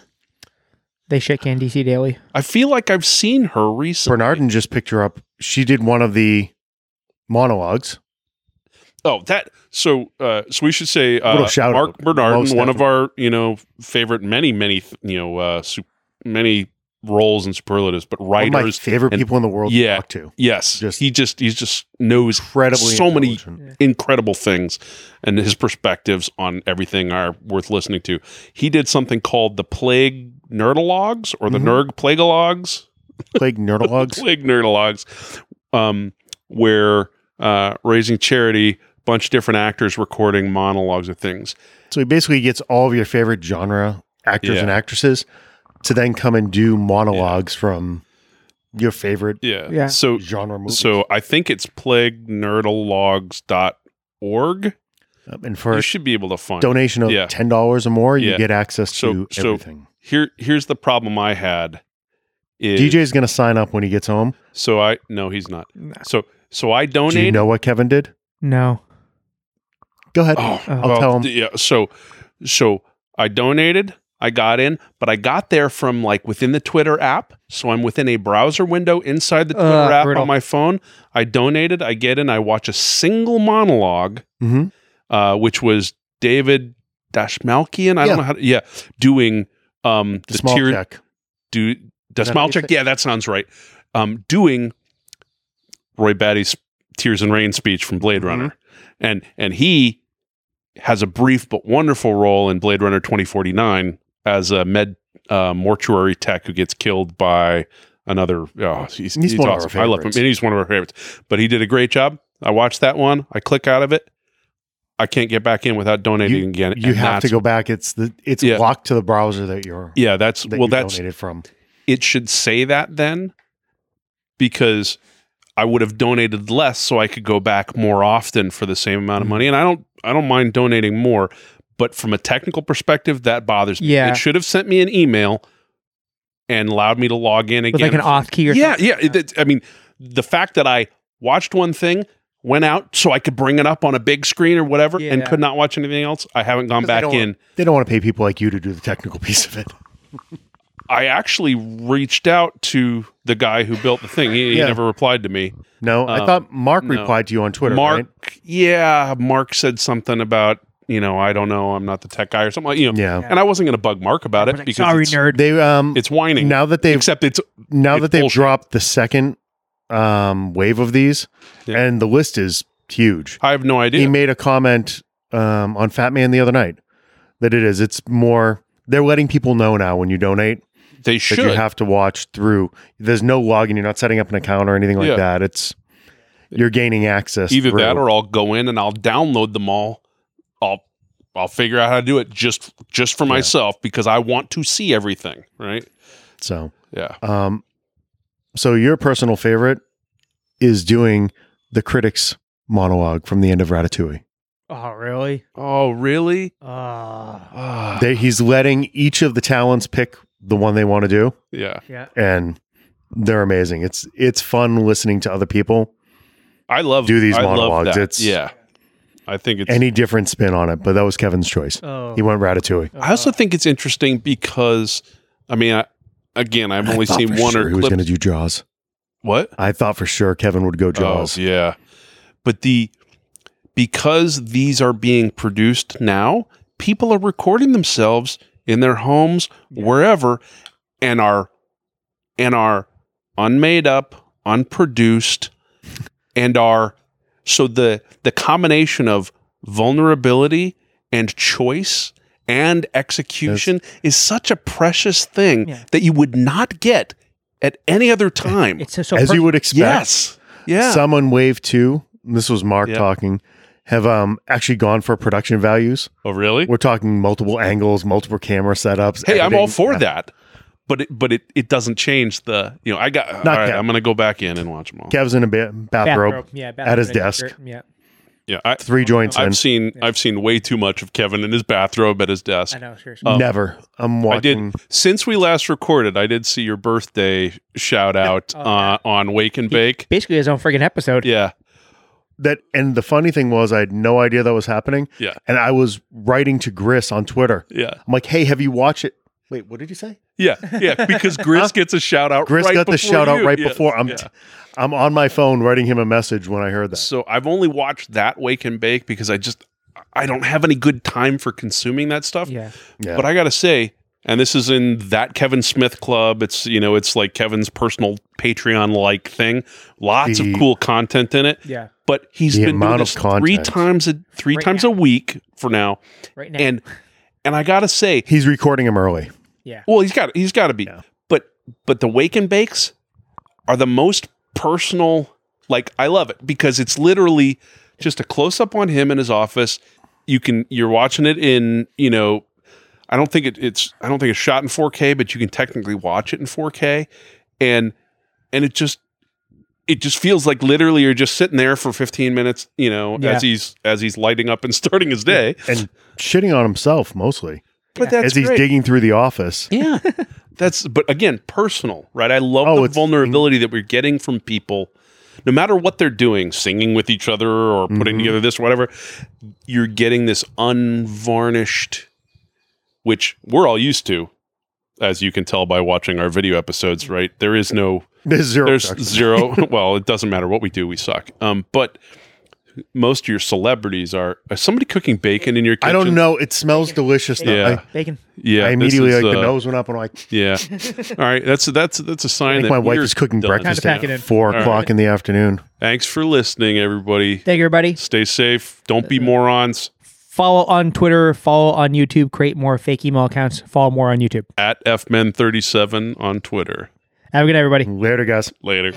[SPEAKER 1] They shit can DC Daily.
[SPEAKER 3] I feel like I've seen her recently.
[SPEAKER 2] Bernardin just picked her up. She did one of the monologues.
[SPEAKER 3] Oh, that. So, uh, so we should say uh,
[SPEAKER 2] Little shout
[SPEAKER 3] Mark
[SPEAKER 2] out.
[SPEAKER 3] Bernardin,
[SPEAKER 2] Most
[SPEAKER 3] one of our you know favorite many many th- you know uh, su- many roles and superlatives, but
[SPEAKER 2] One of my
[SPEAKER 3] writers.
[SPEAKER 2] favorite
[SPEAKER 3] and-
[SPEAKER 2] people in the world
[SPEAKER 3] Yeah.
[SPEAKER 2] to talk to.
[SPEAKER 3] Yes,
[SPEAKER 2] Just-
[SPEAKER 3] he just he just knows
[SPEAKER 2] Incredibly
[SPEAKER 3] So many-
[SPEAKER 2] intelligent.
[SPEAKER 3] incredible things and his perspectives on everything are worth listening to. He did something called the Plague Nerdalogs or the
[SPEAKER 2] Mhm.
[SPEAKER 3] Nerg Plaguelogs,
[SPEAKER 2] plague nerdalogues.
[SPEAKER 3] Plague Nerdalogs, um, where uh, raising charity, bunch of different actors recording monologues of things.
[SPEAKER 2] So he basically gets all of your favorite genre actors
[SPEAKER 3] Yeah.
[SPEAKER 2] and actresses to then come and do monologues from your favorite
[SPEAKER 3] Yeah.
[SPEAKER 1] Yeah.
[SPEAKER 3] So
[SPEAKER 2] genre movies.
[SPEAKER 3] so I think it's plaguenerdalogs.org.
[SPEAKER 2] Um, and
[SPEAKER 3] You
[SPEAKER 2] for
[SPEAKER 3] should be able to find it.
[SPEAKER 2] donation of
[SPEAKER 3] Yeah.
[SPEAKER 2] ten dollars or more, you
[SPEAKER 3] Yeah.
[SPEAKER 2] get access
[SPEAKER 3] So-
[SPEAKER 2] to
[SPEAKER 3] so
[SPEAKER 2] everything.
[SPEAKER 3] Here here's the problem I had is
[SPEAKER 2] DJ's gonna sign up when he gets home.
[SPEAKER 3] so I no he's not. So so I
[SPEAKER 2] Do you
[SPEAKER 3] donated
[SPEAKER 2] know what Kevin did?
[SPEAKER 1] No.
[SPEAKER 2] Go ahead.
[SPEAKER 3] Oh,
[SPEAKER 1] I'll
[SPEAKER 3] well,
[SPEAKER 2] tell 'em.
[SPEAKER 3] Yeah. So, so I donated. I got in, but I got there from like within the Twitter app. So I'm within a browser window inside
[SPEAKER 2] Ah,
[SPEAKER 3] the Twitter
[SPEAKER 1] Ugh,
[SPEAKER 3] app
[SPEAKER 1] brutal.
[SPEAKER 3] on my phone. I donated. I get in. I watch a single monologue,
[SPEAKER 2] hmm
[SPEAKER 3] uh, which was David Dashmalkian. I
[SPEAKER 2] Yeah.
[SPEAKER 3] don't know how. To, yeah, doing um,
[SPEAKER 2] The
[SPEAKER 3] the,
[SPEAKER 2] small
[SPEAKER 3] tier
[SPEAKER 2] check.
[SPEAKER 3] do
[SPEAKER 2] that what you
[SPEAKER 3] Dasmalchik.
[SPEAKER 2] said?
[SPEAKER 3] Yeah, that sounds right. Um, doing Roy Batty's "Tears and Rain" speech from Blade
[SPEAKER 2] Mhm.
[SPEAKER 3] Runner, and and he has a brief but wonderful role in Blade Runner twenty forty nine as a med uh, mortuary tech who gets killed by another. Oh, he's,
[SPEAKER 2] He's
[SPEAKER 3] he's
[SPEAKER 2] one of our
[SPEAKER 3] awesome. I love him,
[SPEAKER 2] favorites.
[SPEAKER 3] and he's one of our favorites. But he did a great job. I watched that one. I click out of it. I can't get back in without donating again.
[SPEAKER 2] You
[SPEAKER 3] and
[SPEAKER 2] have to
[SPEAKER 3] that's-
[SPEAKER 2] go back. It's the it's
[SPEAKER 3] Yeah.
[SPEAKER 2] locked to the browser that you're
[SPEAKER 3] Yeah, that's
[SPEAKER 2] that
[SPEAKER 3] well.
[SPEAKER 2] you
[SPEAKER 3] That's
[SPEAKER 2] donated from.
[SPEAKER 3] it should say that then because I would have donated less so I could go back more often for the same amount of
[SPEAKER 1] Mm-hmm.
[SPEAKER 3] money and I don't I don't mind donating more but from a technical perspective that bothers me.
[SPEAKER 1] Yeah.
[SPEAKER 3] It should have sent me an email and allowed me to log in again.
[SPEAKER 1] With like an off key or
[SPEAKER 3] yeah,
[SPEAKER 1] something.
[SPEAKER 3] yeah, it- it- I mean the fact that I watched one thing went out so I could bring it up on a big screen or whatever and
[SPEAKER 1] Yeah.
[SPEAKER 3] could not watch anything else. I haven't gone
[SPEAKER 2] 'Cause they
[SPEAKER 3] back
[SPEAKER 2] don't-
[SPEAKER 3] in.
[SPEAKER 2] They don't want to pay people like you to do the technical piece of it.
[SPEAKER 3] I actually reached out to the guy who built the thing. He, he
[SPEAKER 2] Yeah.
[SPEAKER 3] never replied to me.
[SPEAKER 2] No, I
[SPEAKER 3] Um,
[SPEAKER 2] thought Mark
[SPEAKER 3] no.
[SPEAKER 2] replied to you on Twitter.
[SPEAKER 3] Mark,
[SPEAKER 2] right?
[SPEAKER 3] yeah, Mark said something about you know I don't know, I'm not the tech guy or something like you know.
[SPEAKER 2] Yeah.
[SPEAKER 1] Yeah.
[SPEAKER 3] And I wasn't going to bug Mark about
[SPEAKER 1] I
[SPEAKER 3] it
[SPEAKER 1] was like,
[SPEAKER 3] because
[SPEAKER 1] Sorry,
[SPEAKER 3] it's,
[SPEAKER 1] nerd.
[SPEAKER 2] They um
[SPEAKER 3] it's whining.
[SPEAKER 2] now that they've
[SPEAKER 3] Except it's
[SPEAKER 2] now
[SPEAKER 3] it's
[SPEAKER 2] that they've
[SPEAKER 3] bullshit.
[SPEAKER 2] dropped the second um wave of these,
[SPEAKER 3] Yeah.
[SPEAKER 2] and the list is huge.
[SPEAKER 3] I have no
[SPEAKER 2] He
[SPEAKER 3] idea.
[SPEAKER 2] made a comment um on Fat Man the other night that it is. It's more they're letting people know now when you donate
[SPEAKER 3] they
[SPEAKER 2] that
[SPEAKER 3] should.
[SPEAKER 2] you have to watch through. There's no login. You're not setting up an account or anything like
[SPEAKER 3] Yeah.
[SPEAKER 2] that. It's you're gaining access.
[SPEAKER 3] Either
[SPEAKER 2] through.
[SPEAKER 3] that or I'll go in and I'll download them all. I'll I'll figure out how to do it just just for myself because I want to see everything. Right?
[SPEAKER 2] so.
[SPEAKER 3] Yeah.
[SPEAKER 2] Um, so your personal favorite is doing the critics monologue from the end of Ratatouille.
[SPEAKER 1] Oh, really?
[SPEAKER 3] Oh, really?
[SPEAKER 1] Uh,
[SPEAKER 3] Ah,
[SPEAKER 2] They, he's letting each of the talents pick the one they want to do,
[SPEAKER 3] yeah.
[SPEAKER 1] yeah.
[SPEAKER 2] and they're amazing. It's it's fun listening to other people.
[SPEAKER 3] I love
[SPEAKER 2] Do these
[SPEAKER 3] I love
[SPEAKER 2] monologues.
[SPEAKER 3] that.
[SPEAKER 2] It's-
[SPEAKER 3] yeah. I think it's.
[SPEAKER 2] Any different spin on it, but that was Kevin's choice.
[SPEAKER 1] Oh.
[SPEAKER 2] He went Ratatouille.
[SPEAKER 3] I
[SPEAKER 1] Uh,
[SPEAKER 3] also think it's interesting because I mean, I, again, I've only
[SPEAKER 2] I thought
[SPEAKER 3] seen
[SPEAKER 2] for
[SPEAKER 3] one
[SPEAKER 2] sure
[SPEAKER 3] or
[SPEAKER 2] he was
[SPEAKER 3] clip.
[SPEAKER 2] going to do Jaws.
[SPEAKER 3] what?
[SPEAKER 2] I thought for sure Kevin would go Jaws.
[SPEAKER 3] Oh, yeah. But the because these are being produced now, people are recording themselves in their homes,
[SPEAKER 1] Yeah.
[SPEAKER 3] wherever, and are and are unmade up, unproduced, and are so the the combination of vulnerability and choice and execution is such a precious thing
[SPEAKER 1] Yeah.
[SPEAKER 3] that you would not get at any other time.
[SPEAKER 1] It's so, so
[SPEAKER 2] As
[SPEAKER 1] per-
[SPEAKER 2] you would expect.
[SPEAKER 3] yes. Yeah.
[SPEAKER 2] Someone Wave 2, this was Mark
[SPEAKER 3] Yeah.
[SPEAKER 2] talking, have um, actually gone for production values.
[SPEAKER 3] oh, really?
[SPEAKER 2] We're talking multiple angles, multiple camera setups.
[SPEAKER 3] hey, I'm all
[SPEAKER 2] editing.
[SPEAKER 3] for that. But it, but it, it doesn't change the you know I got all right,
[SPEAKER 2] Kev.
[SPEAKER 3] I'm gonna go back in and watch them all.
[SPEAKER 2] Kev's in a ba- bathrobe,
[SPEAKER 1] bathrobe. Yeah,
[SPEAKER 2] at his
[SPEAKER 1] bathrobe,
[SPEAKER 2] desk.
[SPEAKER 1] Yeah,
[SPEAKER 3] Yeah, I,
[SPEAKER 2] three joints in.
[SPEAKER 3] I've seen I've seen way too much of Kevin in his bathrobe at his desk.
[SPEAKER 1] I know. Seriously.
[SPEAKER 2] Never. I'm
[SPEAKER 3] uh, I
[SPEAKER 2] walking.
[SPEAKER 3] did since we last recorded. I did see your birthday shout out
[SPEAKER 1] Oh,
[SPEAKER 3] uh, on Wake and Bake.
[SPEAKER 1] Basically, his own freaking episode.
[SPEAKER 3] Yeah,
[SPEAKER 2] That and the funny thing was I had no idea that was happening.
[SPEAKER 3] Yeah.
[SPEAKER 2] And I was writing to Gris on Twitter.
[SPEAKER 3] yeah,
[SPEAKER 2] I'm like, hey, have you watched it? Wait, what did you say?
[SPEAKER 3] yeah, yeah. Because Gris gets a shout out.
[SPEAKER 2] Gris
[SPEAKER 3] right
[SPEAKER 2] got the
[SPEAKER 3] before
[SPEAKER 2] shout out
[SPEAKER 3] you.
[SPEAKER 2] right
[SPEAKER 3] Yes,
[SPEAKER 2] before. I'm
[SPEAKER 3] yeah.
[SPEAKER 2] t- I'm on my phone writing him a message when I heard that.
[SPEAKER 3] So I've only watched that Wake and Bake because I just I don't have any good time for consuming that stuff.
[SPEAKER 1] Yeah.
[SPEAKER 2] Yeah.
[SPEAKER 3] But I gotta say, and this is in that Kevin Smith club. It's you know, it's like Kevin's personal Patreon like thing. Lots
[SPEAKER 2] The-
[SPEAKER 3] of cool content in it.
[SPEAKER 1] Yeah.
[SPEAKER 3] But he's
[SPEAKER 2] The
[SPEAKER 3] been doing
[SPEAKER 2] amount of
[SPEAKER 3] this three
[SPEAKER 2] content.
[SPEAKER 3] times a three
[SPEAKER 1] Right
[SPEAKER 3] times
[SPEAKER 1] now.
[SPEAKER 3] a week for now.
[SPEAKER 1] Right now.
[SPEAKER 3] And and I gotta say,
[SPEAKER 2] He's recording him early.
[SPEAKER 1] yeah.
[SPEAKER 3] well, he's got he's got to be.
[SPEAKER 2] Yeah.
[SPEAKER 3] But but the wake and bakes are the most personal. Like I love it because it's literally just a close up on him in his office. You can you're watching it in you know. I don't think it, it's I don't think it's shot in 4K, but you can technically watch it in 4K, and and it just it just feels like literally you're just sitting there for 15 minutes, you know,
[SPEAKER 1] Yeah.
[SPEAKER 3] as he's as he's lighting up and starting his day.
[SPEAKER 2] And shitting on himself mostly.
[SPEAKER 3] But
[SPEAKER 1] Yeah.
[SPEAKER 3] that's
[SPEAKER 2] as he's
[SPEAKER 3] great.
[SPEAKER 2] digging through the office.
[SPEAKER 3] Yeah. That's but again, personal, right? I love
[SPEAKER 2] Oh,
[SPEAKER 3] the
[SPEAKER 2] it's-
[SPEAKER 3] vulnerability that we're getting from people no matter what they're doing, singing with each other or putting
[SPEAKER 2] Mhm.
[SPEAKER 3] together this or whatever, you're getting this unvarnished which we're all used to as you can tell by watching our video episodes, right? There is no
[SPEAKER 2] There's zero.
[SPEAKER 3] there's
[SPEAKER 2] production.
[SPEAKER 3] zero well, it doesn't matter what we do, we suck. Um but most of your celebrities are, is somebody cooking bacon in your kitchen?
[SPEAKER 2] I don't know. It smells delicious. though.
[SPEAKER 3] Yeah.
[SPEAKER 2] I,
[SPEAKER 1] Bacon.
[SPEAKER 3] Yeah.
[SPEAKER 2] I
[SPEAKER 3] this
[SPEAKER 2] immediately
[SPEAKER 3] is,
[SPEAKER 2] like the
[SPEAKER 3] uh,
[SPEAKER 2] nose went up and I'm like
[SPEAKER 3] Yeah. All right. That's that's that's a sign
[SPEAKER 2] I think
[SPEAKER 3] that
[SPEAKER 2] my wife
[SPEAKER 3] we're
[SPEAKER 2] is cooking
[SPEAKER 3] done.
[SPEAKER 2] breakfast
[SPEAKER 1] Time to pack it in.
[SPEAKER 2] at four
[SPEAKER 3] All right.
[SPEAKER 2] o'clock in the afternoon.
[SPEAKER 3] Thanks for listening, everybody.
[SPEAKER 1] Thank you, everybody.
[SPEAKER 3] Stay safe. Don't be morons.
[SPEAKER 1] Follow on Twitter. Follow on YouTube. Create more fake email accounts. Follow more on YouTube.
[SPEAKER 3] At fmen37 on Twitter.
[SPEAKER 1] Have a good night, everybody.
[SPEAKER 2] Later, guys.
[SPEAKER 3] Later.